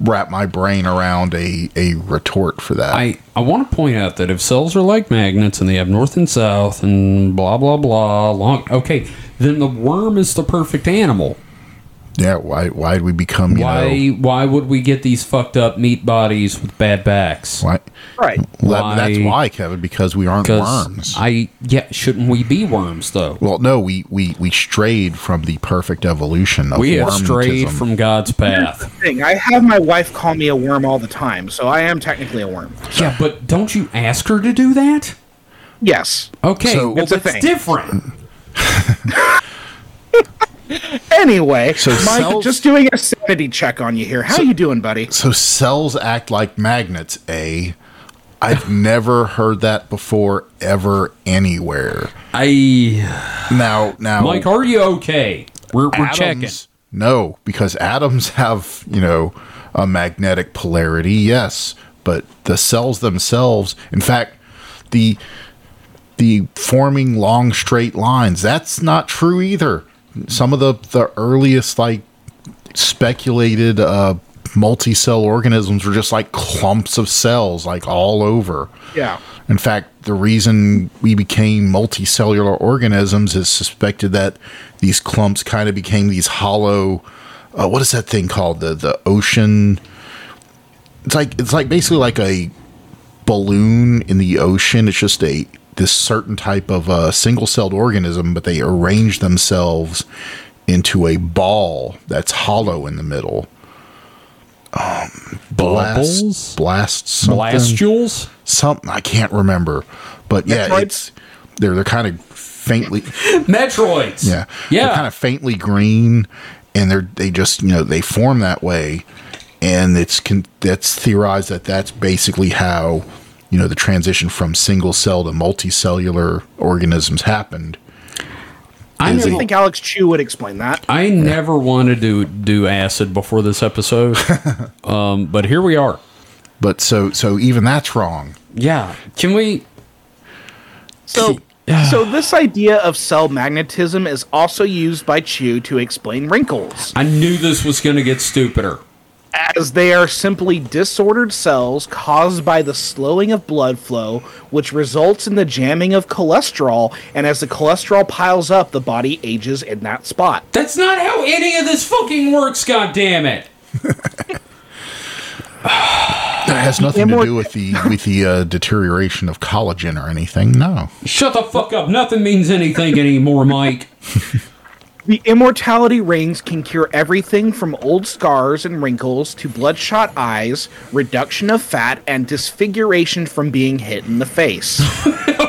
B: wrap my brain around a a retort for that.
A: I I want to point out that if cells are like magnets and they have north and south and blah blah blah long okay, then the worm is the perfect animal.
B: yeah, why why'd we become you
A: Why
B: know
A: why would we get these fucked up meat bodies with bad backs?
B: why,
C: Right.
B: Well, that's
A: Why?
B: why Kevin because we aren't worms.
A: I yeah, shouldn't we be worms though?
B: well, no, we, we we strayed from the perfect evolution of
A: We have strayed
B: wormtism.
A: from God's path.
C: Thing. I have my wife call me a worm all the time, so I am technically a worm.
A: yeah, but don't you ask her to do that?
C: Yes.
A: Okay,
B: So-
A: well
C: It's a
A: that's
C: thing.
A: different.
C: Anyway,
B: So
C: Mike,
B: cells-
C: just doing a sanity check on you here. How you doing, buddy?
B: So cells act like magnets, eh? I've never heard that before ever anywhere.
A: I
B: Now, now
A: Mike, are you okay? We're we're checking.
B: atoms- No, because atoms have, you know, a magnetic polarity, yes, but the cells themselves, in fact, the the forming long straight lines, that's not true either. Some of the the earliest like speculated uh multi-cell organisms were just like clumps of cells like all over.
C: Yeah.
B: In fact, the reason we became multicellular organisms is suspected that these clumps kind of became these hollow. Uh, what is that thing called? The the ocean. It's like it's like basically like a balloon in the ocean. It's just a this certain type of uh, single celled organism, but they arrange themselves into a ball that's hollow in the middle. Um,
A: Bubbles?
B: blast, blast, something
A: Blastules?
B: something I can't remember, but yeah, it's they're they're kind of faintly
A: Metroids.
B: yeah
A: Yeah.
B: they're kind of faintly green, and they're they just you know they form that way, and it's con- that's theorized that that's basically how you know the transition from single cell to multicellular organisms happened.
A: I
B: Is
A: never,
B: he?
C: I think Alex Chu would explain that.
A: I never wanted to do acid before this episode, um, but here we are.
B: But so so even that's wrong.
A: Yeah, can we?
C: So, so this idea of cell magnetism is also used by Chu to explain wrinkles,
A: I knew this was going to get stupider.
C: as they are simply disordered cells caused by the slowing of blood flow, which results in the jamming of cholesterol. And as the cholesterol piles up, the body ages in that spot.
A: That's not how any of this fucking works. God damn it!
B: That has nothing to
C: Immort-
B: do with the with the uh, deterioration of collagen or anything. No.
A: Shut the fuck up. Nothing means anything anymore, Mike.
C: The immortality rings can cure everything from old scars and wrinkles to bloodshot eyes, reduction of fat, and disfiguration from being hit in the face.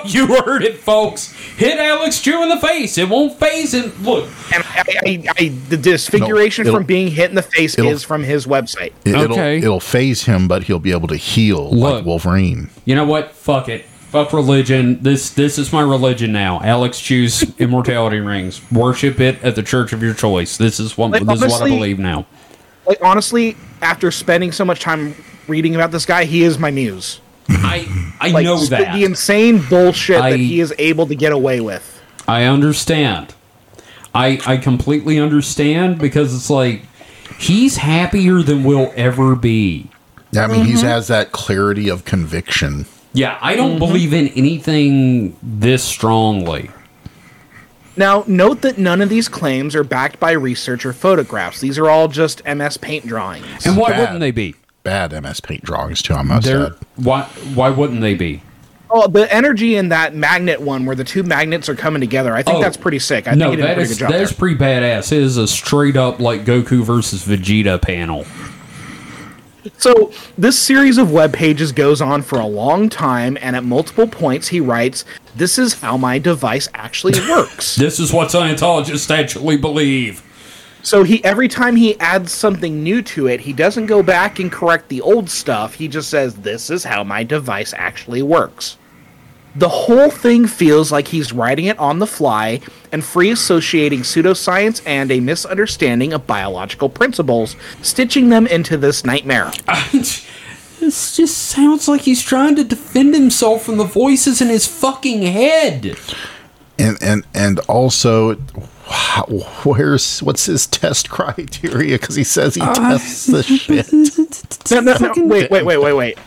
A: you heard it, folks. Hit Alex Chew in the face. It won't phase him. Look,
C: and I, I, I, the disfiguration
B: No, it'll-
C: from being hit in the face
B: it'll-
C: is from his website.
B: It, will
A: Okay.
B: it'll phase him, but he'll be able to heal
A: Look.
B: like Wolverine.
A: you know what? Fuck it. Fuck religion. This this is my religion now. Alex Chew's immortality rings. Worship it at the church of your choice. This is what
C: Like,
A: this is what I
C: honestly-
A: believe now.
C: Like honestly, after spending so much time reading about this guy, he is my muse.
A: I I
C: Like
A: know
C: sp-
A: that.
C: the insane bullshit
A: I-
C: that he is able to get away with.
A: I understand. I I completely understand because it's like he's happier than we'll ever be.
B: I mean, he has that clarity of conviction.
A: Yeah, I
C: Mm-hmm.
A: don't believe in anything this strongly.
C: Now, note that none of these claims are backed by research or photographs. These are all just MS Paint drawings.
A: And why
B: bad.
A: wouldn't they be?
B: Bad MS Paint drawings too. I must
A: They're,
B: add.
A: why why wouldn't they be?
C: Oh, the energy in that magnet one, where the two magnets are coming together, I think
A: Oh.
C: that's pretty sick. I
A: no,
C: think he did a
A: that is
C: pretty good job
A: that
C: there.
A: is pretty badass. It is a straight up like Goku versus Vegeta panel.
C: So this series of web pages goes on for a long time, and at multiple points he writes, "This is how my device actually works."
A: This is what Scientologists actually believe.
C: so he every time he adds something new to it, he doesn't go back and correct the old stuff. He just says, "This is how my device actually works." The whole thing feels like he's writing it on the fly and free associating pseudoscience and a misunderstanding of biological principles, stitching them into this nightmare.
A: this just sounds like he's trying to defend himself from the voices in his fucking head.
B: And and and also, wow, where's what's his test criteria? Because he says he tests the shit.
C: No, no, no. Wait, wait, wait, wait, wait.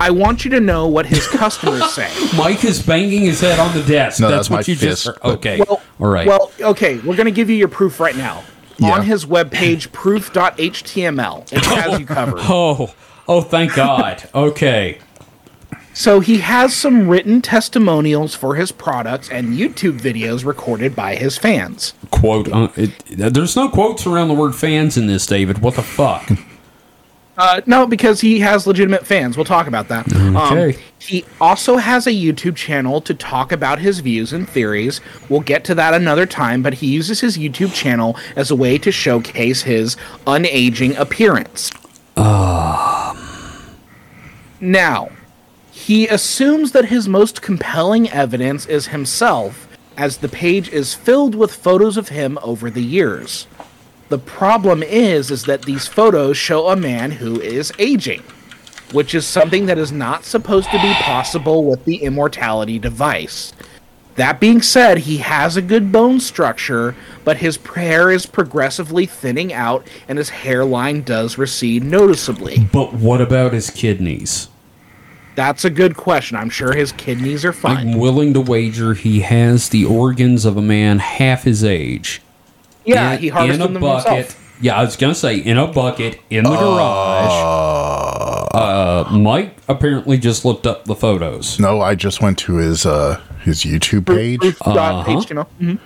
C: I want you to know what his customers say.
A: Mike is banging his head on the desk.
B: No,
A: that's
B: that's my
A: what you just
B: fist,
A: heard.
B: but-
A: Okay.
C: Well,
A: All right.
C: Well, okay, we're going to give you your proof right now.
B: Yeah.
C: On his webpage, proof.html. It has you covered.
A: oh, oh, thank God. Okay.
C: So he has some written testimonials for his products and YouTube videos recorded by his fans.
A: Quote. Uh, it, there's no quotes around the word fans in this, David. What the fuck?
C: Uh, no, because he has legitimate fans. We'll talk about that. Um,
A: Okay.
C: he also has a YouTube channel to talk about his views and theories. We'll get to that another time, but he uses his YouTube channel as a way to showcase his unaging appearance. Now, he assumes that his most compelling evidence is himself, as the page is filled with photos of him over the years. The problem is is that these photos show a man who is aging, which is something that is not supposed to be possible with the immortality device. That being said, he has a good bone structure, but his hair is progressively thinning out and his hairline does recede noticeably.
A: But what about his kidneys?
C: That's a good question. I'm sure his kidneys are
A: I'm
C: fine.
A: willing to wager he has the organs of a man half his age.
C: yeah,
A: in-
C: he harvested
A: in a
C: them
A: bucket.
C: himself.
A: Yeah, I was gonna say in a bucket in the garage. Uh, Mike apparently just looked up the photos.
B: No, I just went to his uh his YouTube page.
A: Uh-huh.
C: Proof.html. Mhm.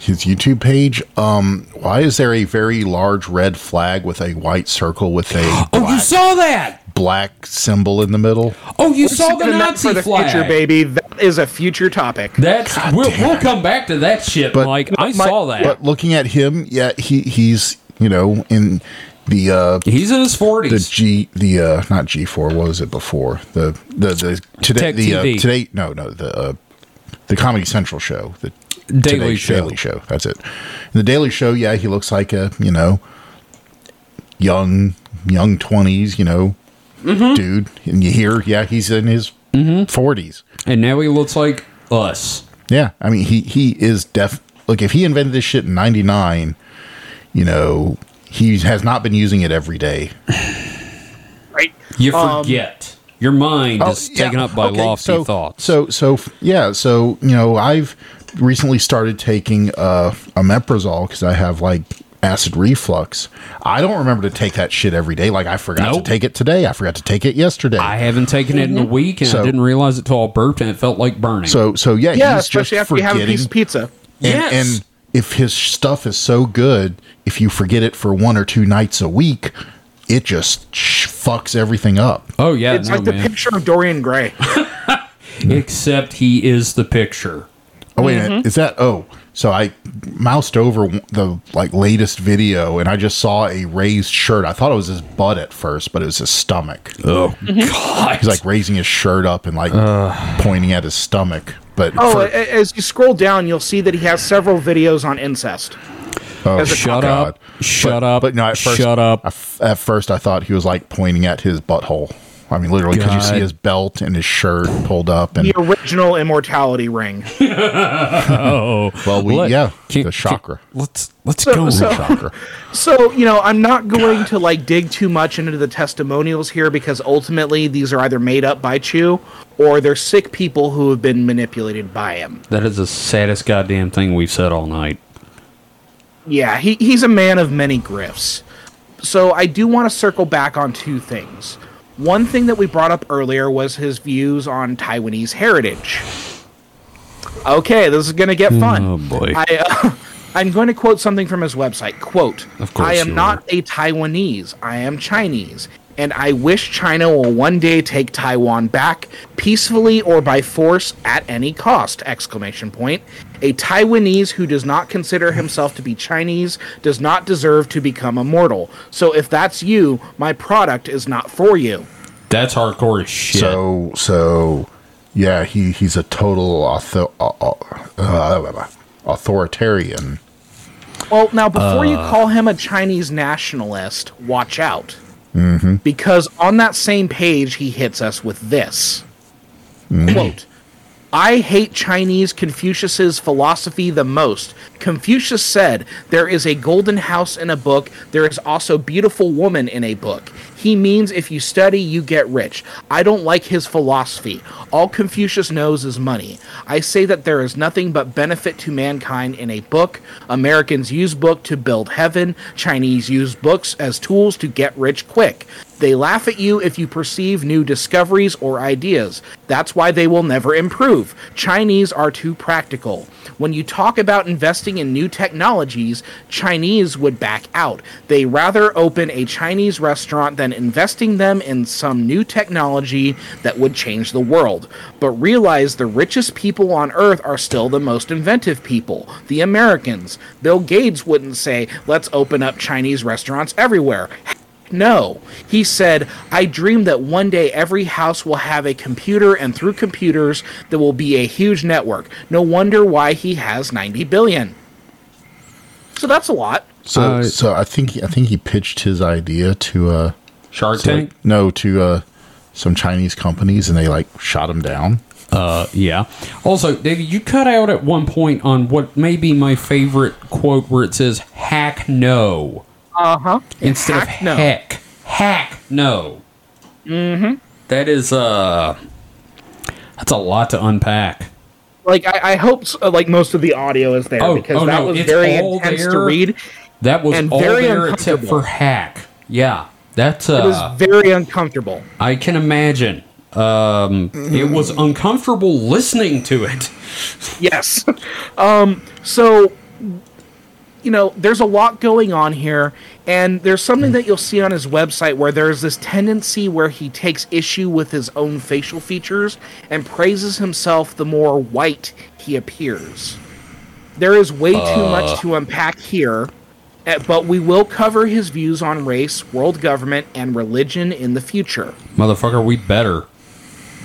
B: His YouTube page. Um, why is there a very large red flag with a white circle with a
A: Oh, you
B: black,
A: saw that!
B: black symbol in the middle?
A: Oh, you saw the
C: Stick a nut
A: Nazi
C: for the
A: flag.
C: future, baby. That is a future topic.
A: That's we'll, we'll come back to that shit,
B: But-
A: Mike. I saw that.
B: But looking at him, yeah, he he's you know in the uh
A: He's in his
B: the
A: forties.
B: G the uh not G four what was it before the the the today
A: Tech
B: the uh,
A: TV.
B: today no no the uh, the Comedy Central show, the
A: Daily
B: Today
A: Show.
B: Daily Show. That's it. In the Daily Show, yeah, he looks like a you know young young twenties, you know,
A: Mm-hmm.
B: dude. And you hear, yeah, he's in his 40s
A: And now he looks like us.
B: Yeah, I mean, he he is def. Look, if he invented this shit in '99, you know, he has not been using it every day.
C: right?
A: You
C: Um,
A: forget. Your mind is
B: Oh, yeah.
A: taken up by
B: Okay,
A: lofty
B: so,
A: thoughts.
B: So, so f- yeah, so you know, I've recently started taking uh, omeprazole because I have like acid reflux. I don't remember to take that shit every day. Like I forgot
A: Nope.
B: to take it today. I forgot to take it yesterday.
A: I haven't taken it in a week, and I
B: So-
A: didn't realize it till I burped, and it felt like burning.
B: so, so yeah,
C: Yeah,
B: he's
C: especially
B: just
C: after you have a piece
B: forgetting.
C: of pizza.
B: And,
A: Yes.
B: and if his stuff is so good, if you forget it for one or two nights a week, it just sh- fucks everything up.
A: oh yeah,
C: It's
A: no,
C: like
A: man.
C: the picture of Dorian Gray.
A: Except he is the picture.
B: Oh wait, a
C: Mm-hmm.
B: minute. is that? Oh, so I moused over the like latest video, and I just saw a raised shirt. I thought it was his butt at first, but it was his stomach.
A: Oh
C: Mm-hmm.
A: God!
B: He's like raising his shirt up and like pointing at his stomach. But
C: Oh,
B: for-
C: a- a- as you scroll down, you'll see that he has several videos on incest.
B: oh,
C: as a-
A: shut
B: God.
A: up! Shut
B: But-
A: up!
B: But no, at first,
A: shut up!
B: I f- at first, I thought he was like pointing at his butthole. I mean, literally, because you see
A: God.
B: his belt and his shirt pulled up, and
C: The original immortality ring.
B: well, we
A: Look,
B: yeah,
A: can-
B: the
A: can-
B: chakra,
A: let's let's
C: So-
A: go.
C: so-
B: chakra.
C: So, you know, I'm not going to like dig too much into the testimonials here because ultimately these are either made up by Chu or they're sick people who have been manipulated by him.
A: that is the saddest goddamn thing we've said all night.
C: Yeah, he, he's a man of many grifts. So I do want to circle back on two things. One thing that we brought up earlier was his views on Taiwanese heritage. Okay, this is going to get fun.
A: Oh boy!
C: I, uh, I'm going to quote something from his website. Quote,
A: Of course
C: I am
A: you
C: not
A: are.
C: a Taiwanese. I am Chinese. And I wish China will one day take Taiwan back, peacefully or by force, at any cost! Exclamation point. A Taiwanese who does not consider himself to be Chinese does not deserve to become immortal. So if that's you, my product is not for you.
A: That's hardcore as shit.
B: So so yeah, he he's a total author, uh, uh, authoritarian.
C: Well, now before you
A: Uh.
C: call him a Chinese nationalist, watch out.
A: Mm-hmm.
C: Because on that same page, he hits us with this
A: Mm.
C: quote. I hate Chinese Confucius's philosophy the most. Confucius said, "There is a golden house in a book. There is also beautiful woman in a book." He means if you study, you get rich. I don't like his philosophy. All Confucius knows is money. I say that there is nothing but benefit to mankind in a book. Americans use book to build heaven. Chinese use books as tools to get rich quick. They laugh at you if you perceive new discoveries or ideas. That's why they will never improve. Chinese are too practical. When you talk about investing in new technologies, Chinese would back out. They rather open a Chinese restaurant than investing them in some new technology that would change the world. But realize the richest people on earth are still the most inventive people, the Americans. Bill Gates wouldn't say, let's open up Chinese restaurants everywhere. No. He said, I dream that one day every house will have a computer, and through computers, there will be a huge network. No wonder why he has 90 billion. So that's a lot.
B: So
A: I-
B: so I think I think he pitched his idea to uh
A: Shark
B: to-
A: Tank.
B: no to uh some Chinese companies and they like shot him down.
A: Uh, Yeah. Also, David, you cut out at one point on what may be my favorite quote where it says hack no
C: Uh
A: Uh-huh.
C: huh.
A: instead of heck. Hack no. Mm-hmm. That is uh that's a lot to unpack.
C: Like, I, I hope s- uh, like most of the audio is there
A: Oh,
C: because
A: oh,
C: that
A: no,
C: was
A: it's
C: very
A: all
C: intense to
A: there.
C: read.
A: That was
C: And
A: all
C: very
A: there except
C: uncomfortable.
A: for hack. Yeah. That's
C: It was
A: uh
C: very uncomfortable.
A: I can imagine. Um it was uncomfortable listening to it.
C: yes. Um, so, you know, there's a lot going on here, and there's something that you'll see on his website where there's this tendency where he takes issue with his own facial features and praises himself the more white he appears. There is way too much to unpack here. eh, But we will cover his views on race, world government, and religion in the future.
A: Motherfucker, we better.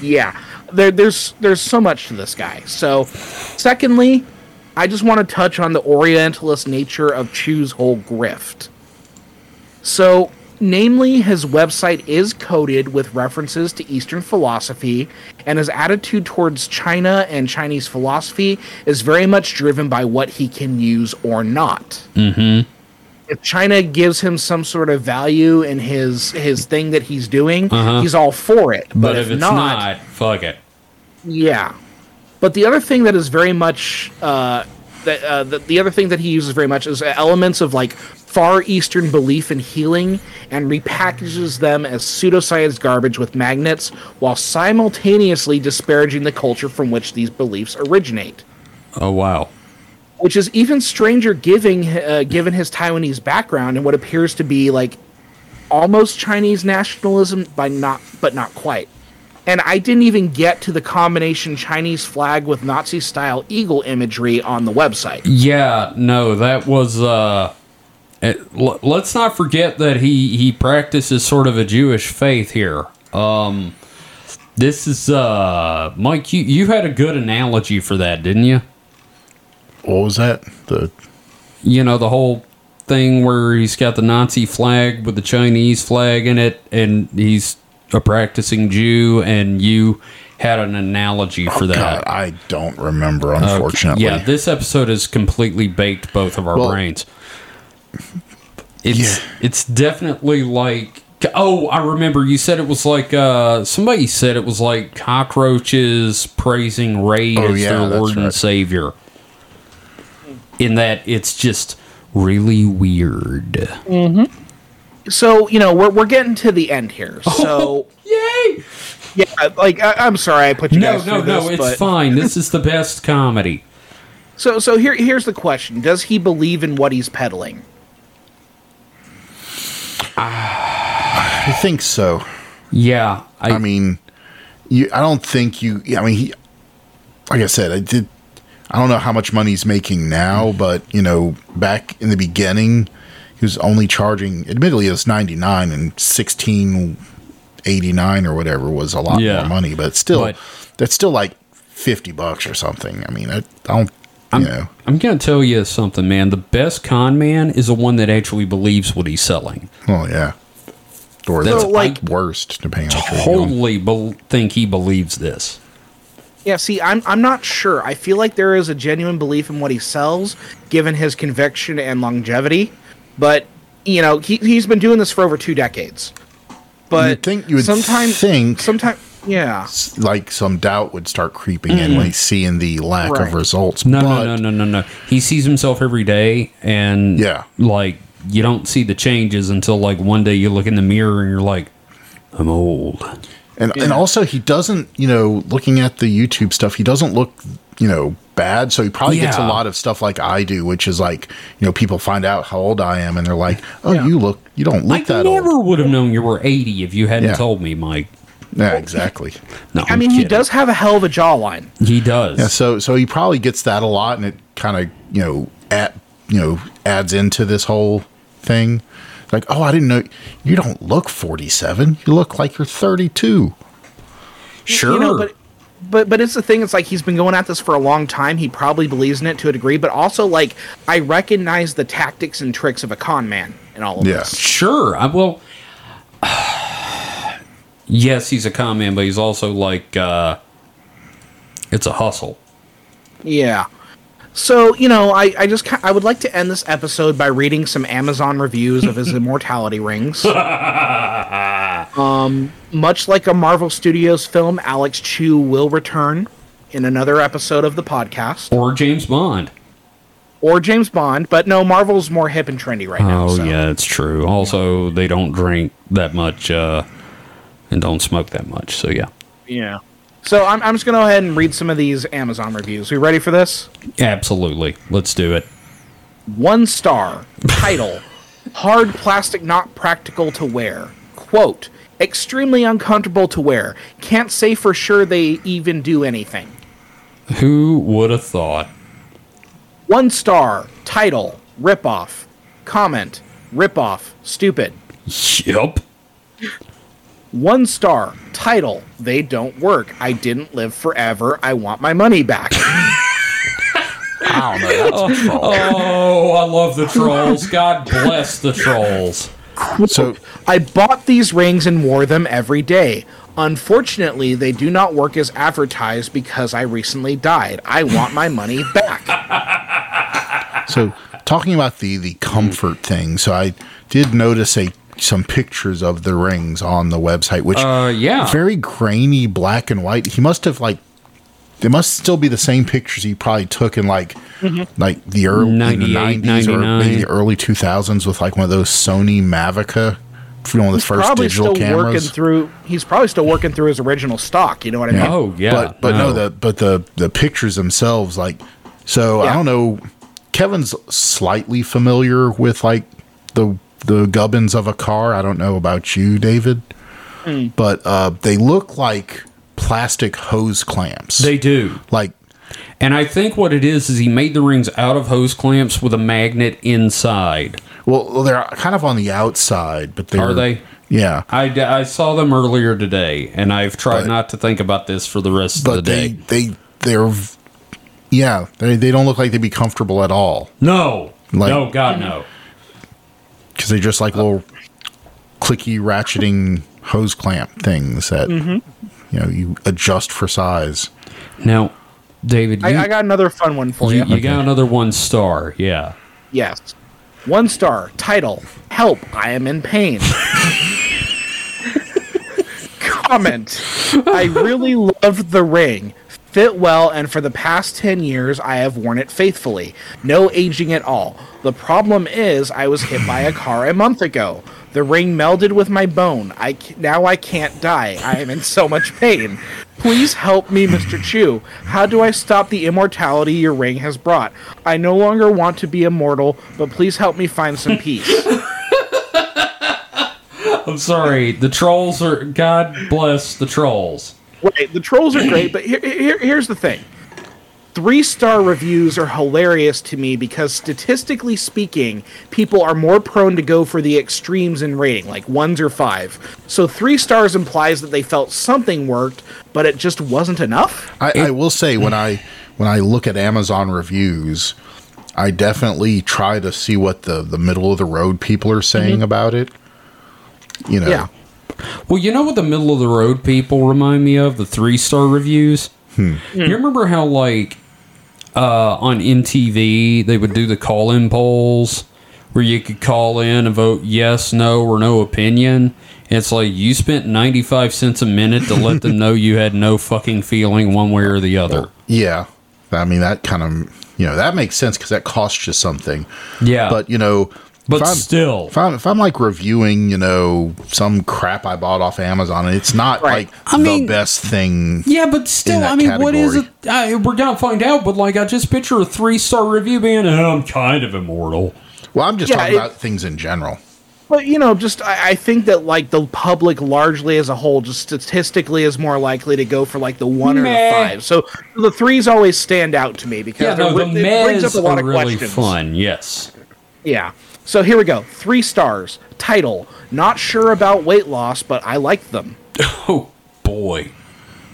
C: Yeah. there, there's there's so much to this guy. So, secondly, I just want to touch on the Orientalist nature of Chu's whole grift. So, namely, his website is coded with references to Eastern philosophy, and his attitude towards China and Chinese philosophy is very much driven by what he can use or not
A: Mm-hmm.
C: if China gives him some sort of value in his his thing that he's doing, he's all for it. But,
A: Uh-huh. But if it's not, fuck it.
C: yeah. But the other thing that is very much uh, that uh, the, the other thing that he uses very much is uh, elements of like far eastern belief in healing and repackages them as pseudoscience garbage with magnets while simultaneously disparaging the culture from which these beliefs originate
A: Oh wow.
C: which is even stranger giving uh, given his Taiwanese background and what appears to be like almost Chinese nationalism by not but not quite. And I didn't even get to the combination Chinese flag with Nazi style eagle imagery on the website.
A: Yeah, no, that was. uh it, l- Let's not forget that he he practices sort of a Jewish faith here. Um, this is uh Mike. You you had a good analogy for that, didn't you?
B: What was that? The
A: You know the whole thing where he's got the Nazi flag with the Chinese flag in it, and he's a practicing Jew, and you had an analogy for
B: God,
A: that.
B: I don't remember. Unfortunately,
A: Uh, Yeah, this episode has completely baked both of our
B: Well-
A: brains. It's
B: Yeah.
A: it's definitely like oh, I remember you said it was like uh somebody said it was like cockroaches praising Raid
B: Oh,
A: as
B: yeah,
A: their
B: that's
A: Lord and
B: right.
A: Savior. In that it's just really weird.
C: So you know we're we're getting to the end here.
A: Oh.
C: So
A: Yay!
C: yeah, like I, I'm sorry I put you
A: No,
C: guys
A: no,
C: through
A: no,
C: this,
A: it's
C: but-
A: fine. This is the best comedy.
C: So so here here's the question: Does he believe in what he's peddling?
B: I think so.
A: Yeah.
B: I mean, you. I don't think you. I mean, he. Like I said, I did. I don't know how much money he's making
A: Mm.
B: now, but you know, back in the beginning, he was only charging. Admittedly, it was ninety nine and sixteen eighty nine or whatever was a lot
A: Yeah.
B: more money, but still,
A: But-
B: that's still like fifty bucks or something. I mean, I, I don't. you know,
A: I'm going to tell you something, man. The best con man is the one that actually believes what he's selling.
B: well, yeah. Or
A: That's
B: the
C: like-
B: worst, depending on what you're doing.
A: Totally bel think he believes this.
C: Yeah, see, I'm I'm not sure. I feel like there is a genuine belief in what he sells, given his conviction and longevity. But you know, he he's been doing this for over two decades. But
B: You'd think you would
C: sometimes
B: think-
C: sometimes yeah.
B: s- like some doubt would start creeping in when he's seeing the lack
C: Right.
B: of results.
A: No,
B: but
A: no, no, no, no, no. He sees himself every day, and
B: Yeah.
A: like you don't see the changes until like one day you look in the mirror and you're like, I'm old.
B: And and also he doesn't, you know, looking at the YouTube stuff, he doesn't look, you know, bad. So he probably gets a
A: Yeah.
B: lot of stuff like I do, which is like, you know, people find out how old I am and they're like, "Oh, you look, you don't look
A: I
B: that
A: never
B: old."
A: would have known you were 80 if you hadn't
B: Yeah.
A: told me, Mike.
B: Yeah, exactly.
A: No,
C: I
A: I'm
C: mean, he
A: kidding.
C: does have a hell of a jawline.
A: He does.
B: Yeah, so so he probably gets that a lot, and it kind of you know at you know adds into this whole thing. Like, oh, I didn't know you don't look forty seven. You look like you're thirty two.
A: sure.
C: You know, but but but it's the thing. It's like he's been going at this for a long time. He probably believes in it to a degree. But also, like, I recognize the tactics and tricks of a con man in all of
B: Yeah.
C: this.
A: Sure. I well Yes, he's a con man, but he's also like uh it's a hustle.
C: Yeah. So, you know, I, I just ki- I would like to end this episode by reading some Amazon reviews of his immortality rings. um, much like a Marvel Studios film, Alex Chu will return in another episode of the podcast
A: Or James Bond.
C: or James Bond, but no, Marvel's more hip and trendy right now.
A: Oh
C: so.
A: yeah, it's true. Also they don't drink that much uh and don't smoke that much, so yeah.
C: Yeah. So I'm, I'm just going to go ahead and read some of these Amazon reviews. We ready for this?
A: Absolutely. Let's do it.
C: One star. Title Hard plastic not practical to wear. Quote Extremely uncomfortable to wear. Can't say for sure they even do anything.
A: Who would have thought?
C: One star. Title Ripoff. Comment Ripoff. Stupid.
A: Yep.
C: One star, title, they don't work. I didn't live forever. I want my money back.
B: I don't know. That's a troll.
A: Oh, I love the trolls. God bless the trolls.
B: So
C: I bought these rings and wore them every day. Unfortunately, they do not work as advertised because I recently died. I want my money back.
B: So talking about the the comfort thing, so I did notice a some pictures of the rings on the website, which
A: Uh, yeah.
B: very grainy black and white. He must have like they must still be the same pictures he probably took in like
C: Mm-hmm.
B: like the early
A: 98,
B: nineties or maybe
A: 99.
B: the early two thousands with like one of those Sony Mavica you know, one of the
C: He's
B: first
C: probably
B: digital
C: still working
B: cameras.
C: through. He's probably still working through his original stock. You know what I mean?
A: Yeah. Oh, yeah,
B: But but
A: no.
B: no, the but the the pictures themselves, like so I
C: Yeah.
B: don't know Kevin's slightly familiar with like the the gubbins of a car. I don't know about you, David. But uh they look like plastic hose clamps.
A: They do.
B: like
A: And I think what it is is he made the rings out of hose clamps with a magnet inside.
B: well they're kind of on the outside, but they're
A: Are they?
B: Yeah.
A: I, d- I saw them earlier today, and I've tried
B: But-
A: not to think about this for the rest of the
B: But they
A: day.
B: they they're v- yeah, they, they don't look like they'd be comfortable at all.
A: No,
B: Like-
A: no, God, no.
B: because they're just like little clicky ratcheting hose clamp things that you know you adjust for size.
A: Now, David, you,
C: I, I got another fun one for
A: you,
C: you.
A: you got another one star. Yeah.
C: Yes. One star. Title. Help. I am in pain. Comment. I really loved the ring. Fit well, and for the past 10 years, I have worn it faithfully. No aging at all. The problem is, I was hit by a car a month ago. The ring melded with my bone. I c- now I can't die. I am in so much pain. Please help me, Mr. Chu. How do I stop the immortality your ring has brought? I no longer want to be immortal, but please help me find some peace.
A: I'm sorry. The trolls are. God bless the trolls.
C: Right, the trolls are great, but here, here, here's the thing. Three star reviews are hilarious to me because statistically speaking, people are more prone to go for the extremes in rating, like ones or five. So three stars implies that they felt something worked, but it just wasn't enough.
B: I, I will say when I when I look at Amazon reviews, I definitely try to see what the the middle of the road people are saying about it. You know,
C: Yeah.
A: Well, you know what the middle of the road people remind me of? The three star reviews.
B: Hmm.
A: You remember how, like, uh, on MTV, they would do the call in polls where you could call in and vote yes, no, or no opinion? It's like you spent 95 cents a minute to let them know you had no fucking feeling one way or the other.
B: yeah. I mean that kind of you know that makes sense because that costs you something.
A: Yeah.
B: But you know,
A: but
B: if I'm-
A: still.
B: If I'm, if I'm like reviewing, you know, some crap I bought off Amazon, and it's not
C: Right.
B: like
A: I
B: the
A: mean-
B: best thing.
A: Yeah, but still,
B: that
A: I mean, what is it?
B: category.
A: I, we're gonna find out. But like, I just picture a three-star review being, "Oh, I'm kind of immortal.
B: Well, I'm just
C: Yeah,
B: talking
C: it-
B: about things in general.
C: But you know, just I, I think that like the public largely as a whole, just statistically, is more likely to go for like the one or
A: Meh.
C: the five. So the threes always stand out to me because
A: Yeah, no, the
C: they're- it brings up
A: mez
C: a lot
A: are
C: of
A: really
C: questions.
A: fun. Yes,
C: Yeah. So here we go. Three stars. Title: Not sure about weight loss, but I like them.
A: boy.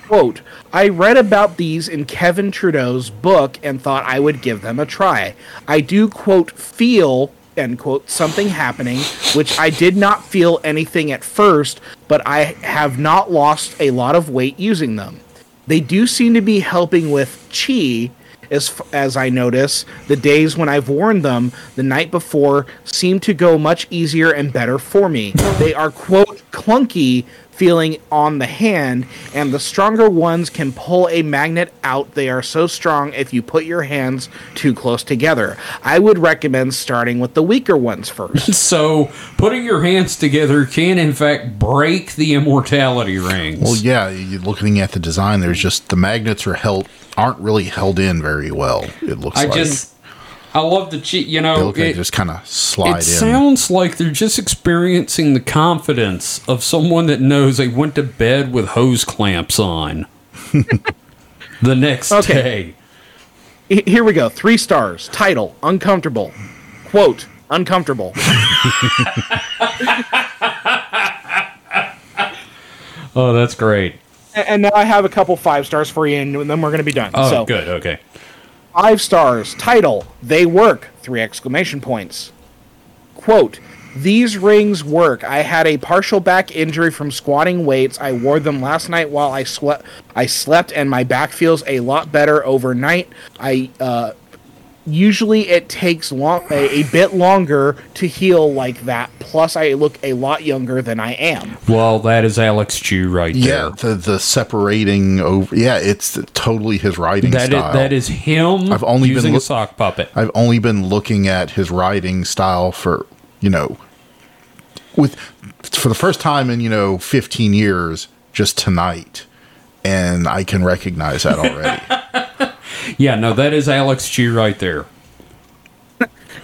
C: Quote: I read about these in Kevin Trudeau's book and thought I would give them a try. I do quote feel end quote something happening, which I did not feel anything at first, but I have not lost a lot of weight using them. They do seem to be helping with chi, as f- as I notice. The days when I've worn them the night before seem to go much easier and better for me. They are quote clunky feeling on the hand, and the stronger ones can pull a magnet out. They are so strong if you put your hands too close together. I would recommend starting with the weaker ones first.
A: So putting your hands together can, in fact, break the immortality rings.
B: Well, yeah, you looking at the design, there's just the magnets are held aren't really held in very well. It looks
A: I
B: like
A: just, I love the cheat. You
B: they
A: know,
B: look like they
A: it-
B: just kind of slide
A: It
B: in.
A: sounds like they're just experiencing the confidence of someone that knows they went to bed with hose clamps on the next
C: Okay.
A: day.
C: H- Here we go. Three stars. Title: Uncomfortable. Quote: Uncomfortable.
A: Oh, that's great.
C: A- And now I have a couple five stars for you, and then we're going to be done.
A: Oh,
C: so
A: good. Okay.
C: five stars title they work three exclamation points quote these rings work i had a partial back injury from squatting weights i wore them last night while i slept i slept and my back feels a lot better overnight i uh usually it takes long a, a bit longer to heal like that plus i look a lot younger than i am
A: Well, that is Alex Chew right
B: Yeah,
A: there.
B: the the separating over. Yeah, it's totally his writing
A: That
B: style.
A: is, that is him
B: I've only been
A: using a
B: look-
A: sock puppet.
B: I've only been looking at his writing style for you know, with for the first time in you know 15 years, just tonight, and I can recognize that already.
A: Yeah, no, that is Alex Chew right there.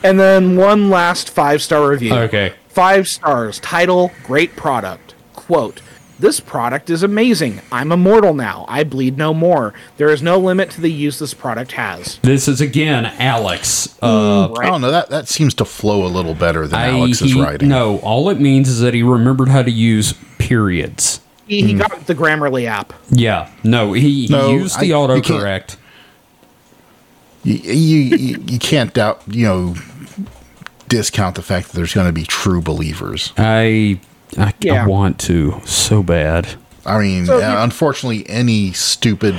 C: and then one last five star review
A: Okay.
C: Five stars. Title: Great product. Quote: This product is amazing. I'm immortal now. I bleed no more. There is no limit to the use this product has.
A: This is again Alex. Uh,
B: I don't know that that seems to flow a little better than
A: I,
B: Alex's
A: he-
B: writing.
A: No, all it means is that he remembered how to use periods.
C: He,
B: Mm-hmm.
C: he got the Grammarly app.
A: Yeah, no, he, he
B: No,
A: used the
B: I- you can't-
A: autocorrect.
B: you, you, you- you can't doubt you know discount the fact that there's going to be true believers.
A: I, I, I
C: Yeah.
A: want to so bad.
B: I mean,
C: So
B: yeah,
C: you-
B: unfortunately, any stupid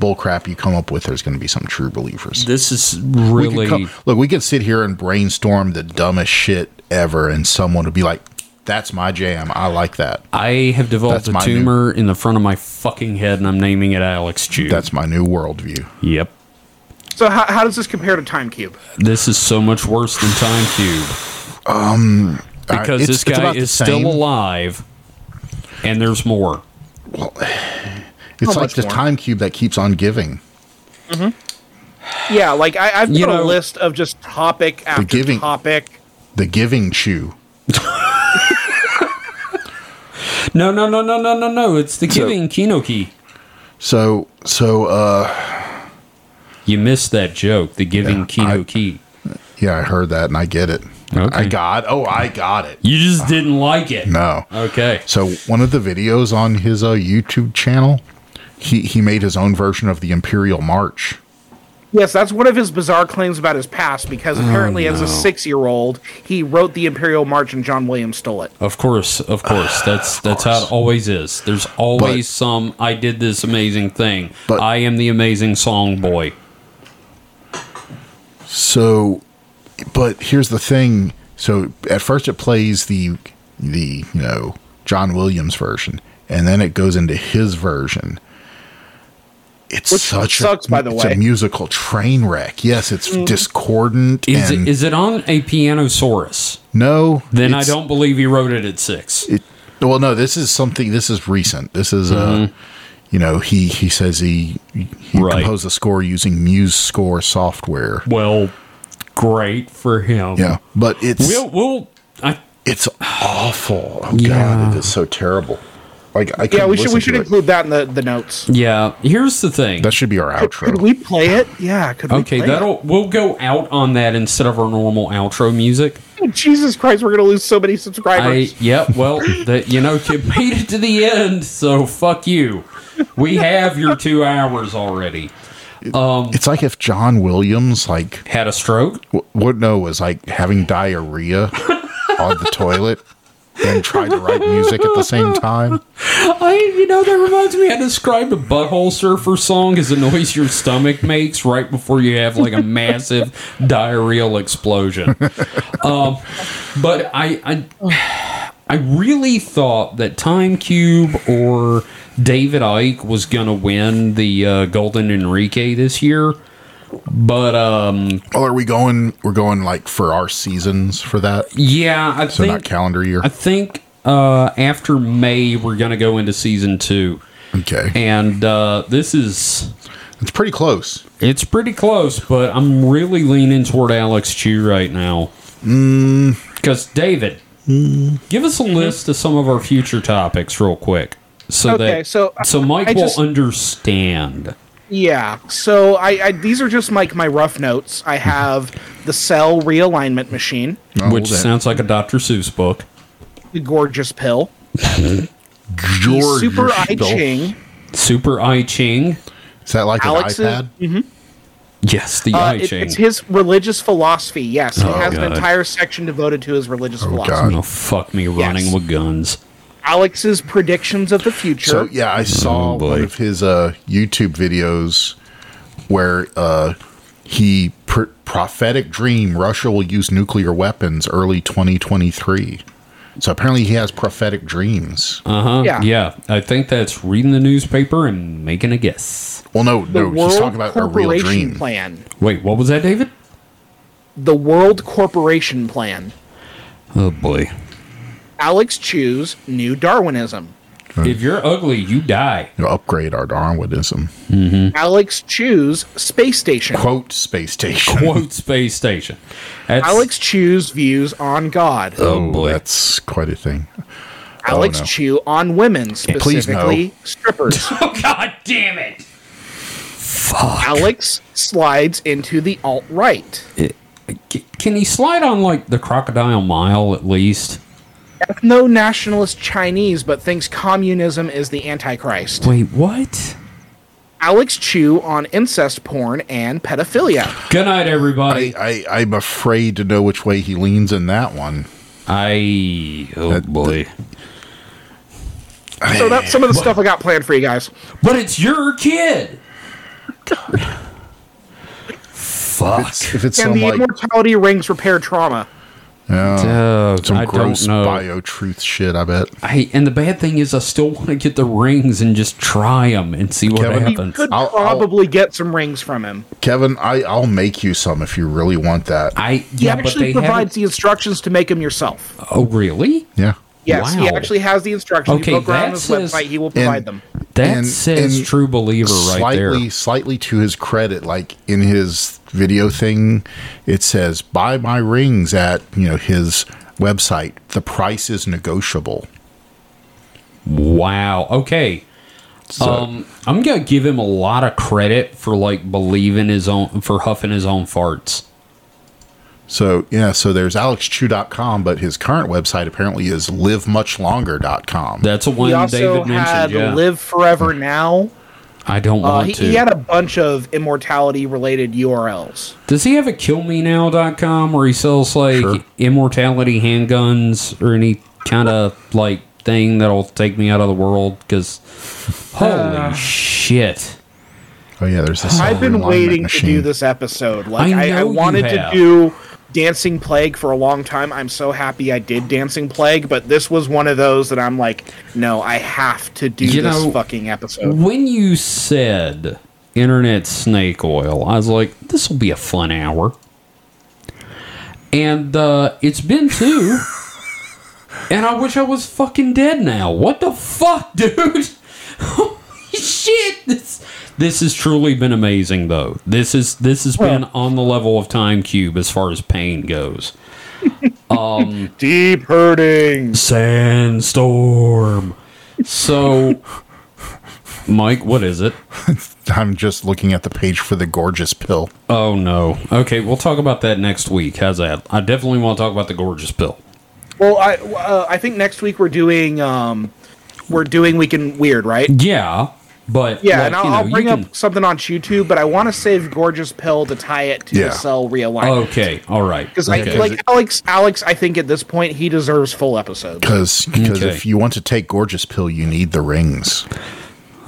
B: bullcrap you come up with, there's going to be some true believers.
A: This is
B: We could
A: really.
B: come- look, we could sit here and brainstorm the dumbest shit ever, and someone would be like, "That's my jam. I like that.
A: I have developed
B: That's
A: a
B: my new-
A: tumor in the front of my fucking head, and I'm naming it Alex Chew.
B: That's my new worldview."
A: yep.
C: So how, how does this compare to Time Cube?
A: This is so much worse than Time Cube
B: All right,
A: because
B: Um, it's-
A: this
B: it's
A: guy
B: about the
A: is
B: same.
A: still alive, and there's more.
B: It's
C: How
B: like
C: much
B: the
C: more?
B: time cube that keeps on giving.
C: Yeah, like I, I've got
A: You
C: a
A: know-
C: list of just topic after
B: giving-
C: topic.
B: The giving chew.
A: No, no, no, no, no, no, no. It's the giving Kinoki.
B: So, so, uh,
A: You missed that joke. The giving Kinoki.
B: yeah, I heard that and I get it.
A: Okay.
B: I got. Oh, I got it.
A: You just didn't like it.
B: No.
A: Okay.
B: So one of the videos on his uh, YouTube channel, he he made his own version of the Imperial March.
C: Yes, that's one of his bizarre claims about his past
B: Oh,
C: because apparently as a six-year-old, he wrote the Imperial March and John Williams stole it.
A: Of course, of course. That's that's how it always is. There's always
B: But-
A: some I did this amazing thing.
B: But-
A: I am the amazing song boy.
B: So, but here's the thing. So at first it plays the the you know John Williams version, and then it goes into his version. It's
C: Which
B: such
C: sucks,
B: a,
C: by the
B: it's
C: way. Mm.
B: a musical train wreck. Yes, it's discordant.
A: Is
B: and
A: it is it on a pianosaurus?
B: no,
A: Then I
B: it's-
A: don't believe he wrote it at six.
B: it well no this is something this is recent this is uh you know he he says he he
A: Mm-hmm. Right.
B: composed the score using muse score software
A: Well, great for him.
B: yeah but it's
A: We'll we'll I
B: it's awful oh
A: Yeah.
B: god it is so terrible like i
C: Yeah,
B: couldn't
C: we should
B: listen
C: we should
B: to it.
C: include that in the, the notes.
A: yeah, here's the thing.
B: that should be our
C: Could
B: outro
C: we play it? Yeah, could we
A: Okay,
C: play it?
A: that'll we'll go out on that instead of our normal outro music.
C: Jesus Christ, we're gonna lose so many subscribers.
A: I yeah, well, that you know, you made it to the end, so fuck you. We have your two hours already.
B: it's like if john williams like
A: Had a stroke?
B: w- would know was like having diarrhea on the toilet and tried to write music at the same time
A: I you know, that reminds me I described a butthole surfer song as the noise your stomach makes right before you have like a massive diarrheal explosion. Um, but I, I I really thought that Time Cube or David Ike was gonna win the uh, Golden Enrique this year. But um
B: well are we going we're going like for our seasons for that
A: yeah, I
B: so
A: think
B: not calendar year
A: I think uh, after May we're gonna go into season two,
B: okay
A: and uh, this is
B: It's pretty close.
A: it's pretty close, but I'm really leaning toward Alex Chew right now. Mm. Because David, give us a list of some of our future topics real quick, so
C: Okay,
A: that
C: so I-
A: so Mike
C: I
A: will
C: just-
A: understand.
C: Yeah. So I, I these are just like my rough notes. I have the cell realignment machine,
B: Oh,
A: which
B: that-
A: sounds like a Dr. Seuss book.
C: the gorgeous pill, The
B: George.
C: Super I
B: Spiel.
C: Ching.
A: Super I Ching.
B: Is that like
C: Alex's-
B: an iPad?
A: Yes, the
C: Uh,
A: I
C: it-
A: Ching. Oh,
C: it's his religious philosophy. Yes, he has
A: God.
C: an entire section devoted to his religious philosophy.
B: Oh, God.
A: gonna fuck me running with guns.
C: Alex's predictions of the future.
B: So yeah, I saw
A: Oh, boy.
B: one of his uh, YouTube videos where uh, he pr- prophetic dream Russia will use nuclear weapons early 2023. So apparently he has prophetic dreams.
A: Uh,
C: yeah.
A: Uh-huh, Yeah, I think that's reading the newspaper and making a guess.
B: well, no,
C: The
B: no,
C: World
B: he's talking about a
C: Corporation
B: real dream.
C: Plan.
A: Wait, what was that, David?
C: The World Corporation Plan.
A: Oh boy.
C: Alex Chu's New Darwinism.
A: If you're ugly, you die.
B: You know, upgrade our Darwinism.
A: Hmm.
C: Alex Chu's Space Station.
B: Quote space station.
A: Quote space station. That's,
C: Alex Chu's views on God.
A: Oh
B: Oh,
A: boy.
B: that's quite a thing.
C: Alex
B: no.
C: Chu on women,
B: please,
C: specifically strippers.
A: oh god damn it. Fuck.
C: Alex slides into the alt right.
A: C- can he slide on like the crocodile mile at least?
C: No nationalist Chinese, but thinks communism is the Antichrist.
A: Wait, what?
C: Alex Chu on incest porn and pedophilia.
A: Good night,
B: I,
A: everybody.
B: I, I'm afraid to know which way he leans in that one.
A: I, oh
B: That-
A: boy.
C: So that's some of the stuff I got planned for you guys.
A: but it's your kid. Fuck.
B: If it's
C: And
B: some
C: the
B: like
C: immortality rings repair trauma.
A: Oh,
B: some
A: I
B: gross
A: don't know.
B: bio truth shit, I bet.
A: I, and the bad thing is, I still want to get the rings and just try them and see what
B: Kevin,
C: You
A: happens.
C: could
B: I'll- I'll-
C: probably get some rings from him.
B: Kevin, I, I'll make you some if you really want that.
A: I
C: He
A: yeah, but
C: actually
A: they
C: provides
A: haven't.
C: the instructions to make them yourself.
A: Oh, really?
B: yeah.
C: Yes, he
A: Wow.
C: actually has the instructions.
A: Okay,
C: you look
A: that
C: around his
A: says-
C: website, he will provide
B: And-
C: them.
A: That
B: And-
A: says
B: and
A: true believer right
B: slightly,
A: there.
B: slightly to his credit, like in his video thing, it says buy my rings at you know his website. The price is negotiable.
A: Wow. Okay. Um, I'm gonna give him a lot of credit for like believing his own for huffing his own farts.
B: So yeah, so there's alexchew.com, but his current website apparently is livemuchlonger.com.
A: That's a one
C: He also
A: David
C: had
A: mentioned. Yeah.
C: Live Forever Now.
A: I don't
C: Uh,
A: want
C: he,
A: to.
C: he had a bunch of immortality related URLs.
A: Does he have a killmenow.com where he sells like
B: Sure.
A: immortality handguns or any kind of like thing that'll take me out of the world? Because holy shit.
B: oh yeah, there's this.
C: I've been
B: alignment
C: waiting
B: machine.
C: to do this episode. Like
A: I
C: I, I,
A: know you
C: wanted to
A: have.
C: do Dancing Plague for a long time. I'm so happy I did Dancing Plague, but this was one of those that I'm like, no, I have to do
A: You
C: this
A: know-
C: fucking episode.
A: When you said internet snake oil, I was like, this will be a fun hour. And uh, it's been two. and I wish I was fucking dead now. What the fuck, dude? Holy shit! This, this has truly been amazing, though. This is this has been on the level of Time Cube as far as pain goes.
C: Deep hurting.
A: Sandstorm. So, Mike, what is it?
B: I'm just looking at the page for the gorgeous pill.
A: Oh no. Okay, we'll talk about that next week. How's that? I definitely want to talk about the gorgeous pill.
C: Well, I uh, I think next week we're doing um we're doing Weekend Weird, right?
A: Yeah, but
C: Yeah,
A: like,
C: and I'll,
A: you know,
C: I'll
A: you
C: bring
A: can-
C: up something on YouTube, but I want to save Gorgeous Pill to tie it to
B: Yeah.
C: the cell realignment.
A: Okay, all right.
C: Because
A: okay.
C: like, like Alex, Alex, I think at this point he deserves full episodes.
B: Because
A: Okay.
B: if you want to take gorgeous pill, you need the rings.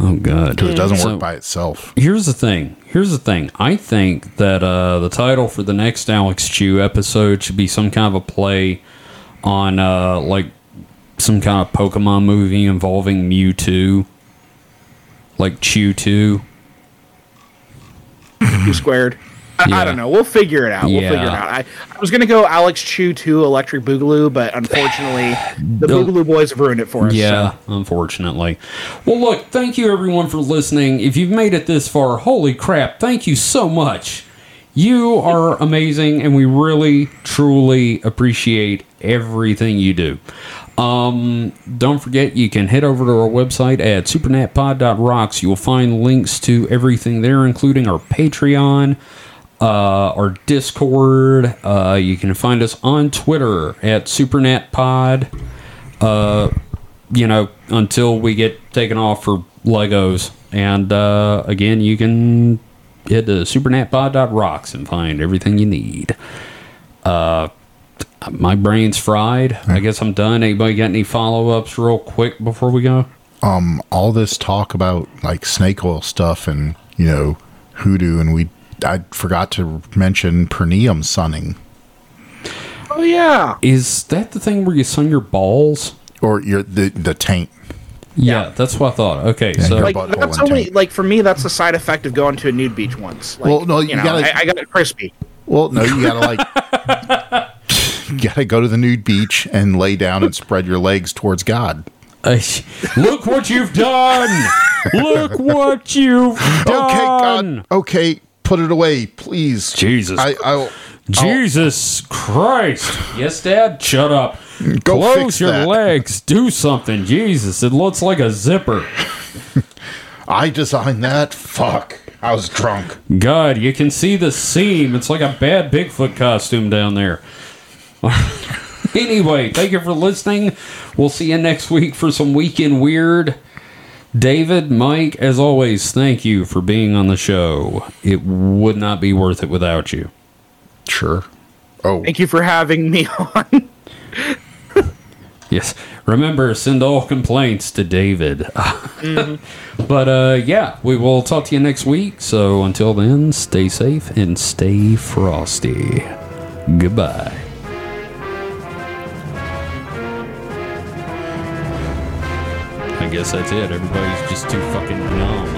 A: oh god.
B: Because it doesn't
A: So-
B: work by itself.
A: Here's the thing. Here's the thing. I think that uh, the title for the next Alex Chew episode should be some kind of a play on uh, like some kind of Pokemon movie involving Mewtwo, like Chew Two.
C: Q squared. I, I
A: Yeah.
C: don't know. We'll figure it out. We'll figure it
A: Yeah.
C: out. I, I was gonna go Alex Chew to Electric Boogaloo, but unfortunately, the
A: Don't-
C: Boogaloo boys have ruined it for us.
A: Yeah,
C: so.
A: unfortunately. Well, look, thank you everyone for listening. If you've made it this far, holy crap, thank you so much. You are amazing, and we really, truly appreciate everything you do. Um, don't forget, you can head over to our website at supernatpod.rocks. You'll find links to everything there, including our Patreon, uh, our Discord. Uh, you can find us on Twitter at supernatpod you know, until we get taken off for Legos. And uh, again, you can head to supernatpod.rocks and find everything you need. Uh, my brain's fried. I guess I'm done. Anybody got any follow ups real quick before we go?
B: all this talk about like snake oil stuff and you know hoodoo and we i forgot to mention perineum sunning
C: Oh yeah.
A: Is that the thing where you sun your balls?
B: or your the the taint
A: Yeah, that's what I thought. Okay, so
B: you're-
C: Like
B: Your butthole
C: that's
B: and
C: only
B: taint.
C: like for me that's the side effect of going to a nude beach once. Like,
B: Well, no, you
C: know,
B: gotta-
C: I, I got it crispy.
B: well no you gotta like you gotta go to the nude beach and lay down and spread your legs towards god
A: Uh, look what you've done! Look what you've done!
B: okay god okay put it away please
A: Jesus.
B: i i'll
A: Jesus Christ! Oh. Yes, Dad. Shut up.
B: Go
A: Close
B: fix
A: your
B: that.
A: legs. Do something. Jesus, it looks like a zipper.
B: i designed that fuck i was drunk
A: God, you can see the seam. It's like a bad Bigfoot costume down there. anyway, thank you for listening. We'll see you next week for some weekend weird. David, Mike, as always, thank you for being on the show. It would not be worth it without you.
B: sure oh
C: Thank you for having me on.
A: Yes. Remember, send all complaints to David. But uh, yeah, we will talk to you next week. So until then, stay safe and stay frosty. Goodbye. I guess that's it. Everybody's just too fucking numb.